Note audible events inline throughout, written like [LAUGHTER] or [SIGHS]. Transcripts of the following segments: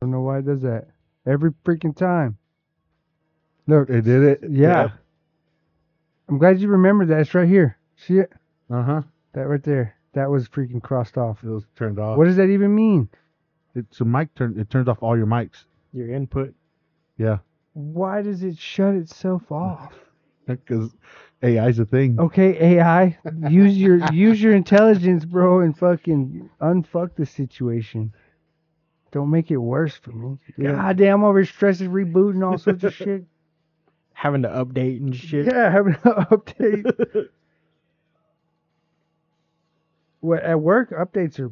why it does that every freaking time. Look, It did it. yeah. I'm glad you remembered that. It's right here. See it? Uh huh. That right there. That was freaking crossed off. It was turned off. What does that even mean? It, so mic turned. It turns off all your mics Your input. Why does it shut itself off? because AI's a thing. Oh, Okay, AI, use your [LAUGHS] use your intelligence, bro, and fucking unfuck the situation. Don't make it worse for me. Yeah. God damn, I'm over stressed and rebooting all sorts of [LAUGHS] shit. Having to update and shit. Yeah, having an [LAUGHS] update. [LAUGHS] what at work updates are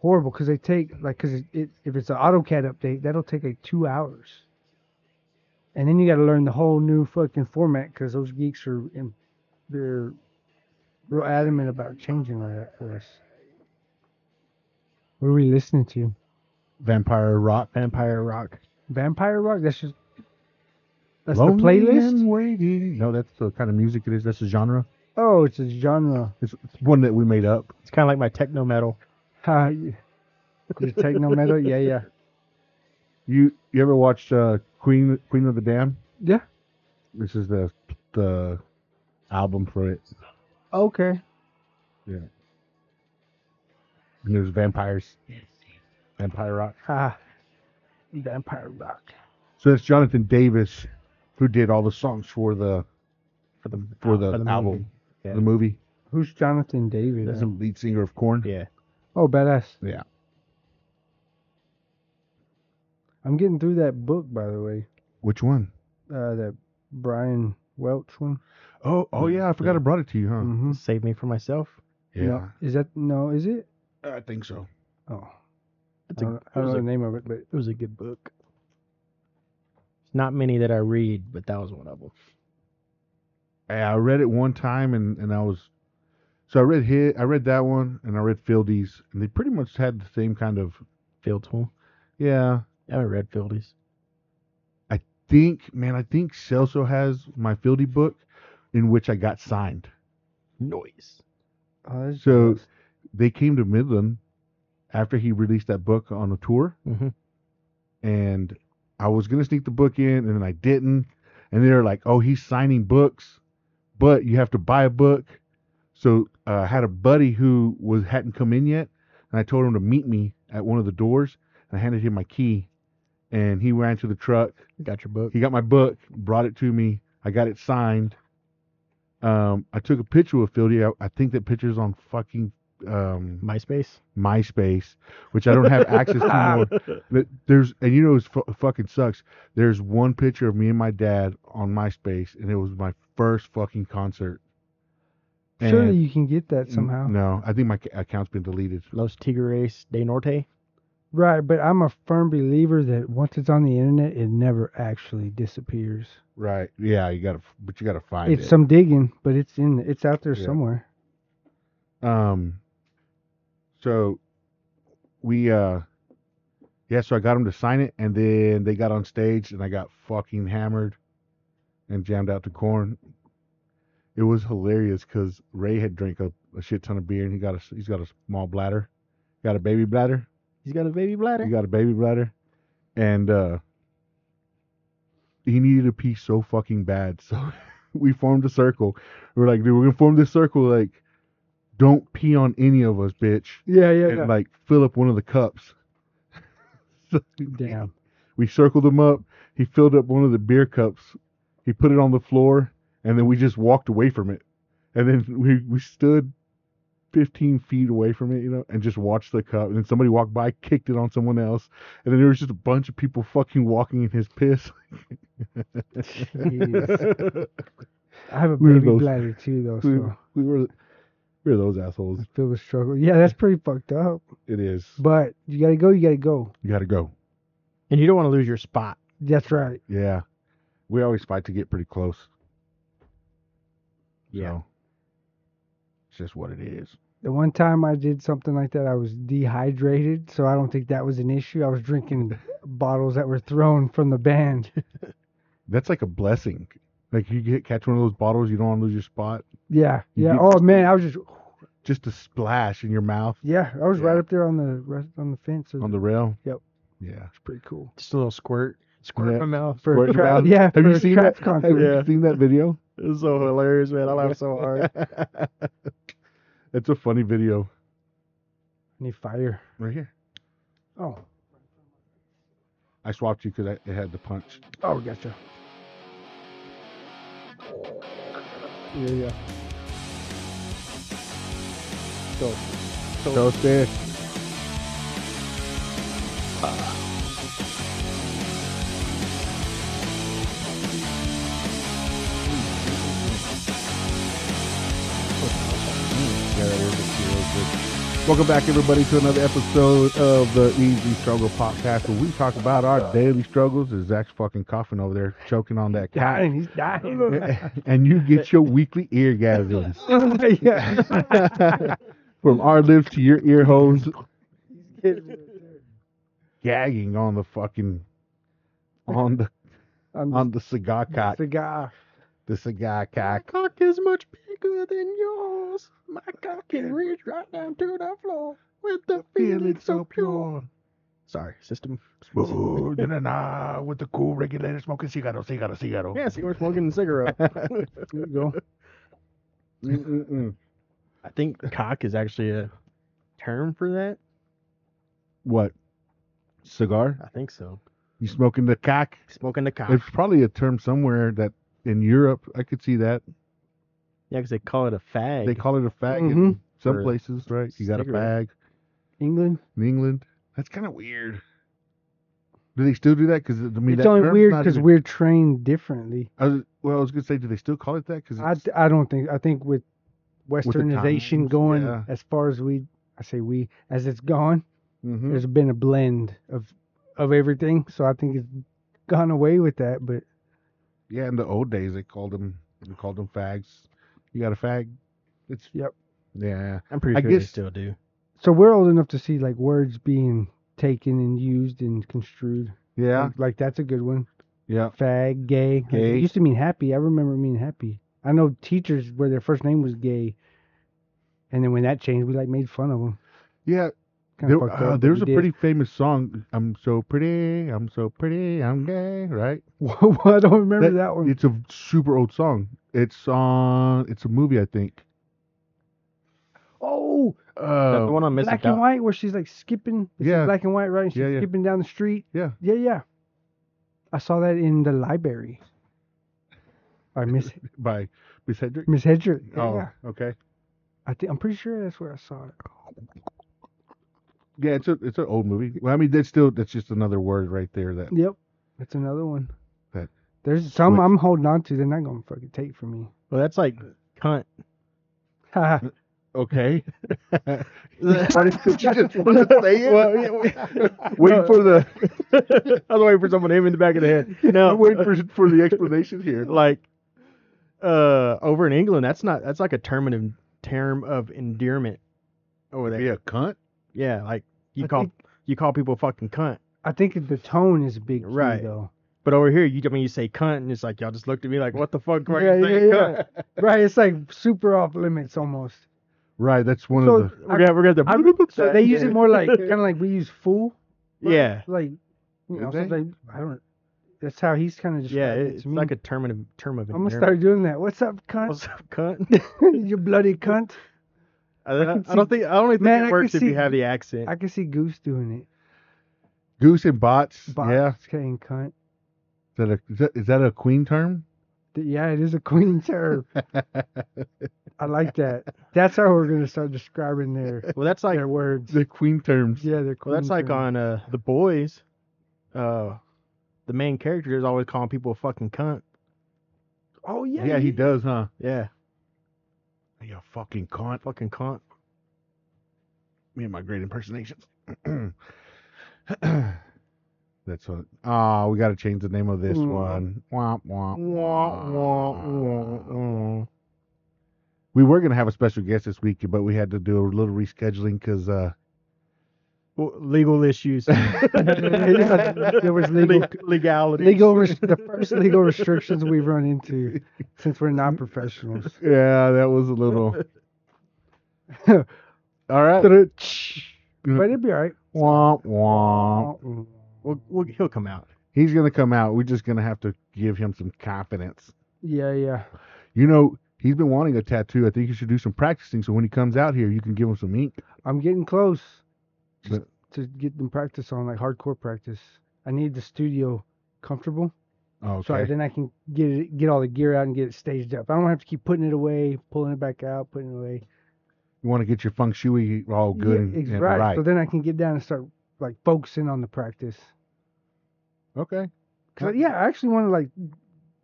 horrible because they take like because it, it, if it's an AutoCAD update that'll take like two hours, and then you got to learn the whole new fucking format because those geeks are in, they're real adamant about changing all that for us. What are we listening to? Vampire rock. Vampire Rock. Vampire rock? That's just that's Lonely the playlist. and waiting. No, that's the kind of music it is. That's the genre. Oh, it's a genre. It's, it's one that we made up. It's kind of like my techno metal. Ha, you- you take no metal? Yeah, yeah. You you ever watched uh, Queen Queen of the Dam? Yeah. This is the the album for it. Okay. And there's vampires. Vampire rock. Ha. Vampire rock. So that's Jonathan Davis, who did all the songs for the for the for the, for the album, movie. Yeah. the movie. Who's Jonathan Davis? That's the lead singer of Corn. Yeah. Oh, badass. Yeah. I'm getting through that book, by the way. Which one? Uh, that Brian Welch one. Oh oh yeah, I forgot I brought it to you, huh? Mm-hmm. Mm. Save me for myself. No, is that no? Is it? I think so. Oh, It's I a, Uh, don't, it, I don't was know a, the name of it, but it was a good book. Not many that I read, but that was one of them. Yeah, I read it one time and and I was so I read hit I read that one and I read Fieldies and they pretty much had the same kind of Fields one. yeah. I haven't read Fieldies. Think man, I think Celso has my Fieldy book in which I got signed. Noise. oh, that's So- badass. They came to Midland after he released that book on a tour. Mm-hmm. and I was gonna sneak the book in, and then I didn't. And they were like, "Oh, he's signing books, but you have to buy a book." So uh, I had a buddy who was hadn't come in yet, and I told him to meet me at one of the doors. And I handed him my key, and he ran to the truck. Got your book. He got my book, brought it to me. I got it signed. Um, I took a picture with Fieldy. I, I think that picture's on fucking um, MySpace. MySpace, which I don't have access to anymore. [LAUGHS] But there's and you know it's fu- fucking sucks. There's one picture of me and my dad on MySpace, and it was my first fucking concert. surely and- you can get that N- somehow, No, I think my ca- account's been deleted. Los Tigres de Norte. right? But I'm a firm believer that once it's on the internet, it never actually disappears. Right? Yeah, you gotta, f- but you gotta find it's it. some digging, but it's in, it's out there Yeah. somewhere. um. So, we uh, yeah. So I got him to sign it, and then they got on stage, and I got fucking hammered, and jammed out to corn. It was hilarious because Ray had drank a, a shit ton of beer, and he got a s- he's got a small bladder, got a baby bladder. He's got a baby bladder. He got a baby bladder, and uh, he needed to pee so fucking bad. [LAUGHS] So we formed a circle. We are like, dude, we're gonna form this circle. Like, don't pee on any of us, bitch. Yeah, yeah, And like, fill up one of the cups. [LAUGHS] So Damn. we circled him up. He filled up one of the beer cups. He put it on the floor, and then we just walked away from it. And then we, we stood 15 feet away from it, you know, and just watched the cup. And then somebody walked by, kicked it on someone else. And then there was just a bunch of people fucking walking in his piss. Jeez. I have a We were baby those- bladder too, though. [LAUGHS] we, So we were we were those assholes. I feel the struggle. Yeah, that's pretty fucked up. It is. But you gotta go. You gotta go. You got to go. and you don't want to lose your spot. That's right. Yeah. We always fight to get pretty close. Yeah. So, it's just what it is. The one time I did something like that, I was dehydrated, so I don't think that was an issue. I was [LAUGHS] drinking bottles that were thrown from the band. That's like a blessing. Like you get catch one of those bottles, you don't want to lose your spot. Yeah, [LAUGHS] You yeah. did- Oh man, I was just Just a splash in your mouth yeah, I was Yeah. right up there on the right on the fence. Of, on the rail. Yep. Yeah. It's pretty cool. Just a little squirt. Squirt Yeah. in my mouth. For a Squirt trap- mouth. yeah, Have for you a seen trap that? concert. Have you seen that video? It was so hilarious, man. I laughed [LAUGHS] so hard. That's a funny video. Need fire. Right here. Oh, I swapped you because it had the punch. oh, gotcha. Yeah, yeah. Toasted. Yeah, that is a feel good. Welcome back, everybody, to another episode of the Easy Struggle Podcast, where we talk about our daily struggles. Is Zach's fucking coughing over there, choking on that cat, [LAUGHS] Dying, he's [LAUGHS] dying. and you get your weekly eargasms yeah. [LAUGHS] from our lips to your ear holes, I'm gagging on the fucking on the on the cigar cock, cigar. the cigar cock. cock is much bigger than yours. My cock [LAUGHS] can reach right down to the floor with the feeling so pure. Sorry, system. [LAUGHS] Smooth and nah, with the cool regulator smoking cigarro, cigarro, cigarro. Yes, you were smoking a cigarette. There you go. Mm-mm-mm. I think cock is actually a term for that. What? Cigar? I think so. You smoking the cock? Smoking the cock. It's probably a term somewhere that in Europe I could see that Yeah, 'cause they call it a fag. they call it a fag in Mhm. some Or places, right? You got a fag Mm-hmm. cigarette. England. in England. That's kind of weird. Do they still do that? Because I mean, it's that only term's weird not because even- we're trained differently. I was, well, I was gonna say, do they still call it that? Because I, d- I don't think I think with the westernization times, going yeah. as far as we I say we as it's gone, Hmm. mm-hmm. there's been a blend of of everything. So I think it's gone away with that. But yeah, in the old days they called them they called them fags. You got a fag? It's Yep. Yeah, I'm pretty I sure they guess- still do. so we're old enough to see like words being taken and used and construed. yeah, Like, like, that's a good one. yeah. Fag, gay. Like, Gay. it used to mean happy. I remember it meaning happy. I know teachers where their first name was gay, and then when that changed, we like made fun of them. Yeah, Kinda there, fucked uh, up, but there's we a did. [LAUGHS] pretty famous song. I'm so pretty, I'm so pretty, I'm gay, right? Whoa, I don't remember that, one. It's a super old song. It's on. It's a movie, I think. oh, Is that Uh, the one on Mystic black Out? and white where she's like skipping. It's Yeah. yeah, black and white, right? And she's Yeah, yeah. skipping down the street. Yeah. yeah, yeah. I saw that in the library. By [LAUGHS] Miss by Miss Hendrick. Miss Hedger. oh, Yeah, okay. I think I'm pretty sure that's where I saw it. Yeah, it's a it's an old movie. Well, I mean, that's still that's just another word right [LAUGHS] there. That Yep, that's another one. That There's some switch. I'm holding on to. They're not gonna fucking take from me. Well, that's like cunt. Ha, ha. [LAUGHS] okay. Why did [LAUGHS] you just want to say it? Well, [LAUGHS] yeah, we- Waiting [LAUGHS] [LAUGHS] for the I was waiting for someone to hit me in the back of the head. No, I'm waiting for for the explanation here. like uh, over in England, that's not that's like a term of term of endearment over there. Be a cunt. Yeah, like you I call think- you call people fucking cunt, [LAUGHS] I think the tone is big, key, Right. Though, but over here you I mean you say cunt and it's like y'all just looked at me like what the fuck are Yeah, you saying? yeah, cunt? right? It's like super off limits almost. Right, that's one So- of the. We're gonna we're [LAUGHS] gonna I- So they use it more [LAUGHS] like [LAUGHS] kind of like we use fool. yeah like you know, Did they? something I don't. That's how he's kind of just. yeah it, it's to me. like a term of term of I'm gonna endearment. [LAUGHS] start doing that. What's up, cunt? [LAUGHS] What's up, cunt? you bloody cunt! [LAUGHS] I, don't- can I don't think I only think Man, I it can works if you see- have the accent. I can see Goose doing it. Goose and bots. Box Yeah, saying cunt. is that, a, is that is that a queen term? Th- Yeah, it is a queen term. I like that. That's how we're gonna start describing their well, that's like their words. the queen terms. Yeah, they're queen well, that's like term. on uh the boys, uh, the main character is always calling people a fucking cunt. Oh yeah. Yeah, he does, huh? Yeah, You fucking cunt. fucking cunt. Me and my great impersonations. [CLEARS THROAT] that's what. Ah, we got to change the name of this Mm. one. Womp womp Wah, wah, wah, wah. We were gonna have a special guest this week, but we had to do a little rescheduling because uh, Well, legal [LAUGHS] issues. [LAUGHS] There was legal- Le- legalities. Legal res- the first legal restrictions we've run into since we're not professionals. yeah, that was a little. [LAUGHS] All [LAUGHS] right. but it'd be all right. Womp womp. Um, Uh-uh. We'll, we'll, he'll come out. He's gonna come out. We're just gonna have to give him some confidence. Yeah, yeah. You know, he's been wanting a tattoo. I think you should do some practicing so when he comes out here, you can give him some ink. I'm getting close. Just But- to get them practice on, like hardcore practice. I need the studio comfortable. Oh, So then I can get it, get all the gear out and get it staged up. I don't have to keep putting it away, pulling it back out, putting it away. You want to get your feng shui all Yeah, good and, ex- and right. right. So then I can get down and start like focusing on the practice. okay. 'Cause, yeah, I actually want to like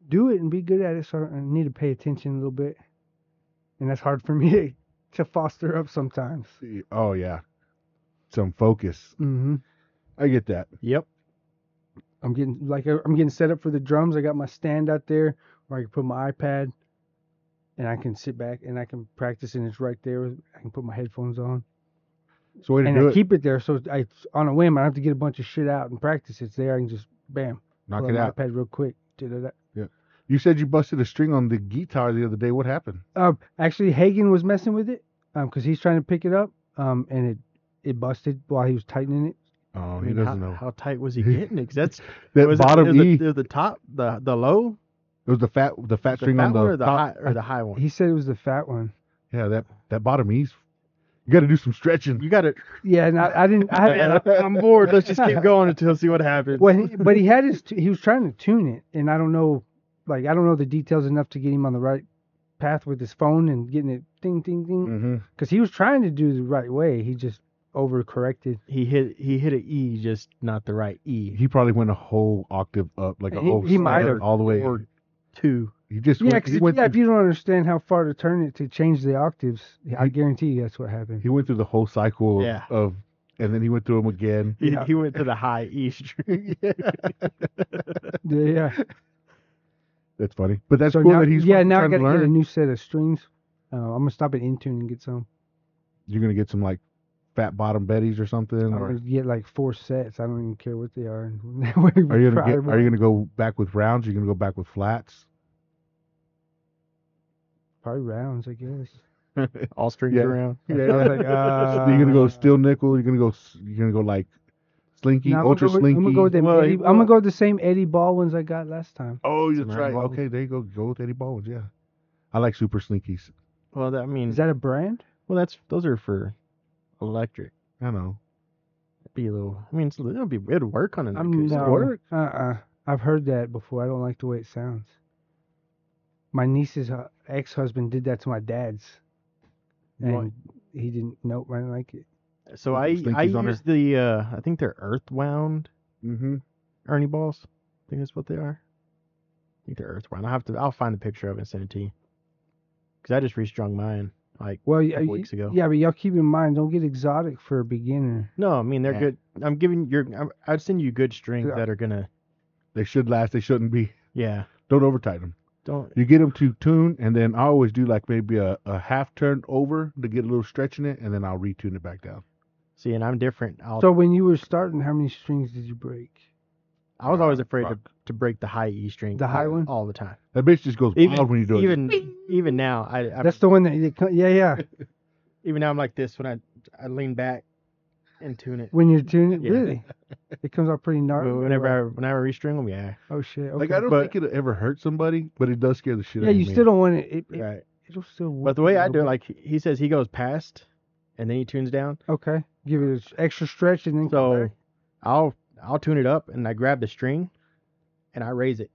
do it and be good at it. So I need to pay attention a little bit, and that's hard for [LAUGHS] me to, to foster up sometimes. Oh yeah. Some focus. hmm I get that. Yep. I'm getting like I- I'm getting set up for the drums. I got my stand out there where I can put my iPad, and I can sit back and I can practice, and it's right there. I can put my headphones on. So way to and do I it. keep it there. So I, on a whim, I don't have to get a bunch of shit out and practice. It's there. I can just bam, Knock pull it my out. iPad real quick. Da-da-da. You said you busted a string on the guitar the other day. What happened? Um, actually, Hagen was messing with it, um, because he's trying to pick it up, um, and it, it busted while he was tightening it. Oh, I he mean, doesn't how, know. How tight was [LAUGHS] he getting? Because that's that was it- bottom is E. The, is the top, the the low, it was the fat, the fat the string fat on one, the, or the top. high or the high one. He said it was the fat one. Yeah, that that bottom E's. You got to do some stretching. You got it. Yeah, and I, I didn't. I [LAUGHS] haven't. [LAUGHS] I'm bored. Let's just keep going until see what happens. Well, he, but he had his. T- he was trying to tune it, and I don't know, like I don't know the details enough to get him on the right path with his phone and getting it ding ding ding. Mm-hmm. Because he was trying to do the right way. He just overcorrected. He hit he hit an E, just not the right E. He probably went a whole octave up, like a He- whole he might step have. all the way. Or two. he just Yeah, went, because he, went yeah, if through, you don't understand how far to turn it to change the octaves, I He- guarantee you that's what happened. [LAUGHS] he went through the whole cycle of, Yeah. of and then he went through them again. He, Yeah. he went to the high E string. [LAUGHS] Yeah, yeah. That's funny, but that's So cool now, that he's yeah. fucking Now I trying to gotta get a learn. new set of strings. Uh, I'm gonna stop at Intune and get some. You're gonna get some like fat bottom Bettys or something. I'm Or gonna get like four sets. I don't even care what they are. [LAUGHS] are are you gonna get? Are you gonna go back with rounds? Are you gonna go back with flats? probably rounds? I guess. All strings [LAUGHS] Yeah. around. I was like, [LAUGHS] So you're gonna uh, go steel nickel. You're gonna go. s- You're gonna go like slinky, no, I'm gonna ultra go with- slinky. I'm gonna go with them Well, Eddie, he- I'm gonna go with the same Eddie Ball ones I got last time. oh, that's right. Well, okay, there you go. Go with Eddie Bowens. Yeah, I like super slinkies. Well, that means Is that a brand? well, that's those are for electric. I know. It'd be a little. I mean, it's, it'll be it'd work on an I'm acoustic. no, Uh uh-uh. I've heard that before. I don't like the way it sounds. My niece's uh, ex husband did that to my dad's, and Right. he didn't. Nope, I didn't like it. So Put I some I slinkies on use the uh I think they're earth wound Mm-hmm. Ernie balls. I think that's what they are. I think they're earth wound. I will have to. I'll find the picture of it and send it to you. Cause I just restrung mine. Like Well, y- couple y- weeks ago. yeah, but y'all keep in mind, don't get exotic for a beginner. no, I mean they're Yeah. good. I'm giving your. I'm, I'd send you good strings Yeah. that are gonna. They should last. They shouldn't be. Yeah. Don't over tighten them. Don't. You get them to tune, and then I always do like maybe a, a half turn over to get a little stretch in it, and then I'll retune it back down. See, and I'm different. I'll, So when you were starting, how many strings did you break? I was always Ah, afraid to, fuck. to break the high E string. The high one? All the time. That bitch just goes Even- wild when you do it. even even now, I, I That's the one that you, yeah [LAUGHS] yeah. even now I'm like this when I I lean back and tune it. When you're doing it, Yeah. [LAUGHS] really, it comes out pretty gnarly. But whenever I whenever I restring them, yeah. oh shit, okay. like I don't but- think it'll ever hurt somebody, but it does scare the shit yeah, out of me. you still don't want it. it, it Right. It'll still. But work the a way I little do it, bit. like he says, he goes past, and then he tunes down. okay, give it an extra stretch and then come So back. I'll I'll tune it up, and I grab the string, and I raise it.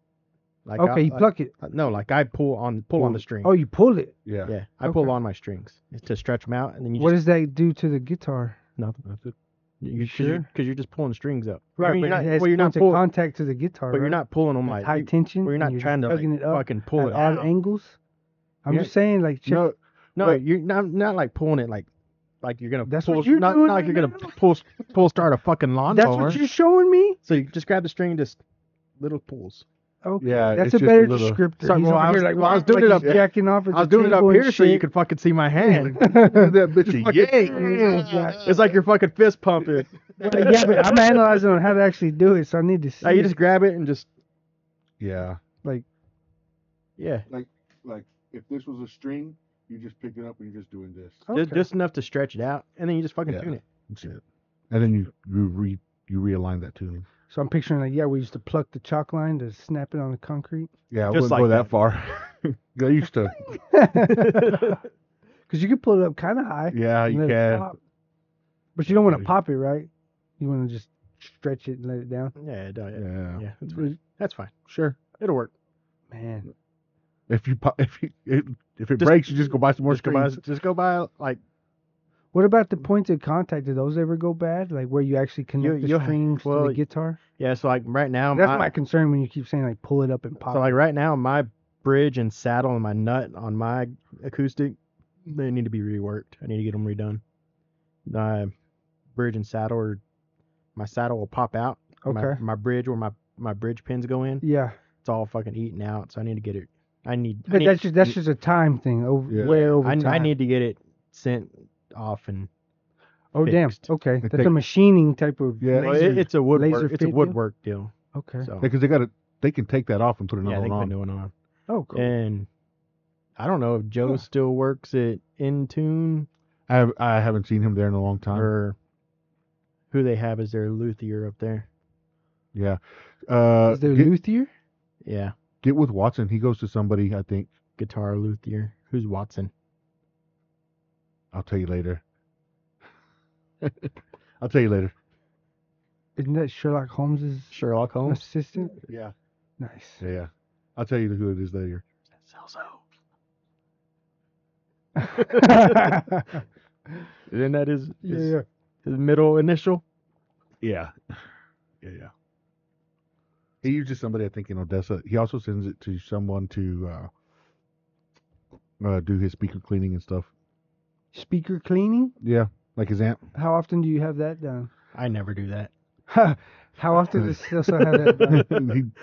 Like okay, I, you like- pluck it. no, like I pull on pull on the string. Oh, you pull it. Yeah. yeah, I pull okay. on my strings to stretch them out, and then you What just does that do to the guitar? nothing. That's it. You sure? Because you're just pulling strings up. I Right, mean, but you're it not, has well, you're not points of pulling, contact to the guitar. but you're right? not pulling them It's like high you- tension. Well, and you're not you're trying to like, tugging it up fucking at pull it odd out. angles. I'm You're- just saying, like, check. No, No, But- you're not not like pulling it like like you're gonna That's pull what you're not, doing not like right you're gonna pull pull start a fucking lawnmower. That's what you're showing me. So you just grab the string and just little pulls. Okay, Yeah, that's it's a just a better little- [LAUGHS] descriptor. Sorry, He's well, over I was- here, like, well, I was wow, doing it like he's up- jacking off. At I was the doing it up table and here so you shit. could fucking see [LAUGHS] my hand. that bitch a Yeah, yank. yeah. it's like you're fucking fist pumping. [LAUGHS] Well, yeah, but [LAUGHS] I'm analyzing on how to actually do it, so I need to see. now you it. just grab it and just Yeah. yeah, Like if this was a string, you just pick it up and you're just doing this. ju- Okay. just, enough to stretch it out, and then you just fucking Yeah. tune it. That's it. And then you you re you realign that tuning. So I'm picturing like, yeah, we used to pluck the chalk line to snap it on the concrete. [LAUGHS] Yeah, I Just wouldn't go like that, that. far. [LAUGHS] I used [LAUGHS] to. Because you could pull it up kind of high. Yeah, and you let it can. pop. But you don't want Yeah. to pop it, right? You want to just stretch it and let it down. Yeah, no, Yeah. yeah, yeah, that's fine. That's fine. Sure. It'll work. Man, If you po- if you, it, if it Just- breaks, you just go buy some more Just go by. screens. Just go by. Like what about the points of contact? Do those ever go bad? Like where you actually connect Mm. you the ha- strings well, to the guitar? yeah. So like right now, That's my- my concern when you keep saying like pull it up and pop. So it. like right now, my bridge and saddle and my nut on my acoustic, they need to be reworked. I need to get them redone. My bridge and saddle, or my saddle will pop out. My, Mm. Okay. my bridge where my my bridge pins go in, yeah, it's all fucking eaten out. So I need to get it. I need. I but need, Mm. that's just that's just a time thing. Over Yeah. way over I, time. I need to get it sent off and Oh damn. fixed. Okay, that's take- a machining type of. Yeah, well, it- laser. it's a woodwork. It's a fit deal? woodwork deal. okay. So because they got to they can take that off and put another yeah, they one put on. new one on. Oh cool. And I don't know if Joe Huh. still works at Intune. I have I haven't seen him there in a long time. or who they have as their luthier up there. Yeah. Uh, Is there get, luthier? Yeah, get with Watson. He goes to somebody. I think guitar luthier. Who's Watson? I'll tell you later. [LAUGHS] I'll tell you later. Isn't that Sherlock Holmes's [LAUGHS] Sherlock Holmes. assistant? Yeah. Nice. Yeah. yeah. I'll tell you who it is later. Celso. [LAUGHS] [LAUGHS] yeah, Isn't that his, his, yeah. his middle initial? Yeah. [SIGHS] Yeah, yeah. He uses somebody I think in Odessa. He also sends it to someone to uh, uh do his speaker cleaning and stuff. Speaker cleaning? Yeah. Like his amp. How often do you have that done? [LAUGHS] I never do that. How often does Celso have [LAUGHS] that done? [LAUGHS] he,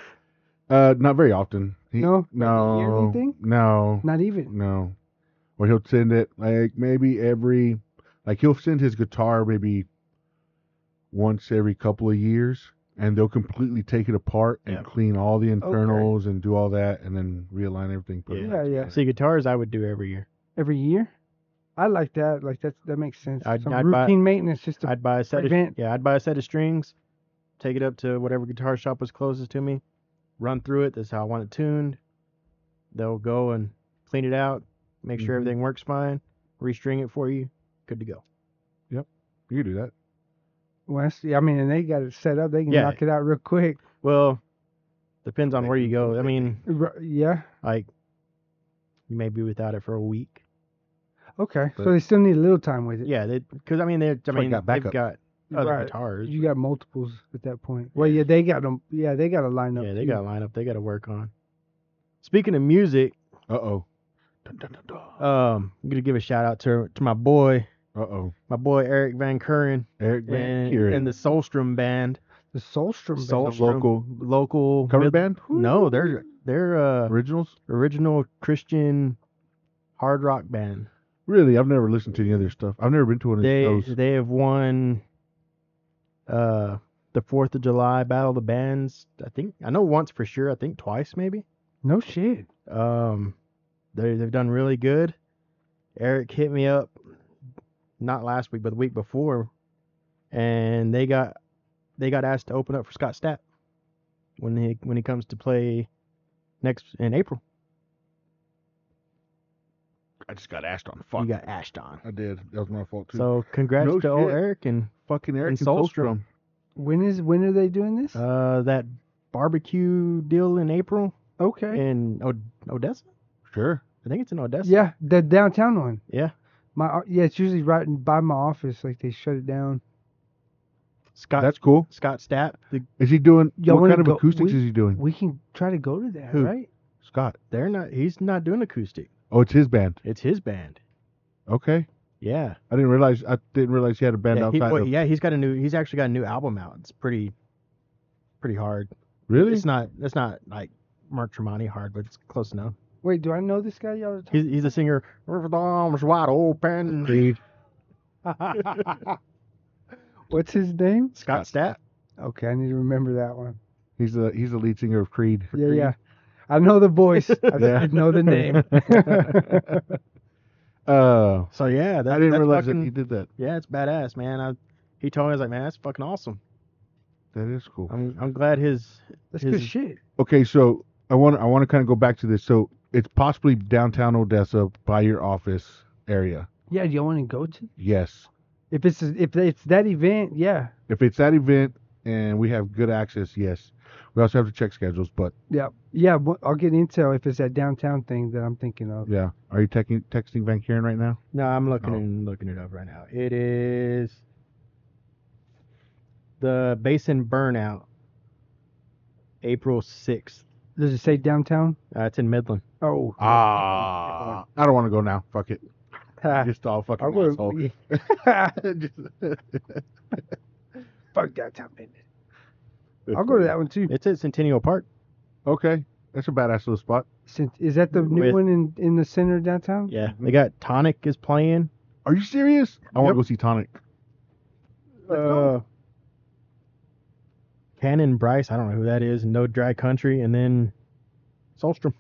uh not very often. He, No? No. Every year or anything? No. Not even. No. Or he'll send it like maybe every like he'll send his guitar maybe once every couple of years and they'll completely take it apart and Yeah. clean all the internals and do all that and then realign everything. put it Yeah, back yeah. together. See, guitars I would do every year. Every year? I like that. Like that's that makes sense. I'd- Some I'd buy- routine maintenance just to I'd buy a set of prevent- yeah, I'd buy a set of strings, take it up to whatever guitar shop was closest to me, run through it. That's how I want it tuned. They'll go and clean it out, make sure Mm-hmm. Mhm. everything works fine, restring it for you, good to go. You can do that. West. Yeah, I mean, and they got it set up. They can Yeah. knock it out real quick. Well, depends on where you go. I mean, R- yeah. like you may be without it for a week. Okay. But- so they still need a little time with it. Yeah, because I mean, they're I why you mean got they've backups. got other Right. guitars. You got multiples at that point. Well, yeah, they got them. Yeah, they got a lineup. yeah, they too. got a lineup they got to work on. Speaking of music, Uh oh. um, I'm gonna give a shout out to to my boy, Uh oh. my boy Eric Van Curen Eric Van and, Kuren. and the Solstrom band, the Solstrom. band. Solstrom local- local cover mid- band? No, they're they're uh Originals? original Christian hard rock band. Really? I've never listened to any of their stuff. I've never been to one of they their shows. they have won uh the Fourth of July Battle of the Bands. I think I know once for sure. I think twice maybe. No shit. Um, they they've done really good. Eric hit me up not last week but the week before, and they got they got asked to open up for Scott Stapp when he when he comes to play next in April. I just got asked on. You got asked on. I did. That was my fault too. So congrats No to old shit. Eric and Fucking Eric and and Solstrom. Solstrom. When is when are they doing this? uh that barbecue deal in April. okay. in Od- Odessa. Sure. I think it's in Odessa. Yeah, the downtown one. Yeah. My o- yeah, it's usually right in- by my office. Like they shut it down. Scott That's cool. Scott Stapp. The, Is he doing Y'all what wanna kind of go- acoustics we- is he doing? We can try to go to that, Who? right? Scott. they're not. He's not doing acoustic. Oh, it's his band. It's his band. Okay. Yeah. I didn't realize I didn't realize he had a band yeah, he, outside well, of yeah. He's got a new. He's actually got a new album out. It's pretty, pretty hard. Really? It's not. It's not like Mark Tremonti hard, but it's close enough. Wait, do I know this guy? Y'all are talking. He's, he's a singer. With arms wide open. [LAUGHS] Creed. What's his name? Scott Stapp. Okay, I need to remember that one. He's the he's the lead singer of Creed. Yeah, yeah. I know the voice. I just Yeah. didn't know the name. [LAUGHS] Uh So yeah, that, I didn't that's realize that fucking- he did that. Yeah, it's badass, man. I, he told me I was like, man, that's fucking awesome. That is cool. I'm I'm glad his That's His- good shit. Okay, so I want I want to kind of go back to this. So it's possibly downtown Odessa by your office area. Yeah, do you want to go to? Yes, If it's if it's that event, yeah, if it's that event and we have good access, yes. We also have to check schedules, but yeah, yeah. wh- I'll get intel if it's that downtown thing that I'm thinking of. yeah. Are you texting texting Van Karen right now? No, I'm looking Oh. and looking it up right now. It is the Basin Burnout, April sixth. Does it say downtown? Uh, it's in Midland. Oh, Ah, I don't want to go now. Fuck it. [LAUGHS] Just all fucking I would- asshole. [LAUGHS] Just- fuck downtown, man. I'll go to that one too. It's at Centennial Park. Okay, that's a badass little spot. Since- Is that the new With- one in, in the center of downtown? Yeah, they got Tonic is playing. Are you serious? I want Yep. to go see Tonic. Uh, Cannon Bryce, I don't know who that is. No Dry Country, and then Solstrom,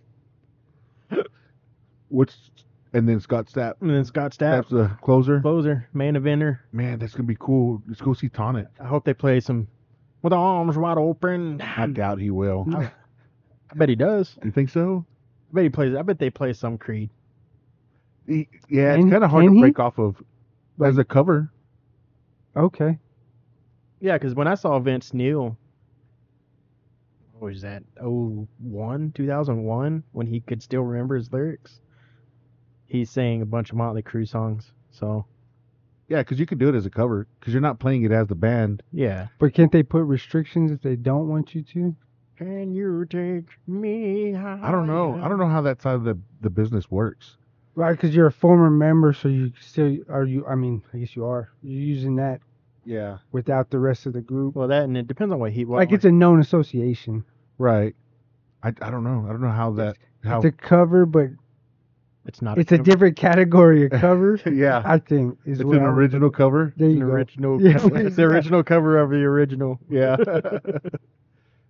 What's and then Scott Stapp. and then Scott Stapp, Stapp's the closer. closer, main eventer. Man, that's gonna be cool. Let's go see Tonic. I hope they play some with the arms wide open. I doubt he will. No. I bet he does. You think so? I bet he plays. I bet they play some Creed. He, yeah, Can- it's kind of hard can to he? break off of as a cover. Okay. Yeah, because when I saw Vince Neil, what was that? Oh, one, 2001, when he could still remember his lyrics, he's sang a bunch of Motley Crue songs. So, Yeah, because you can do it as a cover because you're not playing it as the band. yeah. But can't they put restrictions if they don't want you to? Can you take me? I don't Oh, know. I don't know how that side of the, the business works. Right, because you're a former member, so you still are you. I mean, I guess you are. You're using that Yeah. without the rest of the group. Well, that and it depends on what he. What, like it's a known association. Right. I, I don't know. I don't know how that how. It's a cover, but it's not. it's a different category of cover. [LAUGHS] [LAUGHS] yeah. [LAUGHS] I think is It's what an I- original cover. There It's you an go. [LAUGHS] original. Yeah. [LAUGHS] cover. [LAUGHS] it's the original cover of the original. Yeah.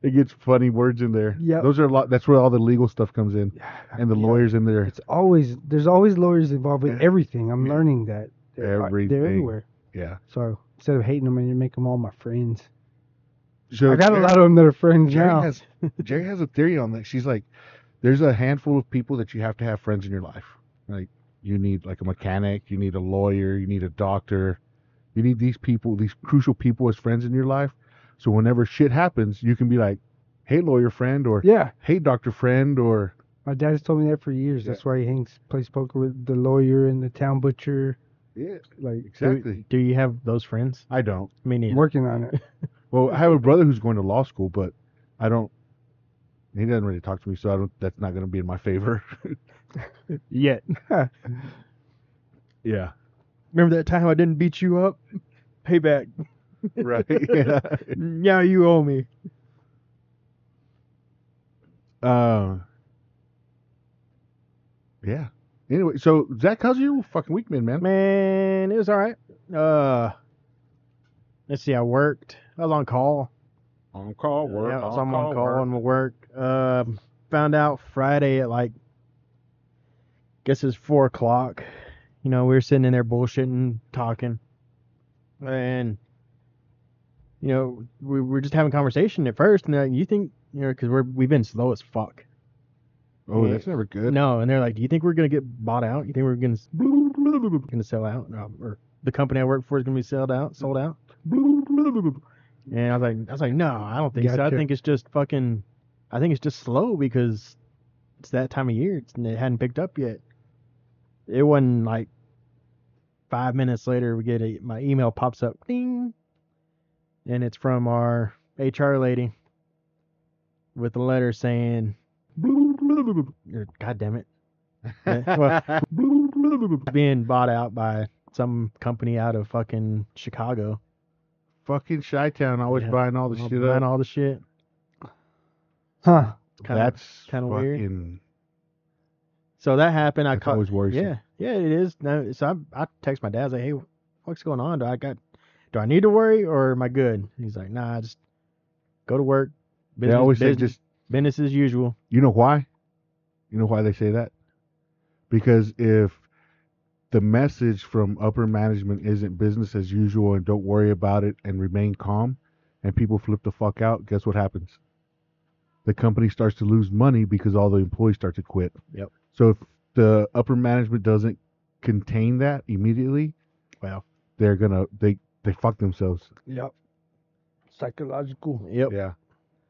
it gets funny words in there. Yep. Those are a lot. That's where all the legal stuff comes in, and the Yeah. lawyers in there. It's always there's always lawyers involved with Yeah. everything. I'm Yeah. learning that they're, Everything. they're everywhere. Yeah. So instead of hating them, I need to make them all my friends. So I got a Jerry- lot of them that are friends Jerry now. has Jerry has a theory on that. She's like, there's a handful of people that you have to have friends in your life. Like you need like a mechanic, you need a lawyer, you need a doctor, you need these people, these crucial people as friends in your life. So whenever shit happens, you can be like, hey lawyer friend, or yeah, hey doctor friend, or my dad's told me that for years. Yeah. That's why he hangs plays poker with the lawyer and the town butcher. yeah, Like exactly. Do you have those friends? I don't. Me neither. working on [LAUGHS] it. Well, I have a brother who's going to law school, but I don't. He doesn't really talk to me, so I don't. That's not going to be in my favor. Yet. Yeah. [LAUGHS] Remember that time I didn't beat you up? Payback. Right. yeah. Now you owe me. Um, Uh, yeah. Anyway, so Zach, how's your fucking week been, man? Man, it was all right. Uh, let's see. I worked. I was on call. On call yeah, I was on, call, on my work. Um, found out Friday at like, guess it's four o'clock. You know, we were sitting in there bullshitting, talking, and you know, we were just having conversation at first, and they're like, you think you know, because we're we've been slow as fuck. Oh, that's never [LAUGHS] good. No, and they're like, "Do you think we're gonna get bought out? You think we're gonna s- gonna sell out, No, or the company I work for is gonna be sold out, sold out?" And I was like, "I was like, no, I don't think so. I Gotcha. think it's just fucking, I think it's just slow because it's that time of year. It's, and it hadn't picked up yet. It wasn't like five minutes later we get a my email pops up, ding, and it's from our HR lady with a letter saying." or- God damn it. Yeah, Being bought out by some company out of fucking Chicago. fucking Chi Town always Yeah. buying all the All shit buying up. all the shit. Huh. Kinda- that's kinda weird. fucking. So that happened. I That's caught. always worrisome. Yeah, yeah, it is. No, so I, I text my dad. I was like, "Hey, what's going on? Do I got? Do I need to worry or am I good?" He's like, "Nah, just go to work. They always say business, just business as usual." You know why? You know why they say that? Because if the message from upper management isn't business as usual and don't worry about it and remain calm, and people flip the fuck out, guess what happens? The company starts to lose money because all the employees start to quit. Yep. So if the upper management doesn't contain that immediately, Well. they're gonna they they fuck themselves. Yep. Psychological. Yep. Yeah.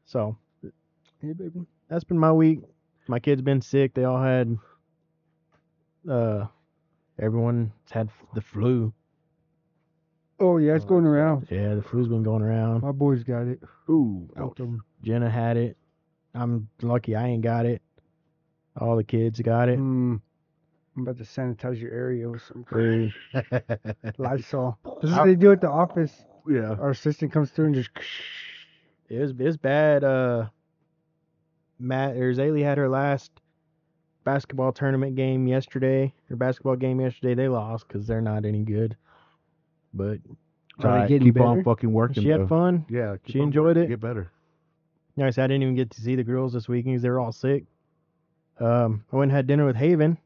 So Hey, baby. that's been my week. My kids been sick. They all had. Uh, everyone's had the flu. Oh yeah, it's going around. Yeah, the flu's been going around. My boys got it. Ooh. Both of 'em. Jenna had it. I'm lucky I ain't got it. All the kids got it. Mm. I'm about to sanitize your area with some Dude, Lysol. This is what they do at the office. [LAUGHS] [LAUGHS] yeah. Our assistant comes through and just. It was it's bad. Uh, Matt or Zaley had her last basketball tournament game yesterday. Her basketball game yesterday, they lost because they're not any good. But All Are right, they getting keep on better? fucking working. she had though. fun. Yeah. She keep on enjoyed working, it. Get better. Nice. I didn't even get to see the girls this weekend because they were all sick. Um, I went and had dinner with Haven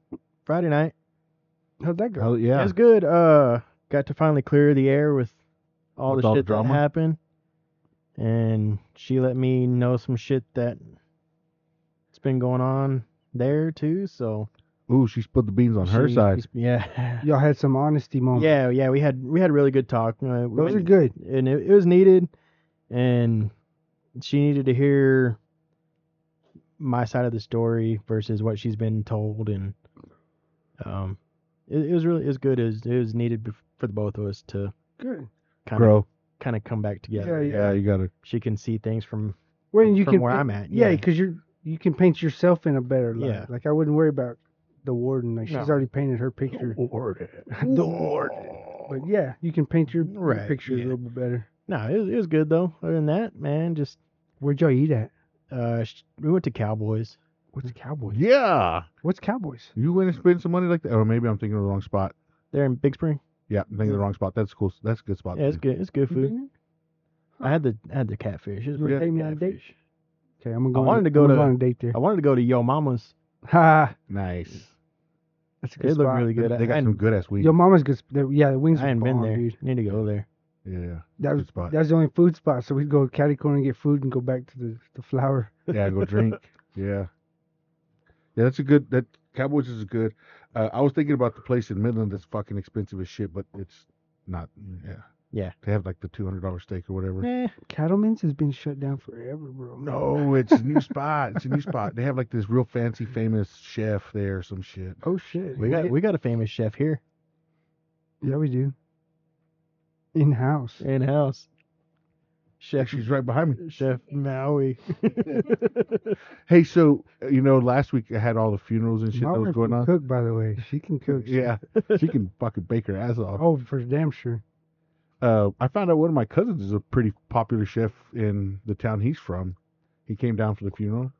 Friday night. How'd that go? Hell yeah. It was good. Uh, got to finally clear the air with all With the all the shit that drama? happened, and she let me know some shit that it's been going on there too. So Ooh, she spilled the beans on her she- side. she's- [LAUGHS] yeah, Y'all had some honesty moments. yeah, yeah. We had we had really good talk. Uh, Those are and- good. and it, it was needed, and she needed to hear my side of the story versus what she's been told, and um, it, it was really as good as it was needed bef- for the both of us to Good. kind of Grow. kind of come back together. Yeah, Yeah, you gotta. She can see things from When you from can where pa- I'm at, Yeah, yeah. because you're you can paint yourself in a better light. Yeah. Like I wouldn't worry about the warden. Like she's No. already painted her picture. the Lord. But yeah, you can paint your, your Right, picture yeah. a little bit better. No, it was, it was good though. Other than that, man, just Where'd y'all eat at? uh, sh- we went to Cowboys. Mm. What's Cowboys? Yeah. What's Cowboys? You went and spent some money like that, or maybe I'm thinking of the wrong spot. They're in Big Spring. Yeah, I'm thinking of the wrong spot. That's cool. That's a good spot. Yeah, it's too. good. It's good You food. been Mm-hmm. I had the I had the catfish. It was You really take me good on a date? catfish. there? Okay, I'm gonna go. I on- wanted to go I'm gonna to- on a date there. I wanted to go to Yo Mama's. Ha! Nice. [LAUGHS] That's a good It looked spot. really good. They I, got hadn't- some good ass weed. Your mama's good. sp- the- Yeah, the wings. I are hadn't been bomb, there. Dude. Need to go there. Yeah. That was Good spot. that was the only food spot. So we'd go to Catty Corner and get food and go back to the the flower. Yeah, go drink. yeah. Yeah, that's a good. That Cowboys is a good. Uh, I was thinking about the place in Midland that's fucking expensive as shit, but it's not. Yeah. Yeah. They have like the two hundred dollar steak or whatever. Eh, Cattleman's has been shut down forever, bro. No, it's a new spot. It's a new spot. They have like this real fancy, famous chef there, or some shit. Oh shit. we got Yeah. we got a famous chef here Yeah, we do. In house. in house. Chef She's right behind me. Chef Maui. Hey, so uh, you know, last week I had all the funerals and shit that was going on. Cook, by the way, she [LAUGHS] can cook. she- Yeah, she can fucking bake her ass off. Oh, for damn sure. Uh, I found out one of my cousins is a pretty popular chef in the town he's from. He came down for the funeral,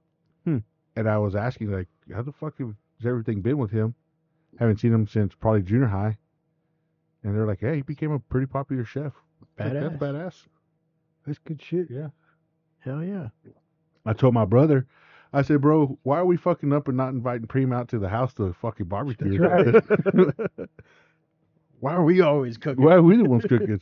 Hmm. and I was asking like, how the fuck have- has everything been with him? Haven't seen him since probably junior high. And they're like, yeah, he became a pretty popular chef. It's like, Badass. That's badass. That's good shit. Yeah. Hell yeah. [LAUGHS] I told my brother, I said, bro, why are we fucking up and not inviting Preem out to the house to fucking barbecue? [LAUGHS] That's Why are we always cooking? [LAUGHS] why are we the ones cooking?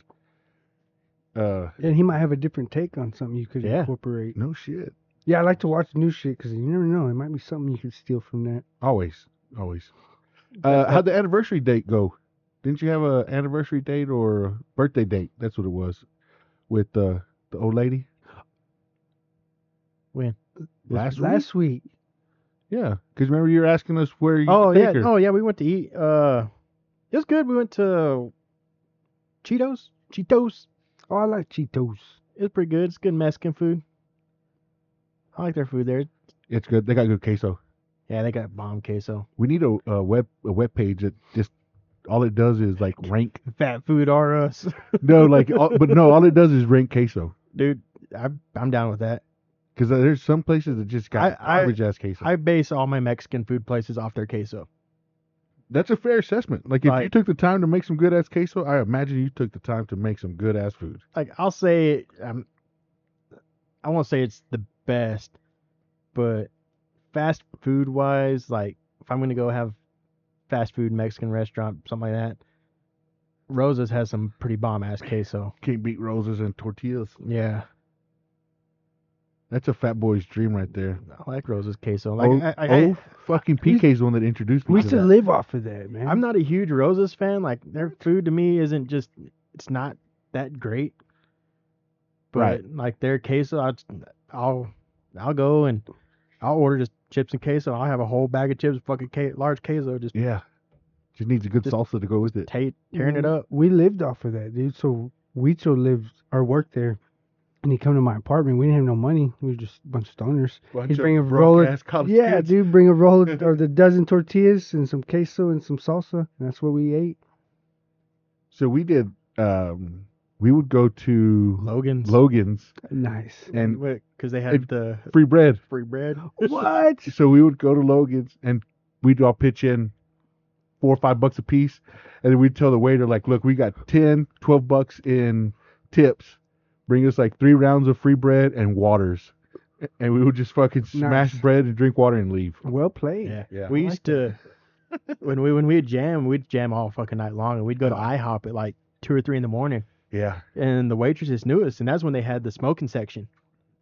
Uh, And he might have a different take on something you could Yeah. incorporate. no shit. Yeah, I like to watch new shit because you never know. It might be something you could steal from that. Always, always. Uh, how'd the anniversary date go? Didn't you have a anniversary date or a birthday date? That's what it was, with uh, the old lady. When? Last week? Last week, Yeah, because remember you were asking us where you Oh could take yeah. her. Oh yeah. We went to eat. Uh, it was good. We went to Cheetos. Cheetos. oh, I like Cheetos. It was pretty good. It's good Mexican food. I like their food there. It's good. They got good queso. Yeah, they got bomb queso. We need a, a web a web page that just all it does is like [LAUGHS] rank. Fat food are us. no, like all, but no, all it does is rank queso. Dude, I, I'm down with that. Because there's some places that just got I- I- garbage ass queso. I base all my Mexican food places off their queso. That's a fair assessment. Like if you Like- took the time to make some good ass queso, I imagine you took the time to make some good ass food. Like I'll say, um, I won't say it's the best, but fast food wise, like if I'm gonna go have fast food Mexican restaurant, something like that, Rosa's has some pretty bomb ass queso. Can't beat roses and tortillas. Yeah, That's a fat boy's dream right there. I like Rose's queso. Like, oh, I, I, oh, fucking we- PK's the one that introduced me We to used to that. live off of that, man. I, Hmm? am not a huge Rose's fan. Like their food to me isn't just. It's not that great. But Right. like their queso, I, I'll I'll go and I'll order just chips and queso. I'll have a whole bag of chips, fucking ca- large queso, just Yeah. Just needs a good Just- salsa to go with it. ta- tearing Hmm. it up. We lived off of that, dude. So Weecho lived or worked there, and he come to my apartment. We didn't have no money. We were just a bunch of stoners. Bunch He'd of bring a broke roll. ass college yeah, kids. dude, bring a roll [LAUGHS] of- or the dozen tortillas and some queso and some salsa. And that's what we ate. So we did. Um, we would go to Logan's Logan's [LAUGHS] Nice. and because they had it- the free bread. free bread. What? So we would go to Logan's and we'd all pitch in four or five bucks a piece, and then we'd tell the waiter like, "Look, we got 10, 12 bucks in tips. Bring us like three rounds of free bread and waters." And we would just fucking smash Nice. bread and drink water and leave. Well played. [LAUGHS] Yeah. Yeah. We I used to when we when we'd jam, we'd jam all fucking night long and we'd go to IHOP at like two or three in the morning. Yeah. And the waitresses knew us and that's when they had the smoking section.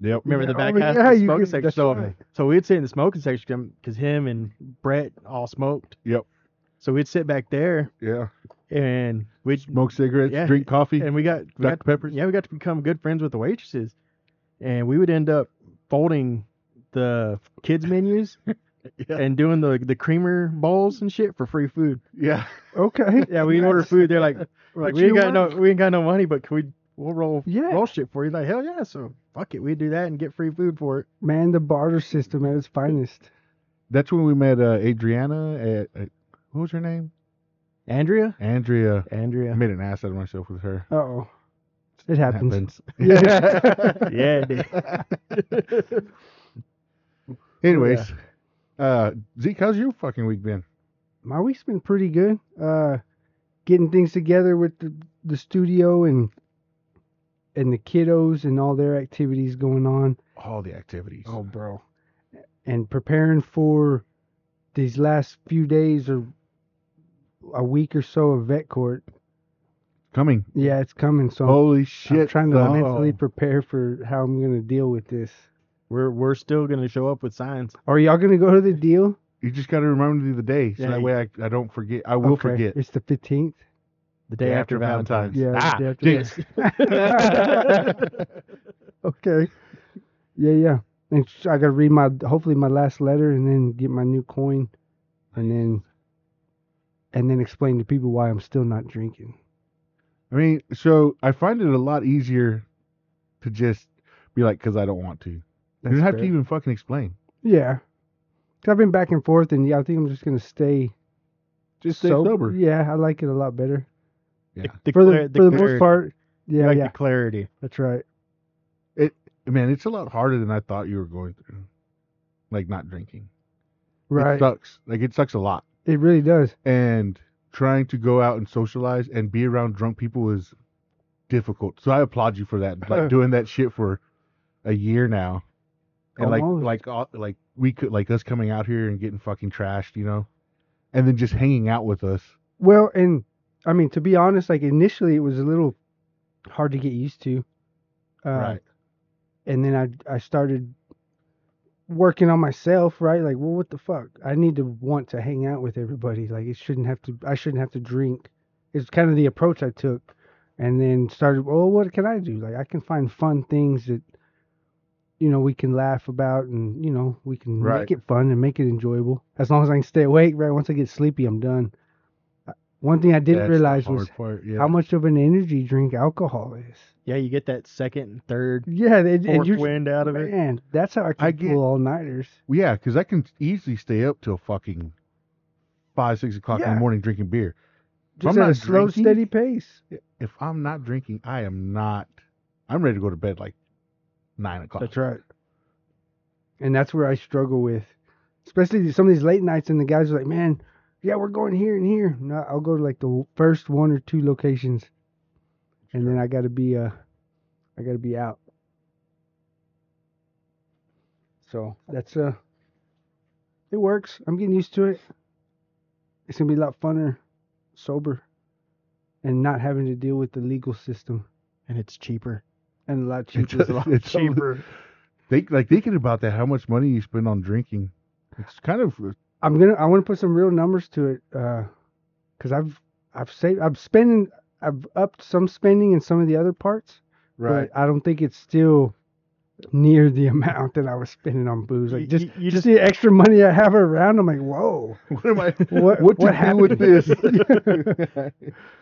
Yep. Remember the Yeah, back oh, half yeah, of you the smoking could- section. that's So, right. so we'd sit in the smoking section because him and Brett all smoked. Yep. So we'd sit back there Yeah. and we'd Smoke cigarettes, Yeah. drink coffee, and we got, we Dr. got Peppers. yeah, we got to become good friends with the waitresses, and we would end up folding the [LAUGHS] kids menus Yeah. and doing the the creamer bowls and shit for free food. Yeah. Okay. [LAUGHS] Yeah, we order food. [LAUGHS] They're like, we're like, What we ain't you got no, we ain't got no money, but can we? We'll roll, Yeah. roll shit for you. Like hell yeah, so fuck it, we do that and get free food for it. Man, the barter system at its finest. That's when we met uh, Adriana. At, at, what was her name? Andrea, Andrea. I Andrea, made an ass out of myself with her. Uh oh. It happens. [LAUGHS] Yeah. yeah, dude. [LAUGHS] Anyways, uh, Zeke, how's your fucking week been? my week's been pretty good. Uh, getting things together with the, the studio and and the kiddos and all their activities going on. All the activities. bro. And preparing for these last few days or a week or so of vet court. coming. Yeah, it's coming. So Holy Oh, shit. Oh, I'm trying to son. Oh, mentally prepare for how I'm gonna deal with this. We're we're still gonna show up with signs. Are y'all gonna go to the deal? You just got to remember me the day so Yeah, that you- way I, I don't forget. I will Okay, forget. It's the 15th. The day, after, Valentine's. Yeah, the Ah, day after jinx. [LAUGHS] [LAUGHS] Okay. Yeah, yeah. And sh- I gotta read my hopefully my last letter and then get my new coin, and then and then explain to people why I'm still not drinking. I mean, so I find it a lot easier to just be like, because I don't want to. That's you don't have fair. to even fucking explain. Yeah. 'Cause I've been back and forth, and yeah, I think I'm just gonna stay Just stay sob- sober. Yeah, I like it a lot better Yeah. The, the, for the clar- for the most clarity. part. You Yeah, like yeah, the clarity. that's right. Man, it's a lot harder than I thought you were going through. Like not drinking. It Right. sucks. Like it sucks a lot. It really does. And trying to go out and socialize and be around drunk people is difficult. So I applaud you [LAUGHS] for that. Like doing that shit for a year now. And Almost. like like all- like we could like us coming out here and getting fucking trashed, you know? And then just hanging out with us. Well, and I mean to be honest, like initially it was a little hard to get used to. Uh, right. and then I I started working on myself, right? Like, well, what the fuck? I need to want to hang out with everybody. Like, it shouldn't have to. I shouldn't have to drink. It's kind of the approach I took, and then started. Well, what can I do? Like, I can find fun things that, you know, we can laugh about, and you know, we can Right. make it fun and make it enjoyable. As long as I can stay awake, right? Once I get sleepy, I'm done. Uh, One thing I didn't That's the realize hard was part, yeah. how much of an energy drink alcohol is. Yeah, you get that second, and third, Yeah, and, and fourth you're wind out of it. Man, that's how I can I get- pull all nighters. Yeah, because I can easily stay up till fucking five, six o'clock in Yeah. the morning drinking beer. If Just I'm at not a slow, drinking- steady pace. If I'm not drinking, I am not. I'm ready to go to bed like nine o'clock. right. And that's where I struggle with, especially some of these late nights. And the guys are like, "Man, yeah, we're going here and here." No, I'll go to like the first one or two locations, and then I got to be uh, I got to be out. So that's uh, it works. I'm getting used to it. It's gonna be a lot funner, sober, and not having to deal with the legal system and it's cheaper. and a lot It's, cheaper. it's cheaper. Think like thinking about that, how much money you spend on drinking. It's kind of uh, I'm gonna I want to put some real numbers to it, uhbecause I've I've saved I've spending I've upped some spending in some of the other parts, right. but I don't think it's still near the [LAUGHS] amount that I was spending on booze. Like You- just you- you just the extra money I have around, I'm like, whoa, [LAUGHS] what am I? [LAUGHS] what What to what do happened [LAUGHS] with this?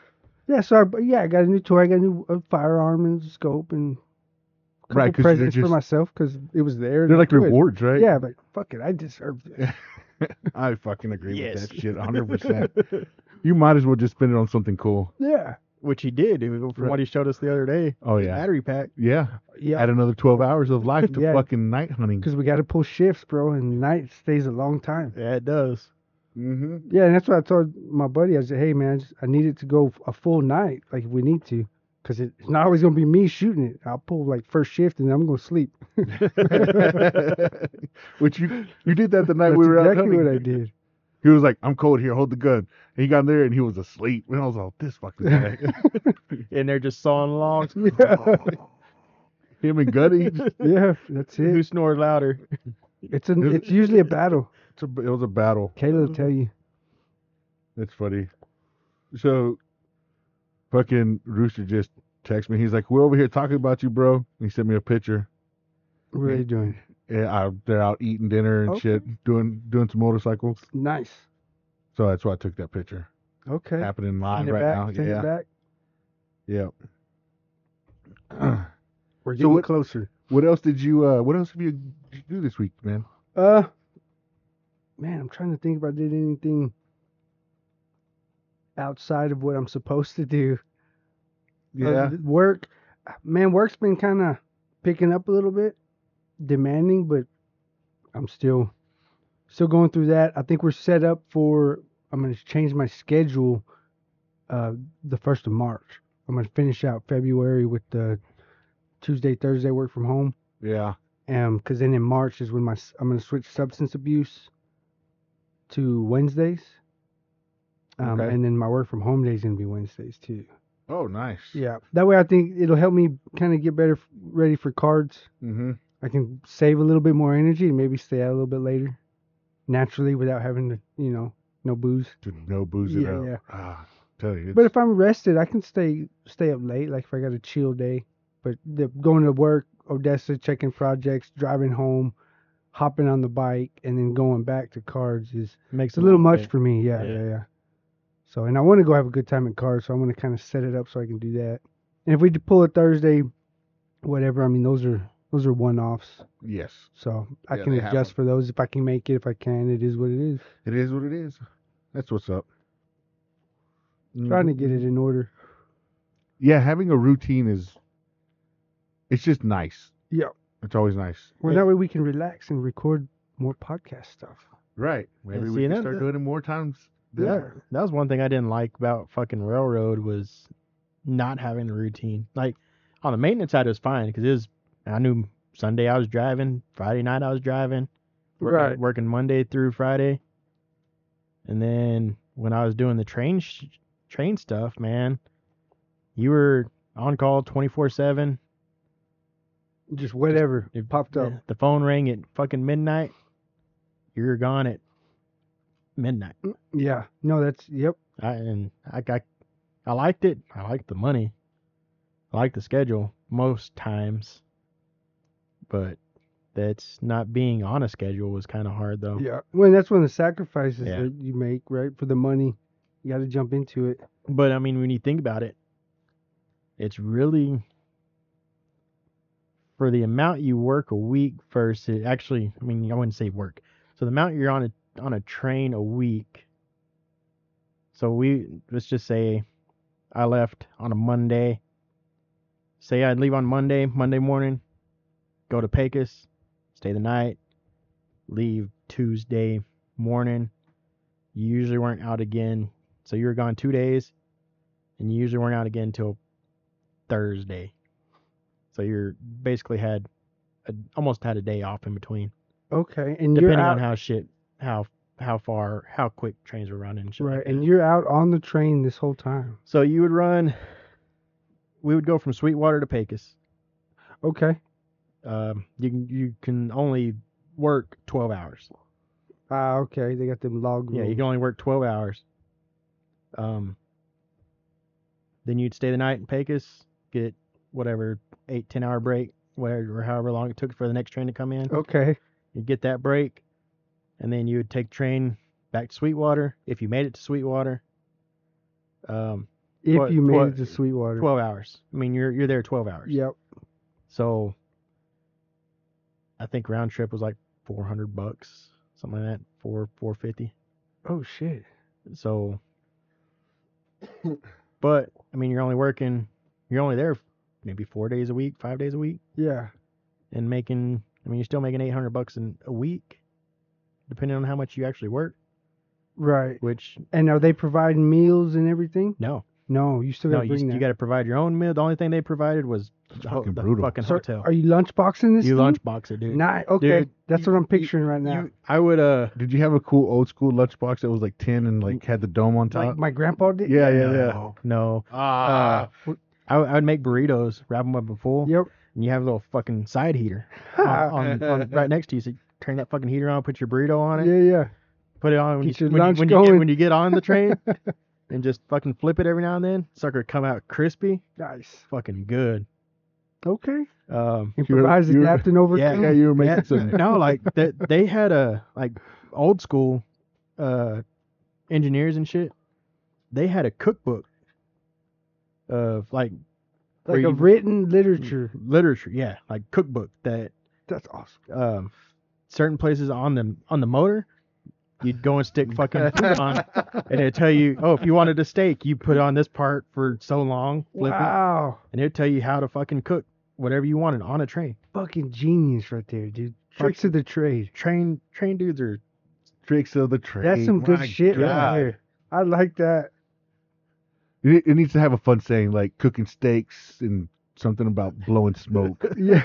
[LAUGHS] yeah, so I, yeah, I got a new toy, I got a new uh, firearm and scope and a couple Right, 'cause they're presents for just- myself because it was there. They're like good. rewards, right? Yeah, but fuck it, I deserve this. I fucking agree Yes. with that shit [LAUGHS] 100%. you might as well just spend it on something cool. Yeah, Which he did it was- from Right. what he showed us the other day. Oh, his yeah. Battery pack. Yeah. yeah. Add another 12 hours of life to Yeah. fucking [LAUGHS] night hunting. Because we got to pull shifts, bro, and night stays a long time. Yeah, it does. [LAUGHS] Mm-hmm. Yeah, and that's what I told my buddy. I said, hey, man, I, just, I need it to go a full night, like if we need to, because it, it's not always going to be me shooting it. I'll pull like first shift and I'm going to sleep. Which you you did that the night That's we were out exactly hunting. what I [LAUGHS] did. [LAUGHS] He was like, "I'm cold here. Hold the gun." And he got in there and he was asleep. And I was like, "This [LAUGHS] fucking guy." [LAUGHS] And they're just sawing logs. Yeah, Him and Gunny. just- yeah that's Who it. snored louder? It's an, it's usually a battle. it's a- it was a battle. Kayla will tell you. That's funny. So, fucking Rooster just texted me. He's like, "We're over here talking about you, bro." And he sent me a picture. What are they doing? And I, they're out eating dinner and Okay. shit, doing doing some motorcycles. Nice. So that's why I took that picture. Okay. Happening live Send it right back. now. Send it back. yeah. Yeah. We're So getting what- closer. what else did you? uh What else have you did you do this week, man? Uh, man, I'm trying to think if I did anything outside of what I'm supposed to do. Uh, th- work, man, work's been kind of picking up a little bit, demanding, but I'm still still going through that. I think we're set up for. I'm gonna change my schedule. Uh, the first of March. I'm gonna finish out February with the Tuesday, Thursday work from home yeah. um because then in march is when my s- i'm going to switch substance abuse to wednesdays um, Okay. and then my work from home days going to be wednesdays too Oh, nice. yeah that way i think it'll help me kind of get better f- ready for cards Mm-hmm. i can save a little bit more energy and maybe stay out a little bit later naturally without having to you know no booze Dude, no booze it Yeah, up. yeah. Ah, tell you. but it's- if i'm rested i can stay stay up late like if i got a chill day but the, going to work odessa checking projects driving home hopping on the bike and then going back to cards is Makes It's a little lot of much for me. Yeah, Yeah. yeah, yeah. So, and I want to go have a good time at cards, so I want to kind of set it up so I can do that. And if we pull a Thursday, whatever. I mean, those are those are one offs, yes, so I Yeah, can they have adjust for those if I can make it. If I can, it is what it is. Mm-hmm, it is what it is. That's what's up. Trying to Mhm. get mm-hmm. it in order. Yeah, having a routine is. It's just nice. Yeah. It's always nice. Well, Yeah. that way we can relax and record more podcast stuff. Right. Maybe And we see, can that- start doing it more times. than Yeah, that. that was one thing I didn't like about fucking railroad was not having a routine. Like on the maintenance side, it was fine because it was. I knew Sunday I was driving, Friday night I was driving, working, Right. working Monday through Friday, and then when I was doing the train sh- train stuff, man, you were on call twenty four seven. Just whatever it- popped up. The phone rang at fucking midnight. you were gone at midnight. Yeah. No, that's yep. I and I I, I liked it. I liked the money. I liked the schedule most times. But that's not being on a schedule was kind of hard though. Yeah. Well, that's one of the sacrifices Oh. Yeah. that you make, right, for the money. You got to jump into it. But I mean, when you think about it, it's really for the amount you work a week versus actually, I mean, I wouldn't say work. So the amount you're on a on a train a week. So we let's just say I left on a Monday. Say I'd leave on Monday, Monday morning, go to Pecos, stay the night, leave Tuesday morning. You usually weren't out again so you were gone two days, and you usually weren't out again until Thursday. So you're basically had a, almost had a day off in between, Okay. And you're depending out on how shit, how how far, how quick trains were running. And shit like Right, that. and you're out on the train this whole time. so you would run. We would go from Sweetwater to Pecos. Okay. Um, you can you can only work twelve hours. Ah, okay. They got them log rules. Yeah, you can only work twelve hours. Um, then you'd stay the night in Pecos, get whatever eight ten hour break, whatever however long it took for the next train to come in. Okay. You'd get that break, and then you would take train back to Sweetwater if you made it to Sweetwater. Um, If What- you made what- it to Sweetwater. twelve hours. I mean, you're you're there twelve hours. Yep. So I think round trip was like four hundred bucks, something like that, four four fifty. Oh shit. So, but I mean, you're only working, you're only there maybe four days a week, five days a week, Yeah. and making. I mean, you're still making eight hundred bucks in a week, depending on how much you actually work. Right. Which And are they providing meals and everything? no, No, you still no, gotta you, bring that. you got to provide your own meal. The only thing they provided was the, ho- fucking the brutal. fucking So, hotel. Are you lunchboxing this? You thing? lunchbox it, dude. Nah, okay. Dude, That's you- what I'm you- picturing right now. You, I would uh. Did you have a cool old school lunchbox that was like tin and like had the dome on like top? my grandpa did. yeah, yeah, yeah. No, no. Ah, I, would- I would make burritos, wrap them up in full, Yep. Ah. and you have a little fucking [LAUGHS] side heater on, on, on- right next to you. So you turn that fucking heater on, put your burrito on it, Yeah, yeah. put it on when, Get you, your when, you, lunch when, you get, going. when you get on the [LAUGHS] train, and just fucking flip it every now and then. Sucker come out crispy, Nice. fucking good. Okay. Um, Improvise, you're- adapt, and overcome. yeah, you were making yeah, [LAUGHS] some. no, like that they had a like old school uh, engineers and shit. They had a cookbook of like Like where a you- written literature. literature, yeah, like cookbook that That's awesome. um, certain places on the on the motor, you'd go and stick [LAUGHS] fucking food on, and it'd tell you, oh, if you wanted a steak, you put on this part for so long, flip it, wow. and it'd tell you how to fucking cook whatever you wanted on a train. Fucking genius right there, dude. Tricks of the trade. Train train dudes are tricks of the trade. That's some good My shit right God. there. I like that. It, it needs to have a fun saying like cooking steaks and something about [LAUGHS] blowing smoke. Yeah.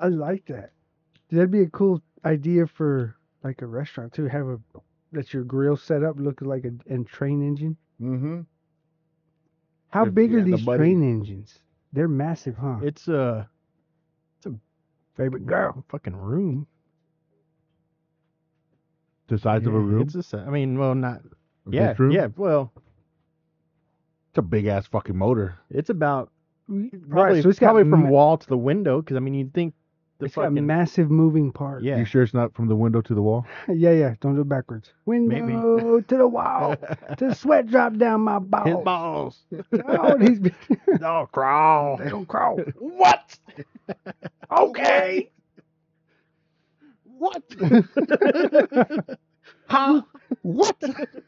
I like that. Dude, that'd be a cool idea for like a restaurant too. Have a let your grill set up look like a and train engine. mm-hmm. How If- big yeah, are the these money. train engines? They're massive, huh? it's a Favorite girl. fucking room. The size of a Yeah, room. It's a si- I mean, well, not A yeah, guest room? yeah. Well, It's a big ass fucking motor. it's about probably, Right, so it's got probably from ma- wall to the window because I mean you'd think the It's got fucking massive moving parts. yeah. You sure it's not from the window to the [LAUGHS] wall? [LAUGHS] yeah, yeah. Don't do it backwards. Window to the Oh, [LAUGHS] wall. to the sweat drop down my Hit balls. balls. Oh, these be- [LAUGHS] No, crawl. they don't [LAUGHS] crawl. [LAUGHS] What? Okay. [LAUGHS] What? Huh? what? [LAUGHS]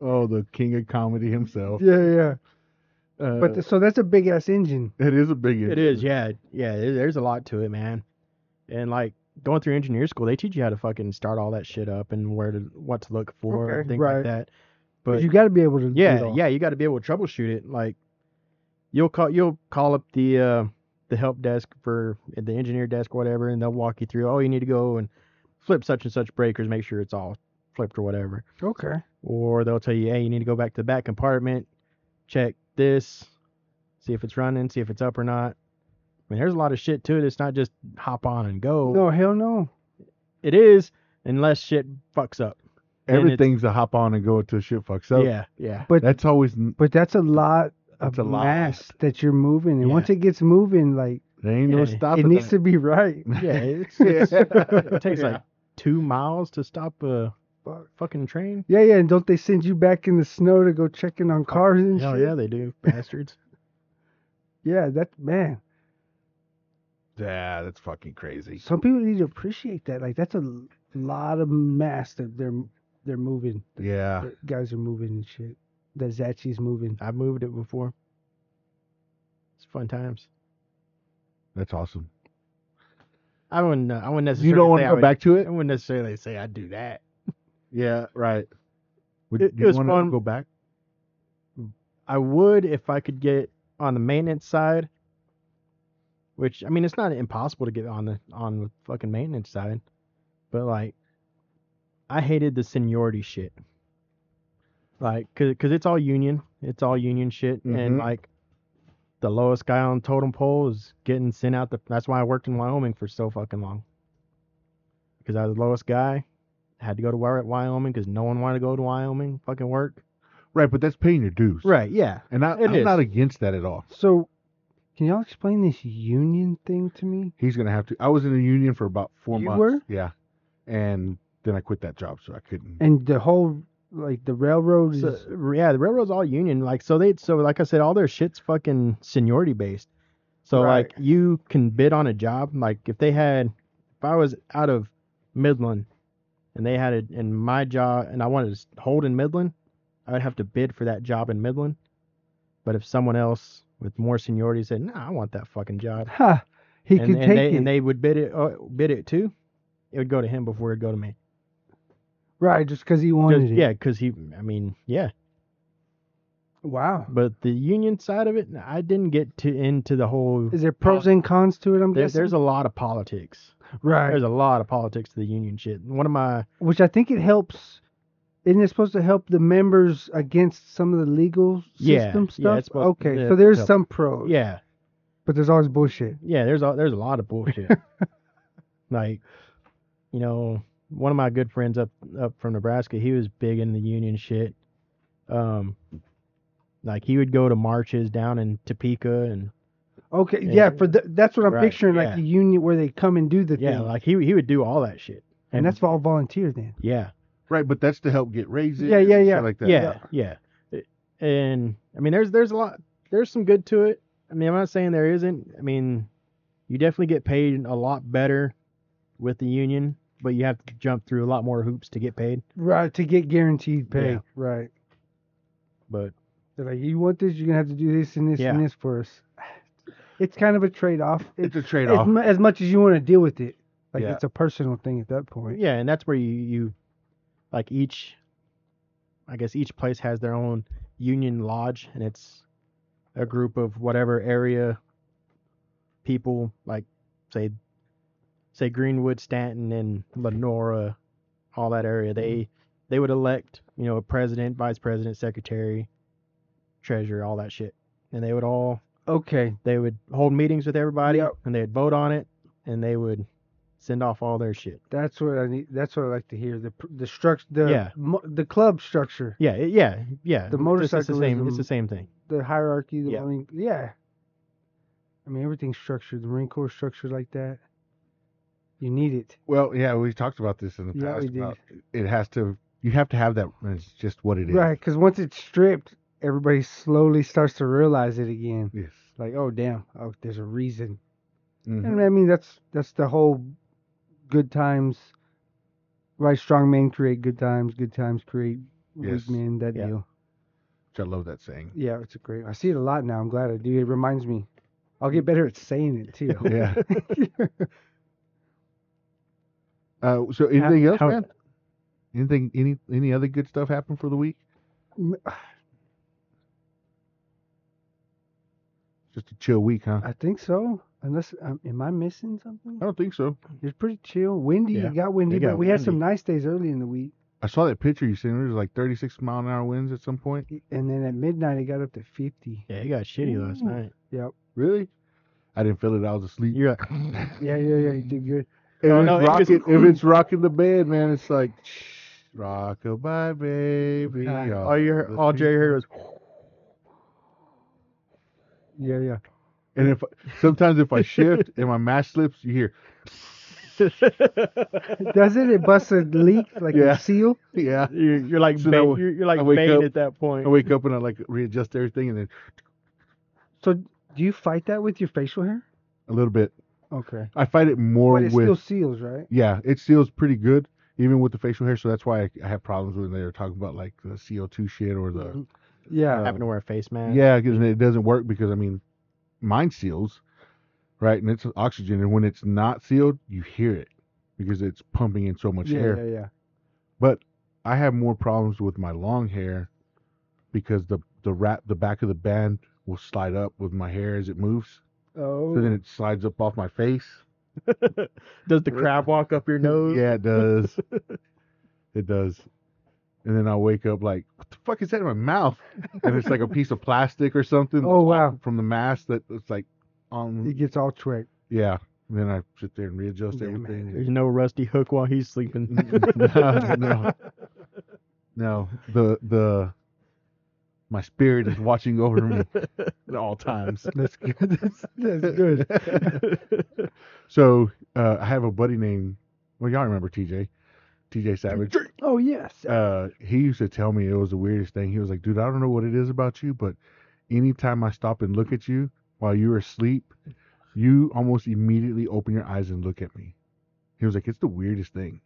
oh, the king of comedy himself. Yeah, yeah. Uh, But the, so that's a big ass engine. it is a big. It is, yeah, yeah. there- There's a lot to it, man. And like going through engineer school, they teach you how to fucking start all that shit up and where to what to look for, Okay, and things right. like that. But But you got to be able to. do it yeah, all. yeah, you got to be able to troubleshoot it. Like you'll call you'll call up the uh, the help desk for the engineer desk, whatever, and they'll walk you through. Oh, you need to go and flip such and such breakers, make sure it's all flipped or whatever Okay. or they'll tell you, hey, you need to go back to the back compartment, check this, see if it's running, see if it's up or not. I mean, there's a lot of shit to it. It's not just hop on and go. No, hell no. It is, unless shit fucks up. And it's- Everything's a hop on and go until shit fucks up. yeah, yeah. That's always. n- But that's a lot That's of a lot. mass that you're moving, and Yeah. once it gets moving, like There ain't Yeah, no it stopping. it needs to be [LAUGHS] right. Yeah, [LAUGHS] it's, Yeah. [LAUGHS] it's, it takes like two miles to stop a Fuck. fucking train. Yeah, yeah, and don't they send you back in the snow to go checking on cars and Hell shit? yeah, [LAUGHS] they do, bastards. Yeah, that man. Yeah, that's fucking crazy. Some people need to appreciate that. Like that's a l- lot of mass that they're they're moving. Yeah. that guys are moving and shit. That Zachi's moving. Ah. I've moved it before. It's fun times. That's awesome. I wouldn't. Uh, I wouldn't necessarily. You don't want say to I go would- back to I it? wouldn't necessarily say I'd do that. Yeah, right. Would, do It- it you was wanna fun. Go back. I would if I could get on the maintenance side, which I mean it's not impossible to get on the on the fucking maintenance side, but like I hated the seniority shit. Like, cause, 'cause it's all union, it's all union shit, and Mhm. like the lowest guy on totem pole is getting sent out. The, that's why I worked in Wyoming for so fucking long. Because I was the lowest guy. Had to go to Wy- Wyoming because no one wanted to go to Wyoming. Fucking work. Right, but that's paying your dues. Right. Yeah. And I, It I'm is. not against that at all. So, can y'all explain this union thing to me? He's gonna have to. I was in a union for about four You months. were? Yeah, and then I quit that job, so I couldn't. And the whole, like, the railroad is. So, yeah, the railroad's all union. Like so they so like I said, all their shit's fucking seniority based. So Right. like you can bid on a job. Like if they had if I was out of Midland and they had it in my job and I wanted to hold in Midland, I would have to bid for that job in Midland. But if someone else with more seniority said, "No, I want that fucking job," ha! [LAUGHS] He and, could and take they it. and they would bid it uh, bid it too, it would go to him before it'd go to me. right, just because he 'Cause- wanted it. yeah, because he, I mean, yeah. Wow. But the union side of it, I didn't get to into the whole. Is there pros and cons to it? I'm There, guessing. there's a lot of politics. right, There's a lot of politics to the union shit. One of my which I think it helps. Isn't it supposed to help the members against some of the legal Yeah, system yeah, stuff? it's supposed- okay, yeah, so there's help. some pros. yeah but there's always bullshit. yeah there's a there's a lot [LAUGHS] of bullshit. like, you know, one of my good friends up up from Nebraska, he was big in the union shit. Um, like he would go to marches down in Topeka and Okay, yeah, Yeah. for the, that's what I'm Right, picturing, like yeah. the union where they come and do the yeah, thing, like he he would do all that shit. and that's for all volunteer then. yeah. right, but that's to help get raises. Yeah, yeah, and yeah. shit Like that. Yeah, yeah. It- And I mean, there's there's a lot there's some good to it. I mean, I'm not saying there isn't. I mean, you definitely get paid a lot better with the union, but you have to jump through a lot more hoops to get paid. Right, to get guaranteed pay. Yeah. Right. But They're like, you want this, you're gonna have to do this and this and Yeah. this for us. It's kind of a trade off. It's a trade as, off. mu- as much as you want to deal with it, like Yeah. it's a personal thing at that point. yeah, and that's where you you like each I guess each place has their own union lodge and it's a group of whatever area people like say say Greenwood, Stanton and Lenora, all that area. They they would elect, you know, a president, vice president, secretary, treasurer, all that shit. And they would all Okay. they would hold meetings with everybody Yep. and they'd vote on it and they would send off all their shit. That's what I need. That's what I like to hear. The pr- the structure, the Yeah. mo- the club structure, Yeah, it- yeah, yeah. The It's- It's the same. It's motorcyclism- the same thing. the hierarchy. The Yeah. Marine, yeah. I mean, everything's structured. The Marine Corps is structured like that. You need it. Well, yeah, we talked about this in the Yeah, we past. did. about it has to. You have to have that. It's just what it is. Right, because once it's stripped, everybody slowly starts to realize it again. Yes. Like, oh damn, oh there's a reason. Mhm. And I mean that's that's the whole good times right strong men create good times, good times create Yes. weak men, that Yeah. deal. Which I love that saying. Yeah, it's a great I see it a lot now. I'm glad I do. It reminds me. I'll get better at saying it too. [LAUGHS] Yeah. Uh, so anything else, how- man? Anything? Any any other good stuff happened for the week? [SIGHS] M- Just a chill week, huh? I think so. Unless um, am I missing something? I don't think so. It's pretty chill. Windy, Yeah, it got windy, it but got we had some nice days early in the week. I saw that picture you sent. It was like 36 mile an hour winds at some point. And then at midnight it got up to fifty. Yeah, it got shitty last Ooh. night. Really? I didn't feel it. I was asleep. You're like, Yeah, yeah, yeah, you did good. If Oh, it's, no, it was- rocking, if it's rocking the bed, man, it's like, rockabye, baby. Yeah, all you heard, all Jerry heard was, Yeah, yeah. And if sometimes if I shift and my mask slips, you hear, [LAUGHS] [LAUGHS] Does it? It busts a leak like Yeah. a seal. yeah. you're, you're like, So ba- now I- you're, you're like I wake bait up- at that I point. wake up and I like readjust everything, and then So do you fight that with your facial hair? a little bit. Okay. I fight it more but it with still seals, right? Yeah, it seals pretty good, even with the facial hair. So that's why I, I have problems when they're talking about like the CO2 shit or the. Mhm. Yeah. Having to wear a face mask. Yeah, because it doesn't work because I mean, mine seals, right? And it's oxygen, and when it's not sealed, you hear it because it's pumping in so much yeah, air. yeah, yeah. But I have more problems with my long hair because the the wrap the back of the band will slide up with my hair as it moves. Oh. So then it slides up off my face. Does the crab walk up your nose? [LAUGHS] Yeah, it does. it does. and then I'll wake up like, what the fuck is that in my mouth? [LAUGHS] And it's like a piece of plastic or something. Oh, wow. From the mask that was like It on. gets all tricked. Yeah. And then I sit there and readjust Yeah, man. everything. There's no rusty hook while he's sleeping. no, [LAUGHS] no, no. The the my spirit is watching [LAUGHS] over me at all times. That's good. That's, [LAUGHS] that's good. So uh, I have a buddy named well, y'all remember TJ, TJ Savage. Oh yes. Uh, he used to tell me it was the weirdest thing. He was like, "Dude, I don't know what it is about you, but anytime I stop and look at you while you're asleep, you almost immediately open your eyes and look at me." He was like, "It's the weirdest thing."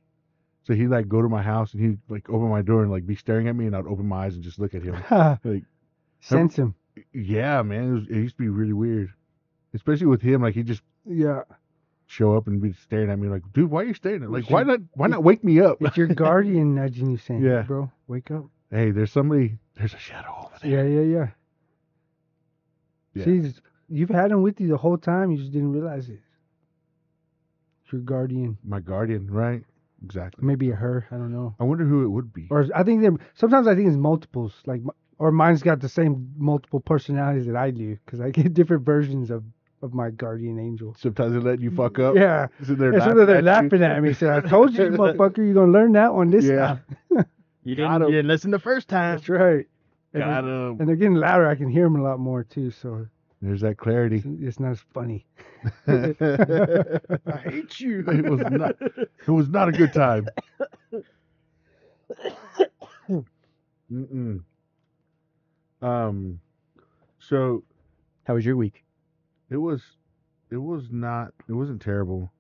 So he'd like go to my house and he'd like open my door and like be staring at me, and I'd open my eyes and just look at him. like- Sense him. yeah, man, it, was, it used to be really weird, especially with him. Like he would just Yeah. show up and be staring at me like, dude, why are you staring at? You Like, why should- not? Why not wake me up? [LAUGHS] It's your guardian nudging you, saying, Yeah. bro, wake up." hey, there's somebody. There's a shadow over there. Yeah, yeah, yeah. Yeah. See, it's- you've had him with you the whole time. You just didn't realize it. It's your guardian, My guardian, right? Exactly. maybe a her. I don't know. I wonder who it would be. Or I think they sometimes I think it's multiples. Like, m- or mine's got the same multiple personalities that I do because I get [LAUGHS] different versions of of my guardian angel. Sometimes they let you fuck up. Yeah, So they're, yeah so they're laughing at me. So I told [LAUGHS] you, motherfucker, you're gonna learn that one this Yeah. time. [LAUGHS] you, Got 'em. didn't, you didn't listen the first time. That's right. And Got they're, 'em. and they're getting louder. I can hear them a lot more too. So There's that clarity. [LAUGHS] it's, [LAUGHS] it's not as funny. I hate you. It was not. It was not a good time. [COUGHS] Mm-mm. Um. So How was your week? it was it was not it wasn't terrible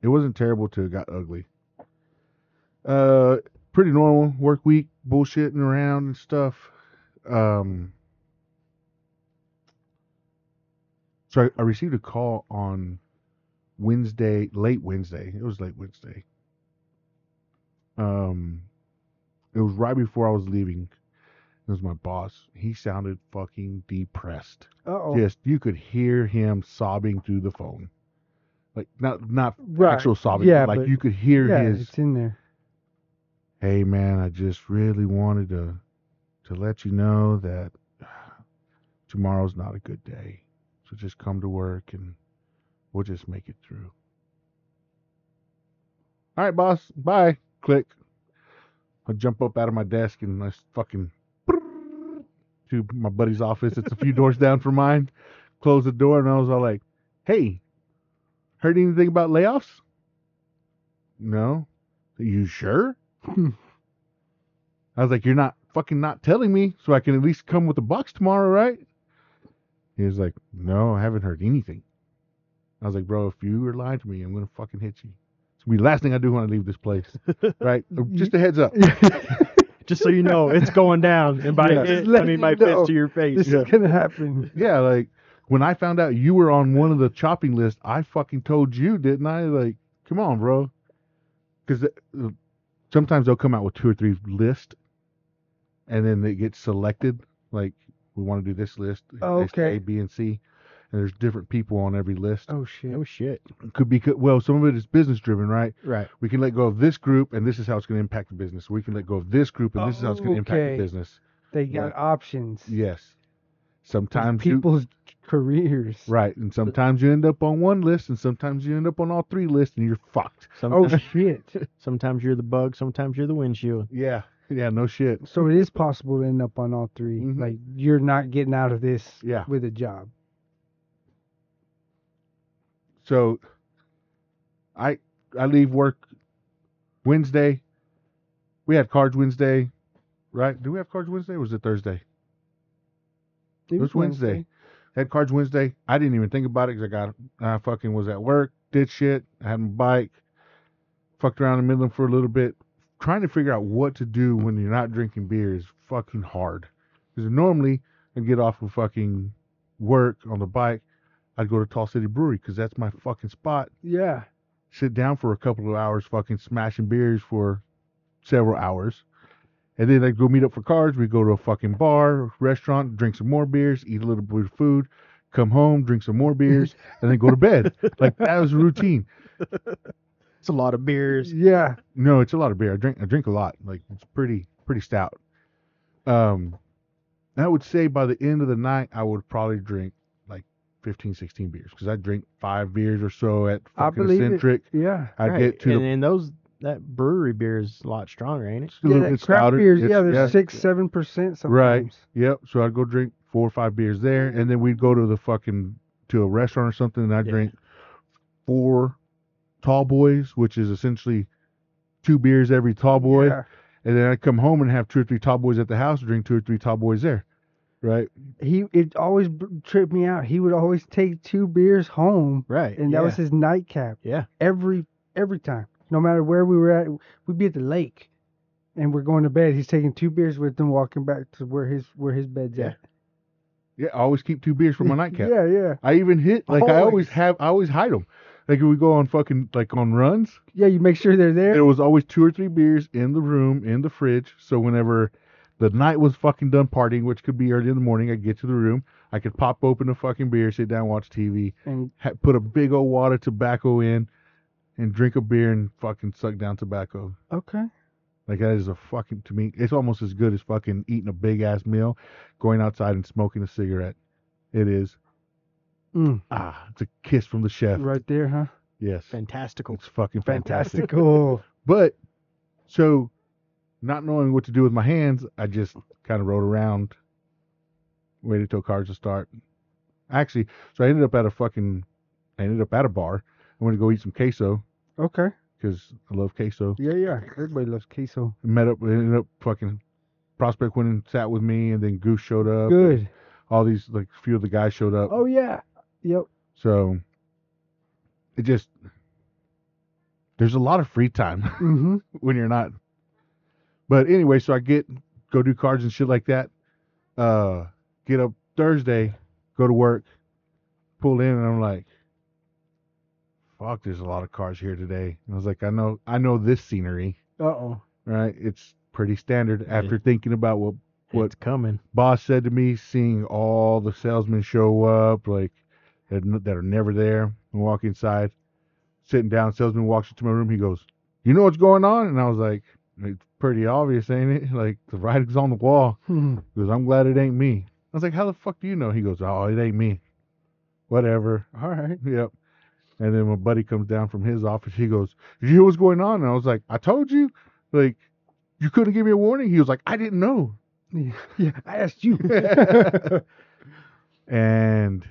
it wasn't terrible till it got ugly uh pretty normal work week bullshitting around and stuff um so I, I received a call on wednesday late wednesday it was late wednesday um it was right before i was leaving it was my boss he sounded fucking depressed Uh oh. just you could hear him sobbing through the phone like not not Right, actual sobbing yeah, like but- you could hear yeah, his it's in [LAUGHS] there. hey man i just really wanted to to let you know that tomorrow's not a good day so just come to work and we'll just make it through all right boss bye click i jump up out of my desk and i s- fucking to my buddy's office it's a few doors down from mine close the door and i was all like hey heard anything about layoffs no you sure [LAUGHS] I was like, "You're not fucking not telling me, so I can at least come with a box tomorrow, right?" He was like, "No, I haven't heard anything." I was like, "Bro, if you were lying to me, I'm gonna fucking hit you. It's gonna be the last thing I do when I leave this place, right? Just a heads up. Just so you know, it's going down. And by Yeah. it, Just I let mean you my know. fist to your [LAUGHS] face. This is gonna happen. Yeah, like when I found out you were on one of the chopping lists, I fucking told you, didn't I? Like, come on, bro. Because sometimes they'll come out with two or three lists, and then they get selected. Like, we want to do this list. Oh, list okay. A, B, and C. And there's different people on every list. Um, Oh shit. Oh shit! Could be well, some of it is business driven, right? Right. We can let go of this group, and this is how it's going to impact the business. We can let go of this group, and this is how it's going to Oh, Okay. impact the business. They got Right. options. Yes. Of Sometimes you- people's careers. Right. And sometimes you end up on one list and sometimes you end up on all three lists and you're fucked. Oh Sometimes, shit. sometimes you're the bug. Sometimes you're the windshield. Yeah. Yeah, no shit. So it is possible to end up on all 3 Mhm. Like you're not getting out of this Yeah. with a job. So I I leave work Wednesday. We had cards Wednesday, right? Do we have cards Wednesday or was it Thursday? It was Wednesday. Had cards Wednesday. I didn't even think about it because I got I fucking was at work, did shit. I had my bike, fucked around in Midland for a little bit. Trying to figure out what to do when you're not drinking beer is fucking hard. Because normally I'd get off of fucking work on the bike. I'd go to Tall City Brewery because that's my fucking spot. Yeah. Sit down for a couple of hours, fucking smashing beers for several hours. And then I'd go meet up for cards. We'd go to a fucking bar, restaurant, drink some more beers, eat a little bit of food, come home, drink some more beers, and then go to bed. like that was a routine. It's a lot of beers. Yeah. No, it's a lot of beer. I drink I drink a lot. Like it's pretty pretty stout. Um, and I would say by the end of the night, I would probably drink like 15, 16 beers because I drink five beers or so at I fucking believe it. eccentric. Yeah. I Right, get to and the then those that brewery beer is a lot stronger, ain't it? it's a little yeah, bit that craft stouter. beers, It's- yeah, they're yeah. six, seven percent sometimes. Right. Yep. So I'd go drink four or five beers there, and then we'd go to the fucking to a restaurant or something, and I'd Yeah. drink four tall boys, which is essentially two beers every tall boy, Yeah. and then I'd come home and have two or three tall boys at the house, drink two or three tall boys there. Right. He it always b- tripped me out. He would always take two beers home, Right. and that was his nightcap. Yeah. Every every time, no matter where we were at, we'd be at the lake, and we're going to bed. He's taking two beers with him, walking back to where his where his bed's Yeah. at. Yeah. I always keep two beers for my nightcap. [LAUGHS] Yeah, yeah, I even hit like I always Always. have. I always hide them. Like if we go on fucking like on runs, yeah. You make sure they're there. there was always two or three beers in the room in the fridge. So whenever the night was fucking done partying, which could be early in the morning, I'd get to the room. I could pop open a fucking beer, sit down, watch TV, And ha- put a big old wad of tobacco in, and drink a beer and fucking suck down tobacco. okay, Like that is a fucking to me. It's almost as good as fucking eating a big ass meal, going outside and smoking a cigarette. It is mm, ah, it's a kiss from the chef. right there, huh? Yes, fantastical. it's fucking fantastic. Fantastical. But so, not knowing what to do with my hands, I just kind of rode around, waited till cars to start. Actually, so I ended up at a fucking, I ended up at a bar. I went to go eat some queso okay. because I love queso. [LAUGHS] Yeah, yeah. Everybody loves queso. Met up, ended up fucking. Prospect went and sat with me, and then Goose showed up. Good. All these like few of the guys showed up. Oh yeah. Yep. So it just there's a lot of free time. [LAUGHS] Mm-hmm. when you're not. But anyway, so I get go do cards and shit like that. Uh, get up Thursday, go to work, pull in, and I'm like, "Fuck, there's a lot of cars here today." And I was like, "I know, I know this scenery, Uh oh. right? It's pretty standard." After thinking about what What's coming? boss said to me, seeing all the salesmen show up, like that that are never there, and walk inside, sitting down. Salesman walks into my room. He goes, "You know what's going on?" And I was like, "It's pretty obvious, ain't it? [LAUGHS] Like the writing's on the wall." Hmm. He goes, "I'm glad it ain't me." I was like, "How the fuck do you know?" He goes, "Oh, it ain't me." Whatever. All right. Yep. And then my buddy comes down from his office. He goes, "Did you hear what's going on?" And I was like, "I told you, like." You couldn't give me a warning. He was like, "I didn't know." Yeah, [LAUGHS] yeah, I asked you. [LAUGHS] [LAUGHS] and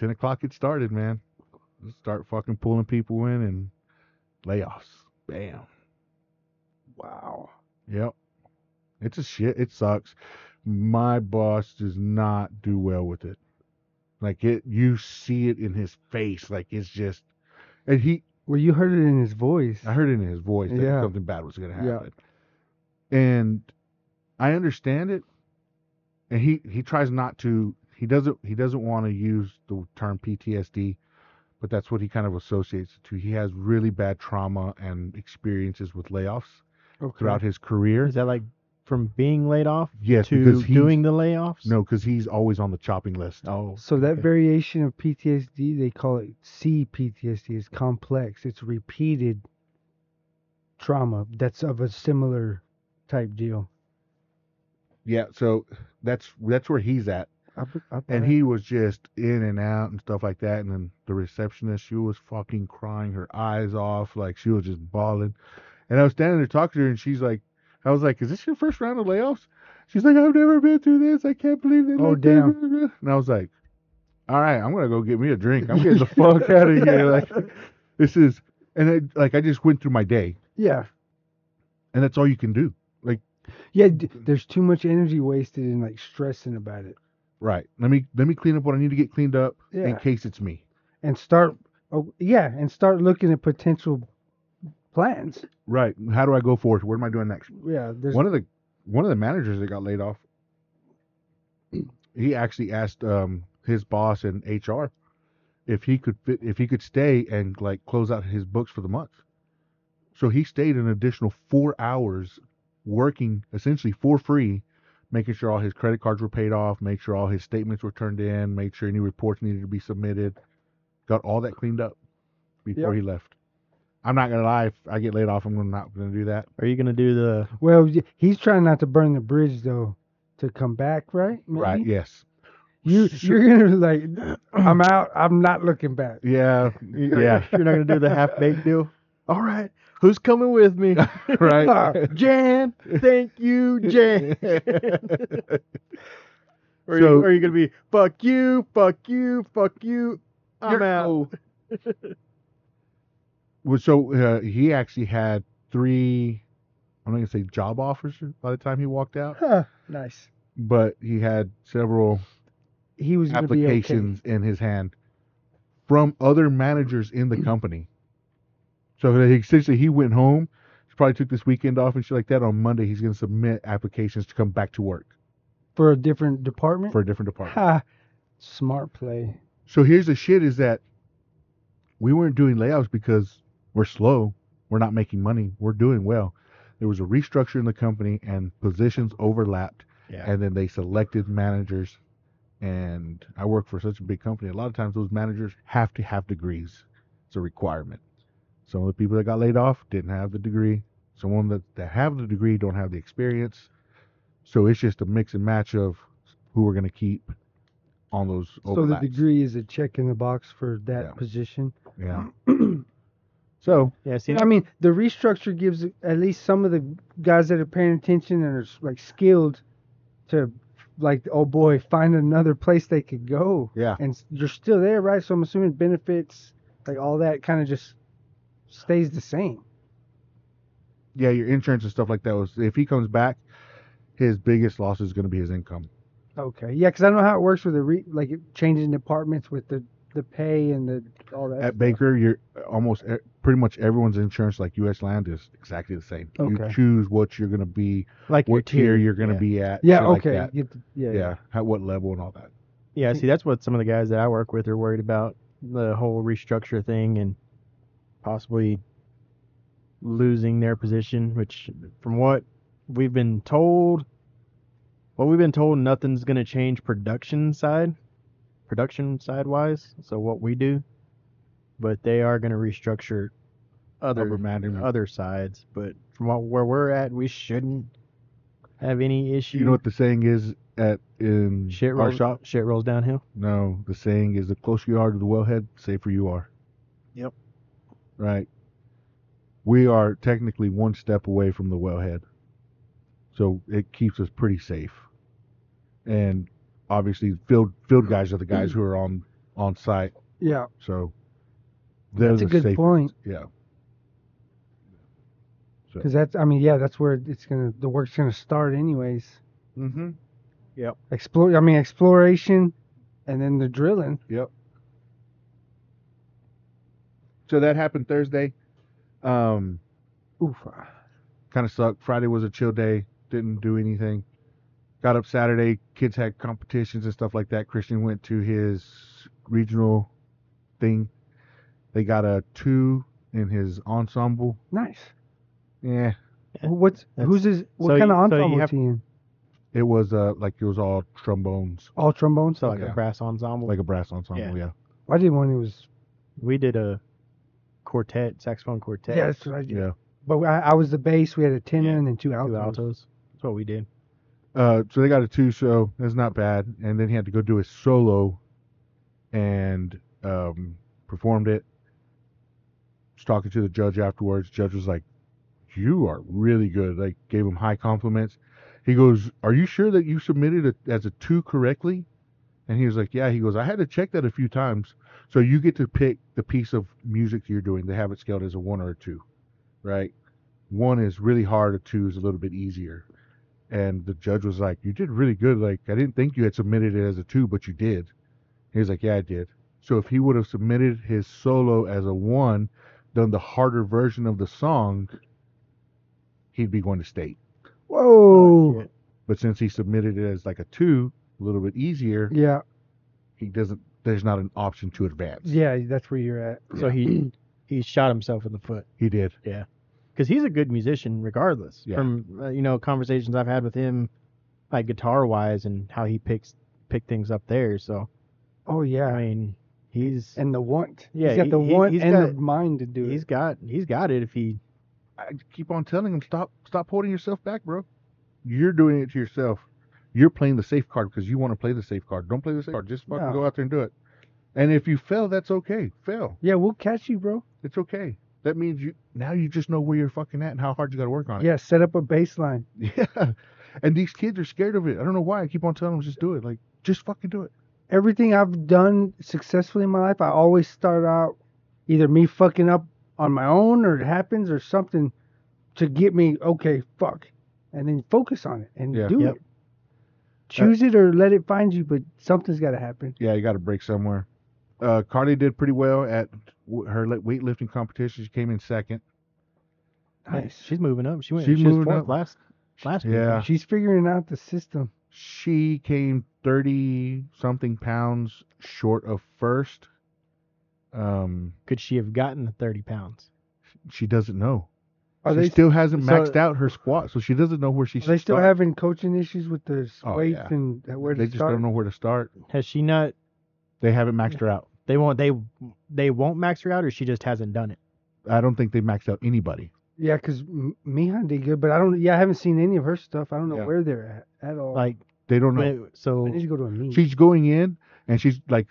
10 o'clock it started, man. Start fucking pulling people in and layoffs. Bam. wow. Yep. It's a shit. It sucks. My boss does not do well with it. Like it, you see it in his face. Like it's just, and he, Well, you heard it in his voice. I heard it in his voice that Yeah. something bad was going to Yeah. happen. And I understand it. And he he tries not to he doesn't he doesn't want to use the term PTSD, but that's what he kind of associates it to. He has really bad trauma and experiences with layoffs Okay. throughout his career. Is that like from being laid off Yes, to because he's, doing the layoffs? no, because he's always on the chopping list. Oh, So that okay. variation of PTSD, they call it CPTSD. It's complex. It's repeated trauma that's of a similar type deal. Yeah, so that's that's where he's at. I bet- I And bet. he was just in and out and stuff like that. And then the receptionist, she was fucking crying her eyes off. Like she was just bawling. And I was standing there talking to her and she's like, I was like, is this your first round of layoffs? She's like, I've never been through this. I can't believe it. Oh, damn. And I was like, all right, I'm going to go get me a drink. I'm [LAUGHS] getting the fuck out of here. Like, this is, and I, like, I just went through my day yeah, and that's all you can do. yeah. d- There's too much energy wasted in like stressing about it. Right. Let me, let me clean up what I need to get cleaned up Yeah, in case it's me. and start. Oh, yeah, and start looking at potential plans. Right. How do I go forward? What am I doing next? Yeah, there's one of the one of the managers that got laid off he actually asked um his boss in hr if he could fit, if he could stay and like close out his books for the month so he stayed an additional four hours working essentially for free making sure all his credit cards were paid off make sure all his statements were turned in make sure any reports needed to be submitted got all that cleaned up Yep. before he left I'm not gonna lie. If I get laid off, I'm gonna- not gonna do that. Are you gonna do the? Well, y- he's trying not to burn the bridge though to come back, right? Right? Maybe? Yes. [LAUGHS] You you're gonna be [CLEARS THROAT] like, I'm out. I'm not looking back. [LAUGHS] Yeah. [LAUGHS] Yeah. You're not gonna do [LAUGHS] the half baked deal. All right. Who's coming with me? right. Jan. Thank you, [LAUGHS] Jan. Or So- you, are you gonna be fuck you, fuck you, fuck you? I'm You're- oh. out. [LAUGHS] Well, so uh, he actually had three. I'm not gonna say job offers by the time he walked out, Huh, nice. but he had several He was gonna be okay. applications in his hand from other managers in the company. So that he, essentially, he went home. He probably took this weekend off and shit like that. On Monday, he's gonna submit applications to come back to work for a different department. for a different department. ha, smart play. So here's the shit: is that we weren't doing layoffs because we're slow. We're not making money. We're doing well. There was a restructure in the company, and positions overlapped. Yeah. and then they selected managers and i work for such a big company a lot of times those managers have to have degrees it's a requirement some of the people that got laid off didn't have the degree someone that, that have the degree don't have the experience so it's just a mix and match of who we're going to keep on those So the overlaps. degree is a check in the box for that Yeah. position. yeah so Yeah. See, I mean, the restructure gives at least some of the guys that are paying attention and are s- like skilled to, like, oh boy, find another place they could go. yeah And s- you're still there, right? So I'm assuming benefits, like all that, kind of just stays the same. yeah your insurance and stuff like that was if he comes back his biggest loss is going to be his income Okay. Yeah, because I know how it works with the re- like it- changing departments with the the pay and the all that. at Baker, you're almost e- pretty much everyone's insurance, like U.S. Land, is exactly the same. You Okay. choose what you're going to be, like your what tier tier. you're going to yeah. be at. yeah. shit like Okay. that. you get the- yeah. yeah. At what level and all that. Yeah. See, that's what some of the guys that I work with are worried about the whole restructure thing and possibly losing their position. Which, from what we've been told, what we've been told, nothing's gonna change production side, production side wise. So what we do, but they are gonna restructure other Upper management. other sides, but from what, where we're at, we shouldn't have any issue. you know what the saying is at in shit our rolls shop? shit rolls downhill. No, the saying is the closer you are to the wellhead, the safer you are. Yep. Right. We are technically one step away from the wellhead, so it keeps us pretty safe. And obviously, field field guys are the guys who are on on site. Yeah. So That's a the good safest- point. Yeah. So- Because that's, I mean, yeah, that's where it's gonna, the work's gonna start anyways. Mm-hmm. Explore, I mean, exploration, and then the drilling. So that happened Thursday. Um, Oof. uh, kind of sucked. Friday was a chill day. Didn't do anything. Got up Saturday. Kids had competitions and stuff like that. Christian went to his regional thing. They got a two in his ensemble. Nice. Yeah, Yeah, What's that's- who's his? What so kind of you- so you ensemble have- is he in? it was uh like it was all trombones, All trombones. So like Yeah. a brass ensemble. like a brass ensemble. Yeah, I did one. It was. we did a quartet, saxophone quartet, Yeah, that's what I did. yeah. But I, I was the bass. We had a tenor Yeah. and then two altos. two altos. That's what we did. Uh, so they got a two show. That's not bad. And then he had to go do his solo, and um, performed it. Was talking to the judge afterwards. Judge was like, "You are really good." Like gave him high compliments. He goes, "Are you sure that you submitted it as a two correctly?" And he was like, "Yeah." He goes, "I had to check that a few times. So you get to pick the piece of music you're doing. They have it scaled as a one or a two, right? One is really hard. A two is a little bit easier." and the judge was like, "You did really good. Like I didn't think you had submitted it as a two, but you did." He was like, "Yeah, I did." So if he would have submitted his solo as a one, done the harder version of the song, he'd be going to state. Whoa. Oh, shit. But since he submitted it as like a two, a little bit easier, yeah. he doesn't. There's not an option to advance. Yeah. That's where you're at. So he he shot himself in the foot He did. because he's a good musician regardless. Yeah. From uh, you know conversations I've had with him, like guitar wise and how he picks pick things up there. So Oh yeah. I mean, He's and the want. Yeah, he's got he- the he- want he's and the got- mind to do he's it. got he's got it. If he I keep on telling him stop stop holding yourself back, bro. You're doing it to yourself. You're playing the safe card because you want to play the safe card. Don't play the safe card. Just fucking No. go out there and do it. And if you fail, that's okay. Fail. Yeah, we'll catch you, bro. It's okay. That means you now you just know where you're fucking at and how hard you got to work on it. Yeah, set up a baseline. [LAUGHS] Yeah. And these kids are scared of it. I don't know why. I keep on telling them just do it. Like just fucking do it. Everything I've done successfully in my life, I always start out either me fucking up on my own or it happens or something to get me okay, fuck, and then focus on it and Yeah. do Yep. it. Choose it or let it find you, but something's got to happen. Yeah, you got to break somewhere. Uh, Carly did pretty well at w- her li- weightlifting competition. She came in second. Nice. she's moving up. She went. She's she was moving fourth up. last last week. Yeah. She's figuring out the system. she came 30 something pounds short of first um Could she have gotten the thirty pounds? she doesn't know Are she they still hasn't so- maxed out her squat so she doesn't know where she's Are they still having coaching issues with the Oh, weights yeah. and where to they just start? don't know where to start Has she not? they haven't maxed her out They won't. They they won't max her out, or she just hasn't done it. i don't think they maxed out anybody Yeah, because Mihan did good, but I don't. Yeah, I haven't seen any of her stuff. I don't know Yeah. where they're at at all. Like they don't know when- so I need to go to a meet. she's going in and she's like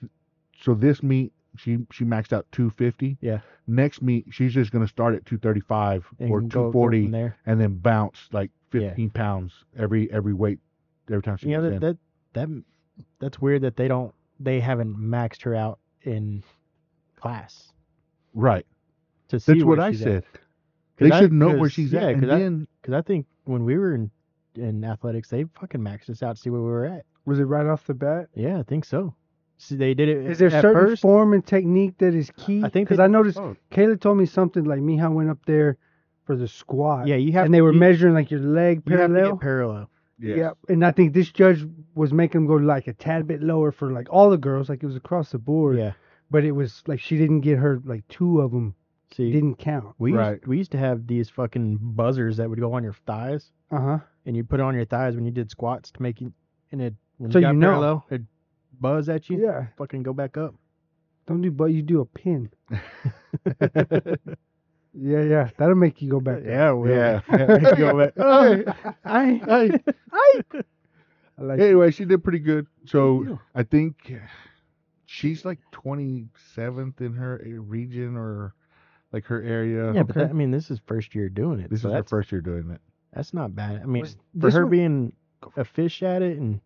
so this meet she she maxed out 250 Yeah. next meet she's just going to start at 235 and or go- go from 240 there. and then bounce like Yeah. 15 pounds every every weight every time she You know gets in. that, that that that's weird that they don't they haven't maxed her out in class Right. to see That's what where I she's at. said. 'Cause They I- should know where 'cause- she's yeah, at. And 'cause I- [LAUGHS] then Because I think when we were in in athletics, they fucking maxed us out to see where we were at. Was it right off the bat? Yeah, I think so. See, they did it. Is there at certain first. form and technique that is key? I think because that- I noticed Oh. Kayla told me something like Mihan went up there for the squat. Yeah, you have. and they were you, measuring like your leg you have to get parallel. parallel. yes. Yeah, and I think this judge was making them go like a tad bit lower for like all the girls, like it was across the board. Yeah. but it was like she didn't get her like two of them See, didn't count. we Right. used, we used to have these fucking buzzers that would go on your thighs, Uh huh. and you put it on your thighs when you did squats to make you. And it when So you got you know. parallel, it buzz at you. Yeah, Fucking go back up. don't do but you do a [LAUGHS] pin. Yeah, yeah, that'll make you go back. up. well, [LAUGHS] Yeah. go back. Hey, [LAUGHS] I, hey. I, I like [LAUGHS] Anyway, she did pretty good. Yeah. So I think uh, she's like 27th in her region or like her area. Yeah, but that, I mean, this is first year doing it. this so is her that's, first year doing it. That's not bad. I mean, Was for this her one- being a fish at it and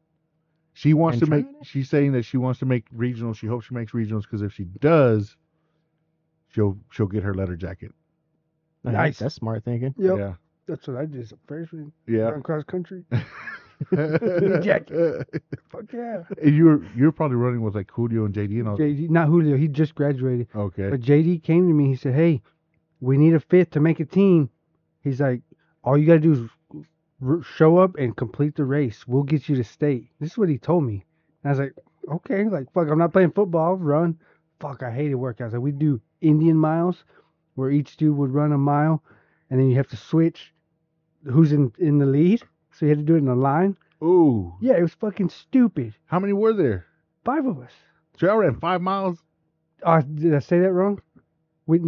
She wants And to make. trying it? She's saying that she wants to make regionals. She hopes she makes regionals because if she does, she'll she'll get her letter jacket. I think Nice. That's smart thinking. Yep, Yeah. that's what I did. as a Freshman, Yeah. run cross country. [LAUGHS] jacket. Fuck [LAUGHS] yeah. You're you're probably running with like Julio and JD and all. JD, not Julio. He just graduated, Okay. but JD came to me. He said, "Hey, we need a fifth to make a team." He's like, "All you gotta do is r- show up and complete the race. We'll get you to state." This is what he told me. And I was like, "Okay, like fuck, I'm not playing football. Run." Fuck, I hated workouts. Like we do Indian miles, where each dude would run a mile, and then you have to switch who's in in the lead. So you had to do it in a line. Ooh. Yeah, it was fucking stupid. How many were there? Five of us. So I ran five miles. Uh, did I say that wrong? We,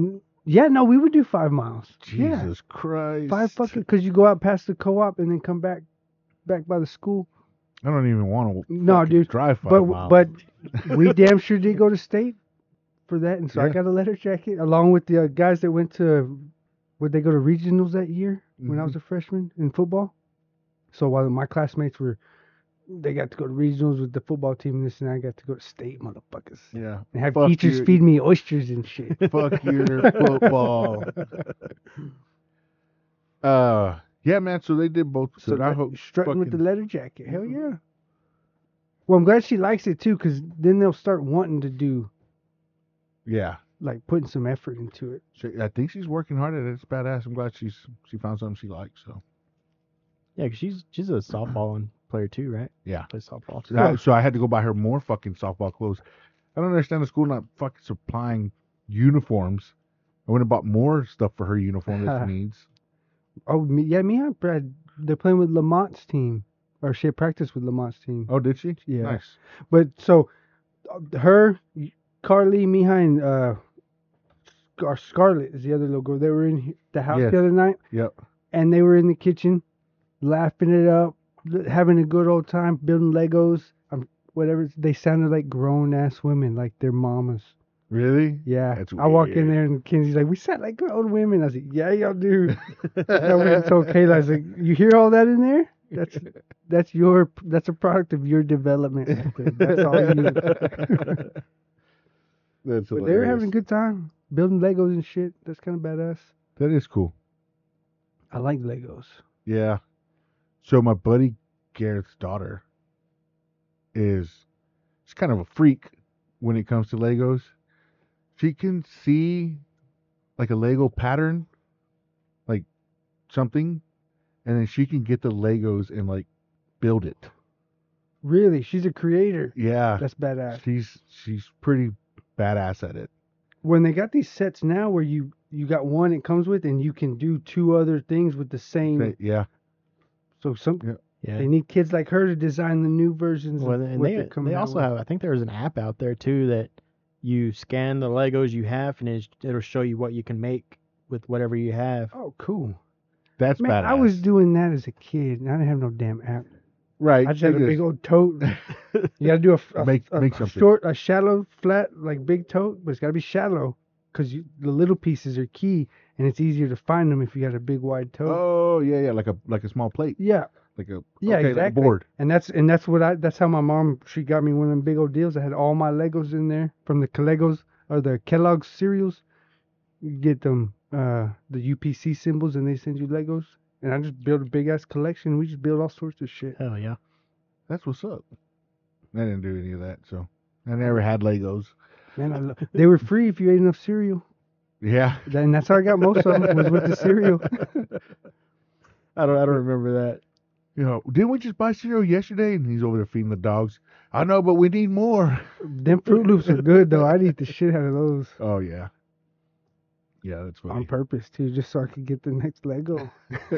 yeah, no, we would do five miles. Jesus Christ. Yeah, five fucking because you go out past the co-op and then come back, back by the school. I don't even want to. No, dude, Drive five but miles. but [LAUGHS] we damn sure did go to state for that, and so I Yeah. got a letter jacket along with the uh, guys that went to. Would they go to regionals that year when Mm-hmm. I was a freshman in football? So while my classmates were, they got to go to regionals with the football team and this, and I got to go to state, motherfuckers, yeah. and have Fuck teachers you. feed me oysters and shit. Fuck your [LAUGHS] football. Uh, yeah, man. So they did both. So I that- hope. strutting with the fucking- Mm-hmm. leather jacket. Hell yeah. Well, I'm glad she likes it too, because then they'll start wanting to do Yeah. like putting some effort into it. She, I think she's working hard at it. It's badass. I'm glad she's she found something she likes. So. Yeah, 'cause she's she's a softball player too, right? Yeah. Plays softball. So, I, so I had to go buy her more fucking softball clothes. I don't understand the school not fucking supplying uniforms. I went and bought more stuff for her uniform [LAUGHS] that she needs. Oh me, yeah, me and Brad, they're playing with Lamont's team, or she had practiced with Lamont's team. Oh, did she? Yeah. Nice. But so uh, her, Carly Mihai and uh, Scar- Scarlett is the other little girl. They were in the house Yes. the other night. Yep. And they were in the kitchen, laughing it up, l- having a good old time, building Legos. Um, whatever. They sounded like grown ass women, like their mamas. Really? Yeah. That's I walk in weird. there and Kenzie's like, "We sound like grown women." I was like, "Yeah, y'all do." I went and told [LAUGHS] Kayla, I was like, "You hear all that in there? That's that's your that's a product of your development. right there. That's all you [LAUGHS] need." That's But they were having a hilarious. good time building Legos and shit. That's kind of badass. That is cool. I like Legos. Yeah. So my buddy Garrett's daughter is she's kind of a freak when it comes to Legos. She can see like a Lego pattern, like something, and then she can get the Legos and like build it. Really, she's a creator. Yeah. That's badass. She's she's pretty badass at it. When they got these sets now, where you you got one it comes with, and you can do two other things with the same. But yeah. So some Yeah. they need kids like her to design the new versions. Well, of and what they, they're coming they out also with. have, I think there's an app out there too that you scan the Legos you have and it's, it'll show you what you can make with whatever you have. Oh, cool. That's Man, badass. I was doing that as a kid, and I didn't have no damn app. right. I just she had a big old [LAUGHS] tote. You gotta do a, f- a- Make- a make something. short, a shallow, flat, like big tote, but it's gotta be shallow because the little pieces are key, and it's easier to find them if you got a big wide tote. Oh yeah, yeah, like a like a small plate, Yeah, like a yeah, okay, like a exactly. board. And that's and that's what I. That's how my mom she got me one of them big old deals. I had all my Legos in there from the Legos or the Kellogg's cereals. You get them uh the UPC symbols, and they send you Legos. And I just built a big ass collection. We just built all sorts of shit. Oh, Hell yeah. That's what's up. I didn't do any of that, so Oh. I never had Legos. Man, I lo- they were free if you ate enough cereal. Yeah, [LAUGHS] Then that's how I got most of them was with the cereal. I don't, I don't remember that. you know, didn't we just buy cereal yesterday? And he's over there feeding the dogs. I know, but we need more. Them Fruit Loops are good though. I'd eat the shit out of those Oh yeah, yeah, that's on funny. purpose too, just so I could get the next Lego.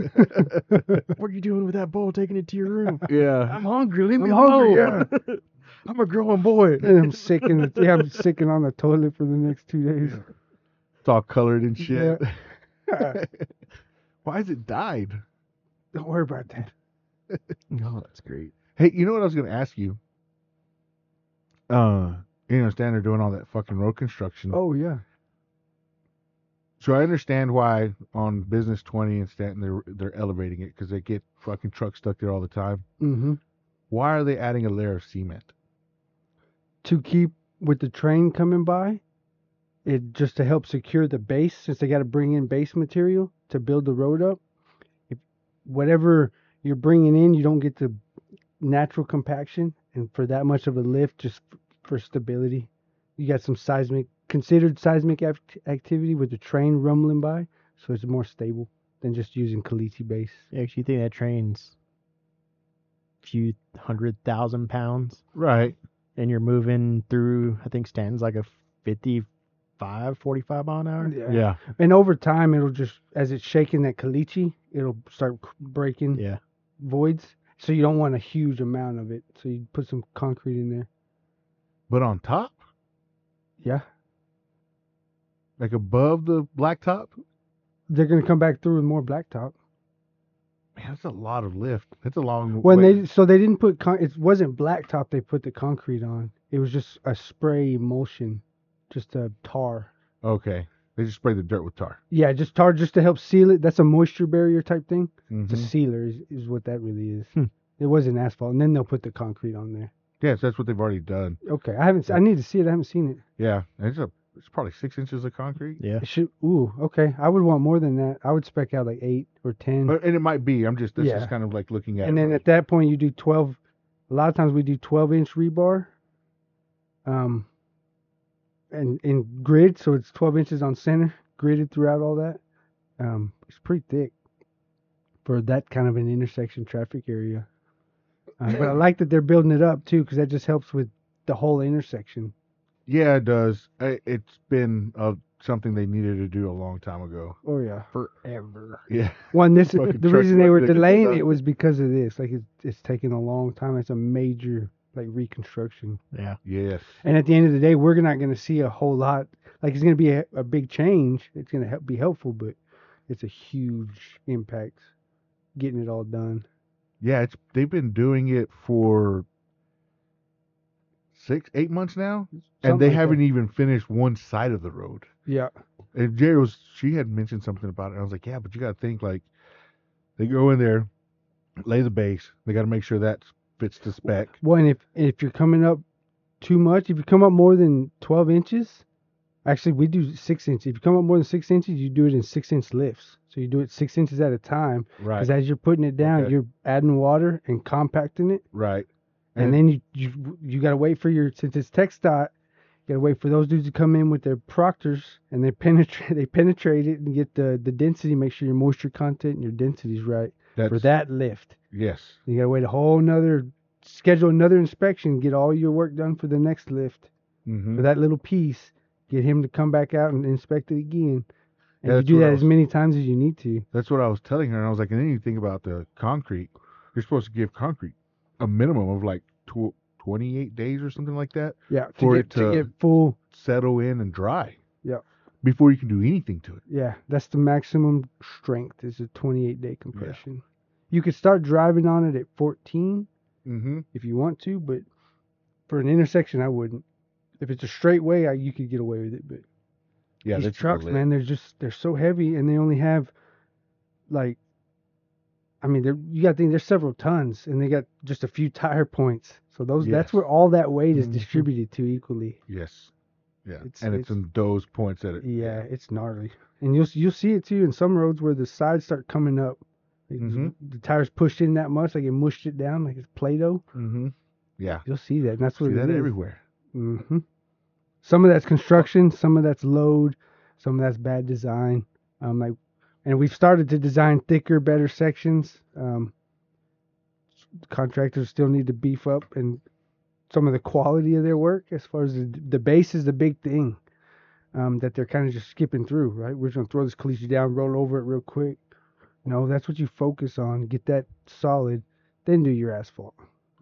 [LAUGHS] What are you doing with that bowl taking it to your room? [LAUGHS] yeah, [LAUGHS] I'm hungry. [LAUGHS] Leave I'm me hungry, alone. [LAUGHS] I'm a growing [LAUGHS] boy. And I'm sick in the [LAUGHS] yeah, I'm sick and on the toilet for the next two days. it's all colored and shit. Yeah. [LAUGHS] Why is it dyed? Don't worry about that. No, Oh, that's great. Hey, you know what I was gonna ask you? Uh, you know, stand there doing all that fucking road construction. Oh yeah. So I understand why on Business 20 in Stanton they're they're elevating it because they get fucking trucks stuck there all the time. Mm-hmm. Why are they adding a layer of cement? To keep with the train coming by, it just to help secure the base since they got to bring in base material to build the road up. If whatever you're bringing in, you don't get the natural compaction, and for that much of a lift, just f- for stability, you got some seismic considered seismic act- activity with the train rumbling by, so it's more stable than just using Kalichi base. Yeah, 'cause you think that train's a few hundred thousand pounds, Right. and you're moving through, I think Stanton's like a 55, 45 mile an hour. Yeah. And over time, it'll just as it's shaking that caliche, it'll start c- breaking Yeah. voids. So you don't want a huge amount of it. So you put some concrete in there. But on top, Yeah, like above the blacktop, they're gonna come back through with more blacktop. man, that's a lot of lift. That's a long. When way. they so they didn't put con- it wasn't blacktop. They put the concrete on. It was just a spray emulsion, just a tar. okay, they just spray the dirt with tar. Yeah, just tar just to help seal it. That's a moisture barrier type thing. It's Mhm. a sealer is, is what that really is. Mm-hmm. Hmm. It wasn't asphalt, and then they'll put the concrete on there. Yes, that's what they've already done. Okay, I haven't. s- I need to see it. I haven't seen it. Yeah, and it's a it's probably six inches of concrete, Yeah. It should, ooh, okay. I would want more than that. I would spec out like eight or ten. But- and it might be. I'm just this Yeah. is kind of like looking at. and it then right. at that point, you do twelve. A lot of times we do twelve inch rebar, um, and in grid, so it's twelve inches on center, gridded throughout all that. Um, it's pretty thick for that kind of an intersection traffic area. Uh, but I like that they're building it up too, because that just helps with the whole intersection. yeah, it does. I, it's been uh, something they needed to do a long time ago. Oh yeah. Forever. Yeah. One, this Fucking the truck reason they were that gets delaying done. it was because of this. Like it's it's taking a long time. It's a major like reconstruction. Yeah. Yes. And at the end of the day, we're not going to see a whole lot. Like it's going to be a, a big change. It's going to help, be helpful, but it's a huge impact getting it all done. Yeah, it's they've been doing it for six, eight months now, and Something they like that. haven't e-, even finished one side of the road. Yeah. And Jerry was she had mentioned something about it. and I was like, yeah, but you got to think like they go in there, lay the base. They got to make sure that fits the spec. Well, and if if you're coming up too much, if you come up more than twelve inches, actually we do six inches. If you come up more than six inches, you do it in six inch lifts. So you do it six inches at a time. Right. Because as you're putting it down, Okay. you're adding water and compacting it, right. and And- then you you you gotta wait for your since it's textile. You gotta wait for those dudes to come in with their proctors and they [LAUGHS] penetrate they penetrate it and get the the density. Make sure your moisture content and your density's right That's, for that lift. Yes. You gotta wait a whole nother schedule another inspection, get all your work done for the next lift hmm for that little piece, get him to come back out and inspect it again. And you Yeah, that's do what I that as was- many times as you need to. That's what I was telling her, and I was like, and then you think about the concrete. You're supposed to give concrete a minimum of like tw- 28 days or something like that, Yeah. To For get, it to- get full settle in and dry. Yeah. Before you can do anything to it. yeah, that's the maximum strength is a twenty eight day compression. You could start driving on it at fourteen Mm-hmm. if you want to, but for an intersection I wouldn't. If it's a straight way, I, you could get away with it, but Yeah, these that's trucks, lit. man, they're just they're so heavy, and they only have like, I mean, they're you got to think there's several tons, and they got just a few tire points. So those Yes. that's where all that weight is Mhm. distributed to equally. Yes. Yeah. It's- and it's- it's, in those points that it. Yeah, it's gnarly, and you'll you'll see it too in some roads where the sides start coming up. Like, Mhm. The tires pushed in that much, like it mushed it down like it's play-doh. Mm-hmm. Yeah. You'll see that, and that's what See it that is. everywhere. hmm Some of that's construction, some of that's load, some of that's bad design. Um, like, and we've started to design thicker, better sections. Um, contractors still need to beef up and some of the quality of their work as far as the, the base is the big thing um, that they're kind of just skipping through, right? We're just gonna throw this caliche down, roll over it real quick. No, that's what you focus on. Get that solid, then do your asphalt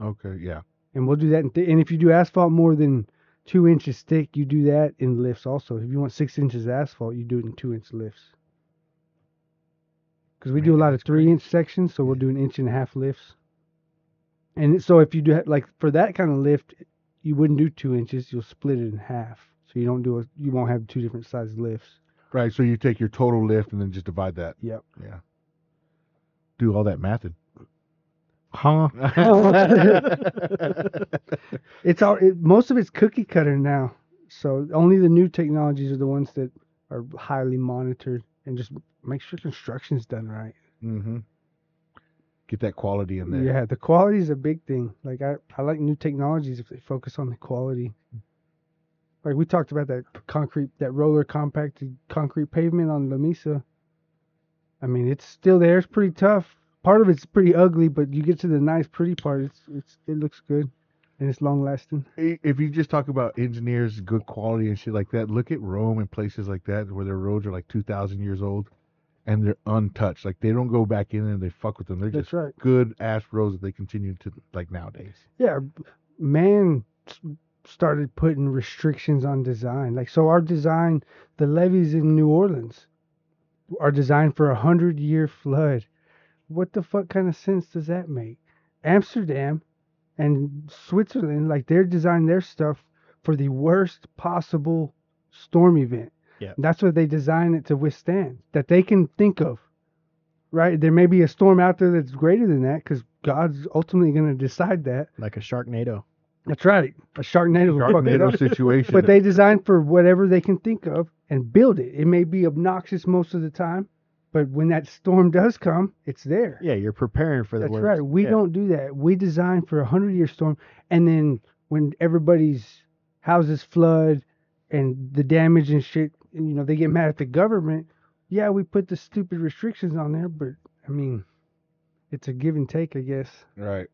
Okay. Yeah. and we'll do that. In th- and if you do asphalt more than two inches thick, you do that in lifts also. If you want six inches of asphalt, you do it in two inch lifts. Because we do a Man, lot of that's three inch sections, so we'll Yeah. do an inch and a half lifts. And so if you do ha- like for that kind of lift, you wouldn't do two inches. You'll split it in half, so you don't do a you won't have two different size lifts. Right. So you take your total lift and then just divide that. Yep. Yeah. Do all that mathing. [LAUGHS] Huh? It's all it, most of it's cookie cutter now. So only the new technologies are the ones that are highly monitored and just make sure construction's done right. mm-hmm. Get that quality in there. Yeah, the quality is a big thing. Like I, I like new technologies if they focus on the quality. Like we talked about that concrete, that roller compacted concrete pavement on La Mesa. I mean, it's still there. It's pretty tough. Part of it's pretty ugly, but you get to the nice, pretty part. It's it's it looks good, and it's long lasting. I- If you just talk about engineers, good quality and shit like that, look at Rome and places like that where their roads are like 2,000 years old and they're untouched. Like they don't go back in and they fuck with them. They're That's just right. good ass roads that they continue to like nowadays. Yeah, b- man s- started putting restrictions on design. Like, so our design, the levees in New Orleans are designed for a hundred year flood. What the fuck kind of sense does that make? Amsterdam and Switzerland, like, they're designing their stuff for the worst possible storm event. Yeah. That's what they design it to withstand, that they can think of right? There may be a storm out there that's greater than that because God's ultimately going to decide that. Like a Sharknado. That's right. A sharknado will fuck it Tornado up. situation. [LAUGHS] But they design for whatever they can think of and build it. It may be obnoxious most of the time, but when that storm does come, it's there. Yeah, you're preparing for the That's worst. right. We Yeah. don't do that. We design for a hundred year storm, and then when everybody's houses flood and the damage and shit, and, you know, they get mad at the government. Yeah, we put the stupid restrictions on there, but I mean, it's a give and take, I guess. right.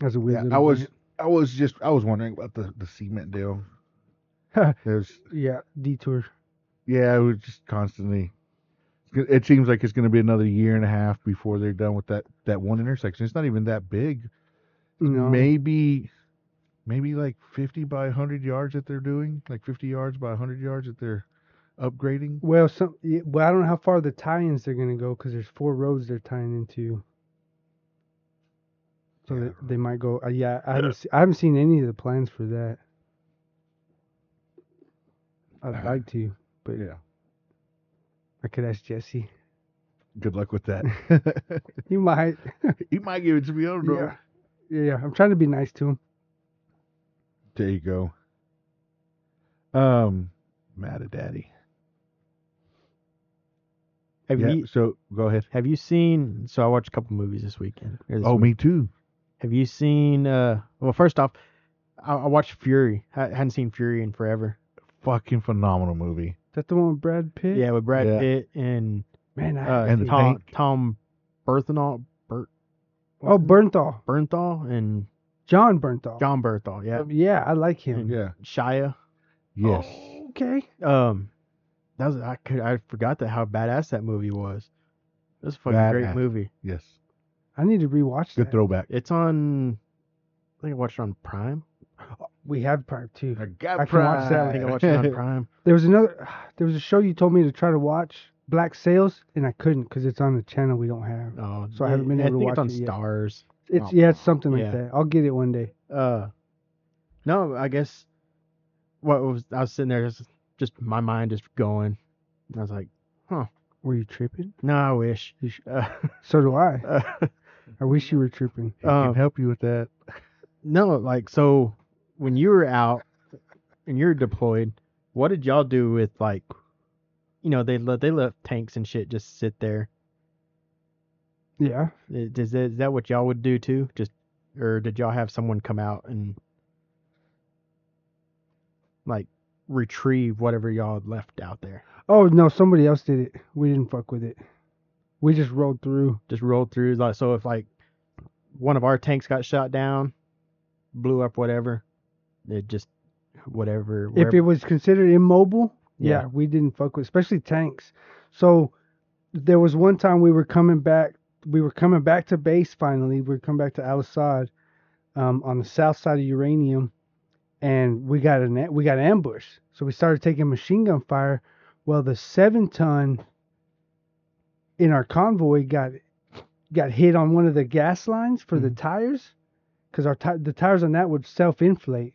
As a Yeah, weird I little was rant. I was just I was wondering about the, the cement deal. There's yeah detour. yeah, it was just constantly. It seems like it's going to be another year and a half before they're done with that that one intersection. It's not even that big You know, maybe maybe like 50 by 100 yards that they're doing like 50 yards by 100 yards that they're upgrading Well, some. yeah, Well, I don't know how far the tie-ins they're gonna go because there's four roads they're tying into. So Yeah, I they, don't they might go. Uh, yeah, I haven't. se- I haven't seen any of the plans for that. I'd like to. But yeah I could ask Jesse. [LAUGHS] good luck with that [LAUGHS] He might. he might give it to me i don't know Yeah. Yeah, I'm trying to be nice to him. there you go um mad at daddy Have yeah, you so go ahead have you seen? So I watched a couple movies this weekend. or this oh week. me too Have you seen? uh Well, first off, I, I watched Fury. I hadn't seen Fury in forever. fucking phenomenal movie Is that the one with Brad Pitt? Yeah, with Brad Yeah. Pitt and Man, I uh, And the Tom Pink. Tom Berthenol, Bert oh Bernthal, Bernthal and John Bernthal. John Berthal. Yeah, Um, yeah, I like him. yeah Oh. Shia. yes Okay. Um, that was I could I forgot that how badass that movie was. It was a fucking Badass. great movie. yes I need to rewatch good that. throwback It's on. I think I watched it on Prime. We have part two. got I can watch that I one. think I [LAUGHS] watched it on Prime. There was another. [SIGHS] There was a show you told me to try to watch, Black Sails, and I couldn't because it's on a channel we don't have. Oh, So I haven't been I able to think watch it's on it yet. Stars. It's Oh, yeah, it's something like yeah. that. I'll get it one day. Uh, no, I guess. What was I was sitting there just just my mind just going. And I was like, Were you tripping? no, I wish. [LAUGHS] Uh, So do I. uh, I wish you were tripping. Hey, can Um, help you with that No, like so when you were out and you're deployed, what did y'all do with like you know, they let they left tanks and shit just sit there. Yeah. I- Is that, is that what y'all would do too? Just or did y'all have someone come out and like retrieve whatever y'all had left out there? Oh no, somebody else did it. We didn't fuck with it. We just rolled through. Just rolled through like so if like one of our tanks got shot down, blew up whatever, it just whatever If wherever- it was considered immobile, yeah. Yeah. we didn't fuck with, especially tanks. So there was one time we were coming back. We were coming back to base finally. We were coming back to Al Assad um, on the south side of Uranium, and we got an we got ambushed. So we started taking machine gun fire. Well, the seven ton in our convoy got got hit on one of the gas lines for the tires, because our ti- the tires on that would self inflate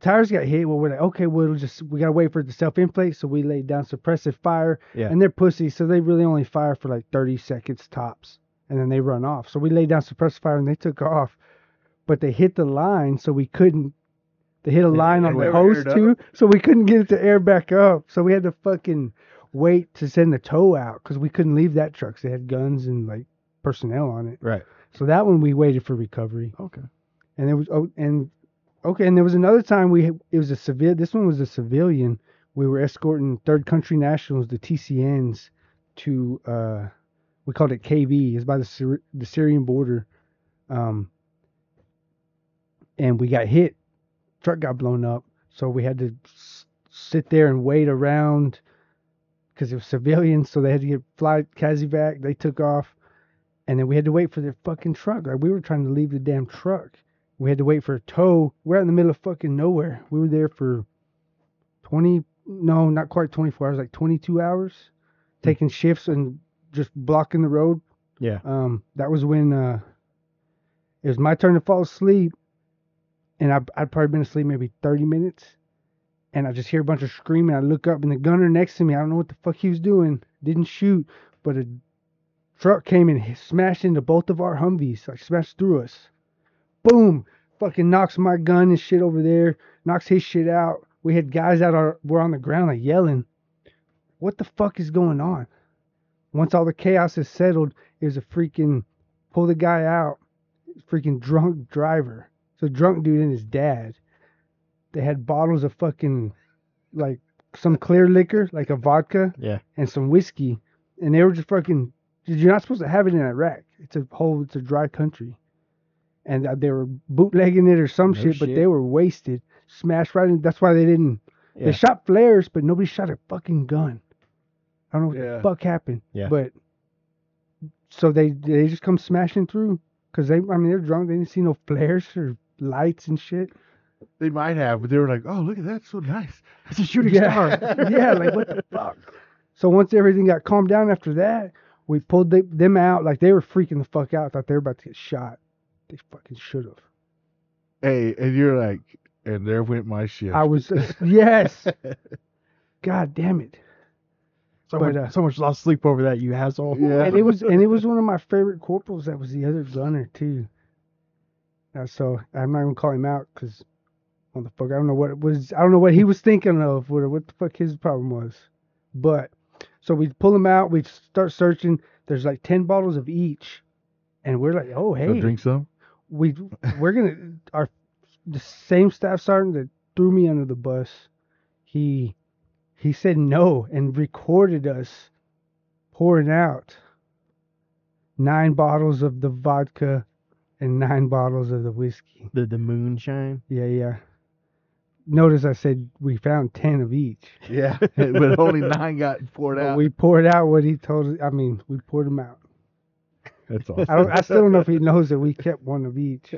tires got hit. Well, we're like, okay, well, it'll just we gotta wait for it to self inflate. So we laid down suppressive fire. Yeah. And they're pussy, so they really only fire for like 30 seconds tops, and then they run off. So we laid down suppressive fire and they took off, but they hit the line, so we couldn't. They [LAUGHS] hit a line on and the they hose aired too, so we couldn't get it to air back up. So we had to fucking wait to send the tow out because we couldn't leave that truck. 'cause They had guns and like personnel on it. Right. So that one we waited for recovery Okay. and there was oh and okay and there was another time we it was a civil this one was a civilian we were escorting third country nationals the tcns to uh we called it kv it's by the, Syri- the syrian border um and we got hit truck got blown up so we had to s- sit there and wait around because it was civilians so they had to get fly Kazivac. they took off and then we had to wait for their fucking truck like we were trying to leave the damn truck we had to wait for a tow. We're out in the middle of fucking nowhere. We were there for 20, no, not quite 24 hours, like 22 hours, taking shifts and just blocking the road. Yeah. Um, that was when uh, it was my turn to fall asleep, and I, I'd probably been asleep maybe 30 minutes, and I just hear a bunch of screaming. I look up, and the gunner next to me, I don't know what the fuck he was doing, didn't shoot, but a truck came and hit- smashed into both of our Humvees, like smashed through us. Boom! Fucking knocks my gun and shit over there, knocks his shit out. We had guys out our, were on the ground like yelling, "What the fuck is going on?" Once all the chaos is settled, it was a freaking pull the guy out, freaking drunk driver. So drunk dude and his dad. They had bottles of fucking like some clear liquor, like a vodka, Yeah. and some whiskey, and they were just fucking. You're not supposed to have it in Iraq. It's a whole, it's a dry country, and uh, they were bootlegging it or some No shit, but shit. they were wasted, smashed right in. That's why they didn't. Yeah. They shot flares, but nobody shot a fucking gun. I don't know what Yeah. the fuck happened. Yeah. But so they they just come smashing through. Cause they, I mean, they're drunk. They didn't see no flares or lights and shit. They might have, but they were like, "Oh, look at that, so nice! It's a shooting Yeah, [LAUGHS] star." yeah. Like what the fuck? So once everything got calmed down after that, we pulled the, them out. Like they were freaking the fuck out. Thought they were about to get shot. They fucking should have. Hey, and you're like, and there went my shift. I was [LAUGHS] [LAUGHS] yes. God damn it. So, But, much, uh, so much lost sleep over that, you asshole. Yeah. and it was and it was one of my favorite corporals that was the other gunner too. Uh, so I'm not gonna call him out because what the fuck I don't know what it was I don't know what he was thinking of or what the fuck his problem was, but so we pull him out we start searching there's like ten bottles of each, and we're like oh hey So drink some. we we're gonna our the same staff sergeant that threw me under the bus he he said no and recorded us pouring out nine bottles of the vodka and nine bottles of the whiskey [LAUGHS] The, the moonshine. yeah yeah notice i said we found 10 of each Yeah, [LAUGHS] [LAUGHS] but only nine got poured but out. we poured out what he told us i mean we poured them out That's awesome. i don't i still don't know if he knows that we kept one of each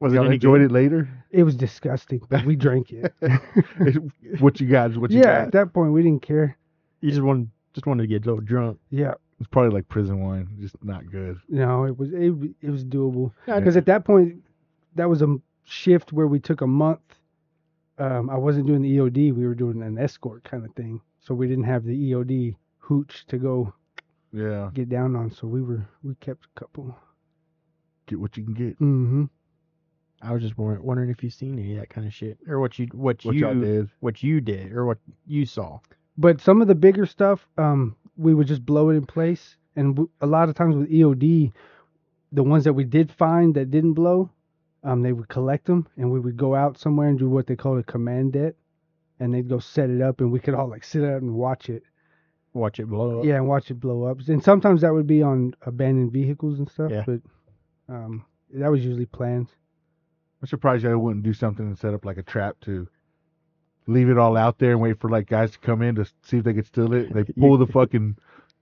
Was it y'all any enjoyed it later? [LAUGHS] it was disgusting but we drank it It's what you got is what you yeah at got. that point we didn't care You just wanted, just wanted to get a little drunk. yeah It's probably like prison wine, just not good. No, it was it, w- it was doable Yeah. because at that point, that was a m- shift where we took a month. Um, I wasn't doing the EOD; we were doing an escort kind of thing, so we didn't have the EOD hooch to go Yeah, get down on. So we were we kept a couple. get what you can get. Mm-hmm. I was just wondering, wondering if you seen any of that kind of shit, or what you what, What you y'all did? what you did, or what you saw. But some of the bigger stuff, um, we would just blow it in place, and w- a lot of times with EOD, the ones that we did find that didn't blow, um, they would collect them, and we would go out somewhere and do what they called a command debt, and they'd go set it up, and we could all like sit out and watch it, Watch it blow up. yeah, and watch it blow up. And sometimes that would be on abandoned vehicles and stuff, Yeah. but um, that was usually planned. I'm surprised y'all wouldn't do something and set up like a trap to leave it all out there and wait for like guys to come in to see if they could steal it. They pull the fucking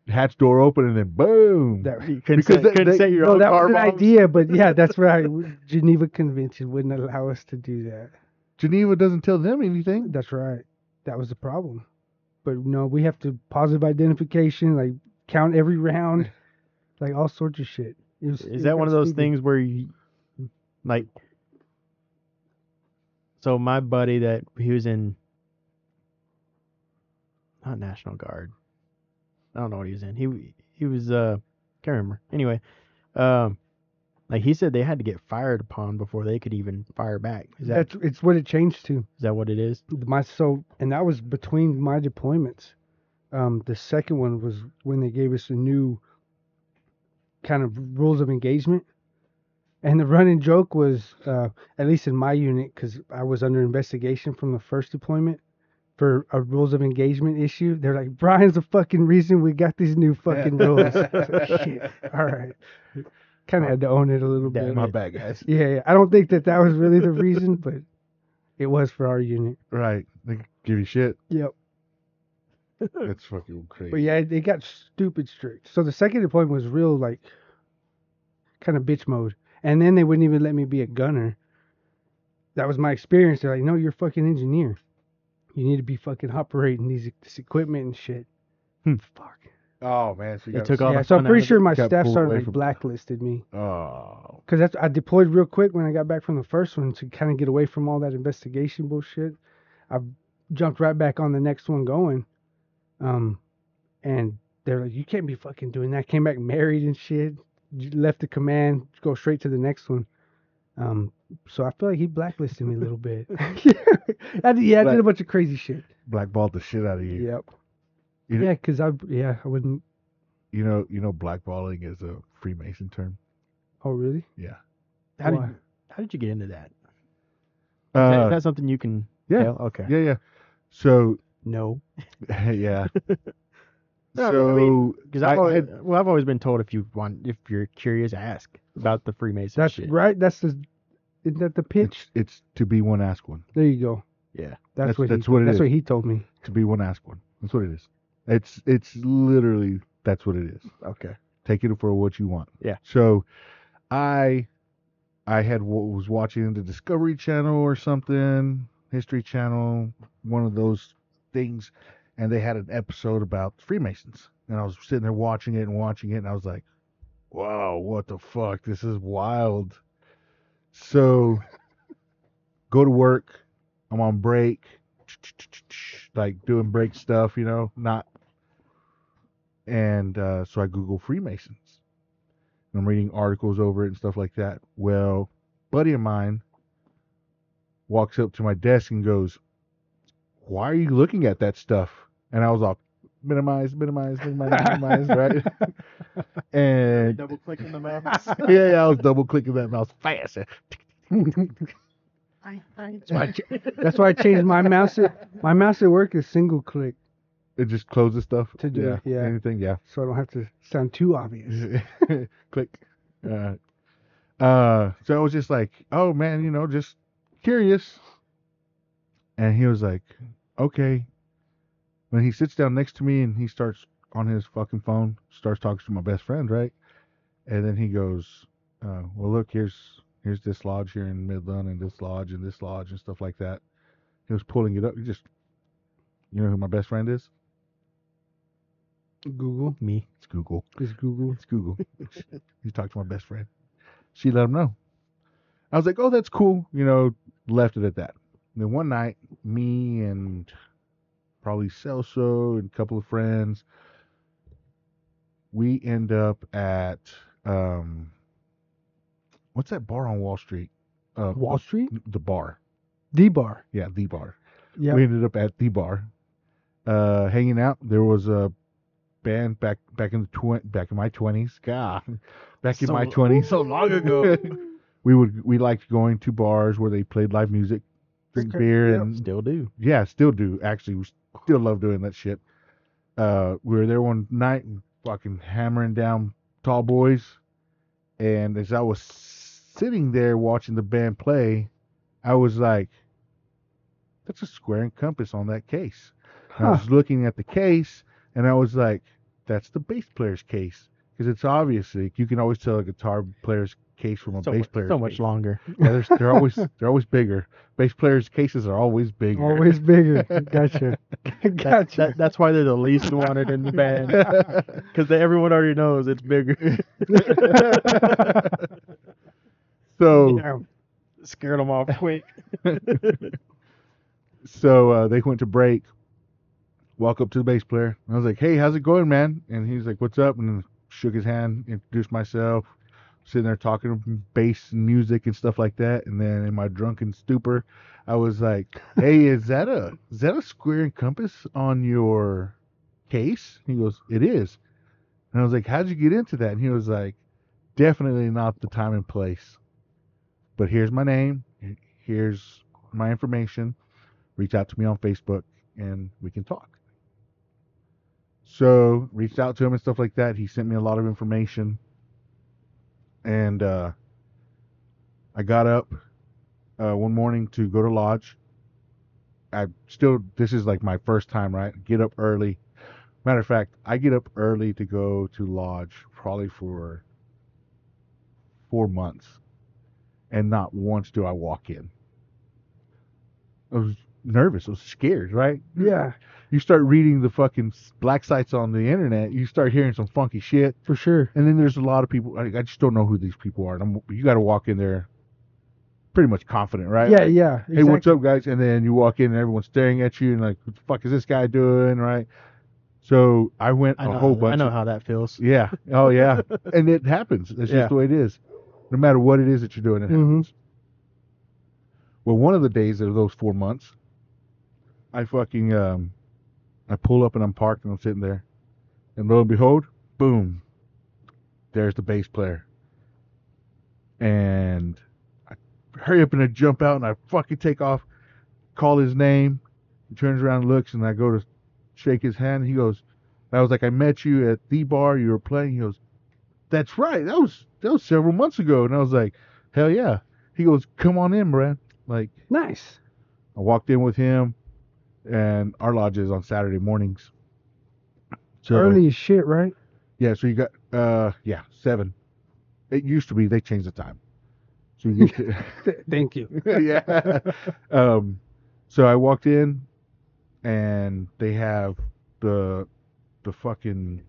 hatch door open and then boom. That You couldn't Because set, they- couldn't they- set [LAUGHS] your no, own that car was an bombs. idea, but yeah, that's right. [LAUGHS] Geneva Convention wouldn't allow us to do that. Geneva doesn't tell them anything. That's right. That was the problem. But no, we have to positive identification, like count every [LAUGHS] round, like all sorts of shit. It was- it Is that one got of those stupid. things where you like so my buddy that he was in not National Guard. I don't know what he was in. He he was uh can't remember. Anyway, um like he said they had to get fired upon before they could even fire back. Is that is That's it's what it changed to. that what it is? My so and that was between my deployments. Um, the second one was when they gave us a new kind of rules of engagement. And the running joke was, uh, at least in my unit, because I was under investigation from the first deployment for a rules of engagement issue. They're like, Brian's the fucking reason we got these new fucking [LAUGHS] rules. [LAUGHS] I was like, Shit. All right. Kind of had to own it a little Damn bit. My bad, guys. Yeah, yeah. I don't think that that was really the reason, but it was for our unit. Right. They give you shit. Yep. That's fucking crazy. But yeah, they got stupid strict. So the second deployment was real, like, kind of bitch mode. And then they wouldn't even let me be a gunner. That was my experience. They're like, no, you're a fucking engineer. You need to be fucking operating these this equipment and shit. Hmm. Fuck. Oh man, so you They got took off- yeah, the so I'm fun out pretty of sure my Got staff pulled away sergeant from- like, blacklisted me Oh. because that's I deployed real quick when I got back from the first one to kind of get away from all that investigation bullshit. I jumped right back on the next one going, um, and they're like, "You can't be fucking doing that." Came back married and shit. j- Left the command, go straight to the next one. Um, so I feel like he blacklisted me a little bit. [LAUGHS] I did, yeah, I did a Black- bunch of crazy shit. Blackballed the shit out of you. Yep. You know- yeah, because I yeah I wouldn't. You know you know blackballing is a Freemason term. Oh really? How did Why? you, how did you get into that? Is that, Uh, is that something you can yeah. tell? Okay. yeah, yeah. So [LAUGHS] No. yeah. No, I so mean, Because I've I- always, well, I've always been told if you want, if you're curious, ask about the Freemason That's shit. right. That's the isn't that the pitch? it's it's to be one ask one. There you go. Yeah. That's, That's- what that's he, what it that's is. what he told me. To be one ask one. That's what it is. It's it's literally that's what it is. Okay. Take it for what you want. Yeah. So I I had was watching the Discovery Channel or something, History Channel, one of those things, and they had an episode about Freemasons, and I was sitting there watching it and watching it, and I was like, "Wow, what the fuck? This is wild." So, go to work. I'm on break, like doing break stuff, you know, not. And uh, so I Google Freemasons. And I'm reading articles over it and stuff like that. Well, buddy of mine walks up to my desk and goes, "Why are you looking at that stuff?" And I was like, "Minimize, minimize, minimize, minimize," right? and Double clicking [LAUGHS] the [LAUGHS] mouse. yeah, yeah, I was double clicking that mouse fast. That's why I, ch- that's why I changed my mouse. At, my mouse at work is single click, It just closes stuff. To do it, yeah. [LAUGHS] Anything, yeah. so I don't have to sound too obvious. Click. Uh, uh, so I was just like, oh man, you know, just curious. And he was like, okay. When he sits down next to me and he starts on his fucking phone, starts talking to my best friend, right? And then he goes, uh, well, look, here's here's this lodge here in Midland and this lodge and this lodge and stuff like that. He was pulling it up. He just, you know who my best friend is? Google, Me. It's Google. just Google. [LAUGHS] It's Google. you talked to my best friend. She let him know. I was like, oh, that's cool. You know, left it at that. And then one night, me and probably Celso and a couple of friends, we end up at um, what's that bar on Wall Street? Uh, Wall Street, the bar. D bar. Yeah, the bar. Yeah, We ended up at the bar, uh, hanging out. There was a band back back in the twen- back in my twenties. God, back in So my lo- twenties. so long [LAUGHS] [LAUGHS] ago. we would we liked going to bars where they played live music, drink Okay, beer, yep. and Still do. yeah, still do. Actually, we still love doing that shit. Uh, we were there one night and fucking hammering down tall boys. And as I was sitting there watching the band play, I was like, that's a square and compass on that case. And I Huh. was looking at the case and I was like, that's the bass player's case. Because it's obvious, like, you can always tell a guitar player's case from a So, bass much, player's so much case. [LAUGHS] longer. Yeah, they're, they're always [LAUGHS] they're always bigger. Bass players' cases are always bigger. always [LAUGHS] bigger. Gotcha. That, gotcha. that, that's why they're the least wanted [LAUGHS] in the band. [LAUGHS] Because everyone already knows it's bigger. [LAUGHS] so Yeah. Scared them off quick. so uh, they went to break. Walk up to the bass player. I was like, "Hey, how's it going, man?" And he's like, "What's up?" And shook his hand, introduced myself. Sitting there talking bass and music and stuff like that. And then in my drunken stupor, I was like, "Hey, is that a is that a square and compass on your case?" He goes, "It is." And I was like, "How'd you get into that?" And he was like, "Definitely not the time and place. But here's my name. Here's my information. Reach out to me on Facebook, and we can talk." So reached out to him and stuff like that. He sent me a lot of information, and uh, I got up uh, one morning to go to lodge. I still this is like my first time, right? Get up early. Matter of fact, I get up early to go to lodge probably for four months, and not once do I walk in. I was nervous. I was scared, right? yeah, You start reading the fucking s- black sites on the internet. You start hearing some funky shit. for sure. And then there's a lot of people. I, I just don't know who these people are. And I'm, you got to walk in there pretty much confident, right? Yeah, yeah. Hey, what's up, guys? And then you walk in and everyone's staring at you and like, what the fuck is this guy doing, right? So I went I a know, whole bunch. I know of- how that feels. yeah. Oh [LAUGHS] yeah. and it happens. That's Yeah. just the way it is. No matter what it is that you're doing, it Mhm. happens. Well, one of the days of those four months, I fucking um, I pull up and I'm parked and I'm sitting there, and lo and behold, boom, there's the bass player. And I hurry up and I jump out and I fucking take off, call his name. He turns around, and looks, and I go to shake his hand. And he goes, I was like, I met you at the bar. You were playing. He goes, That's right. That was that was several months ago. And I was like, Hell yeah. He goes, Come on in, Brad. Like Nice. I walked in with him, and our lodge is on Saturday mornings. So Early as shit, right? yeah, so you got uh yeah seven. It used to be they changed the time. So you get to- Th- thank you. [LAUGHS] yeah. Um, so I walked in, and they have the the fucking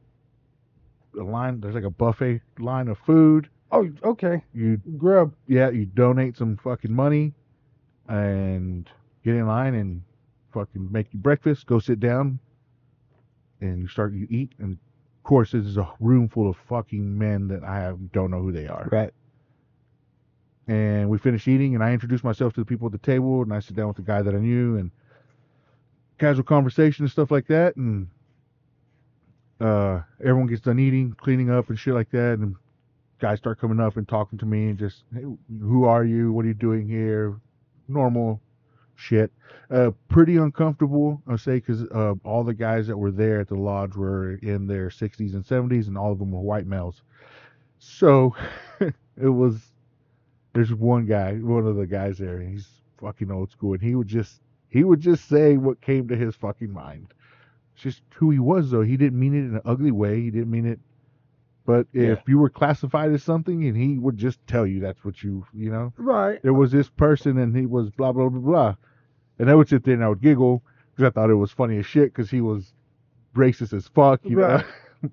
the line. There's like a buffet line of food. Oh, okay. You Grub. yeah, you donate some fucking money, and get in line and fucking make your breakfast. Go sit down, and you start you eat. And of course, this is a room full of fucking men that I have, don't know who they are Right. and we finished eating and i introduced myself to the people at the table and i sat down with the guy that i knew and casual conversation and stuff like that and uh, everyone gets done eating cleaning up and shit like that and guys start coming up and talking to me and just hey, who are you what are you doing here normal shit uh, pretty uncomfortable i'll say because uh, all the guys that were there at the lodge were in their 60s and 70s and all of them were white males so [LAUGHS] it was there's one guy, one of the guys there, and he's fucking old school, and he would just he would just say what came to his fucking mind. It's just who he was, though. He didn't mean it in an ugly way. He didn't mean it. But if Yeah. you were classified as something, and he would just tell you that's what you, you know, Right. there was this person, and he was blah blah blah blah, and I would sit there and I would giggle because I thought it was funny as shit because he was racist as fuck, you Right. know.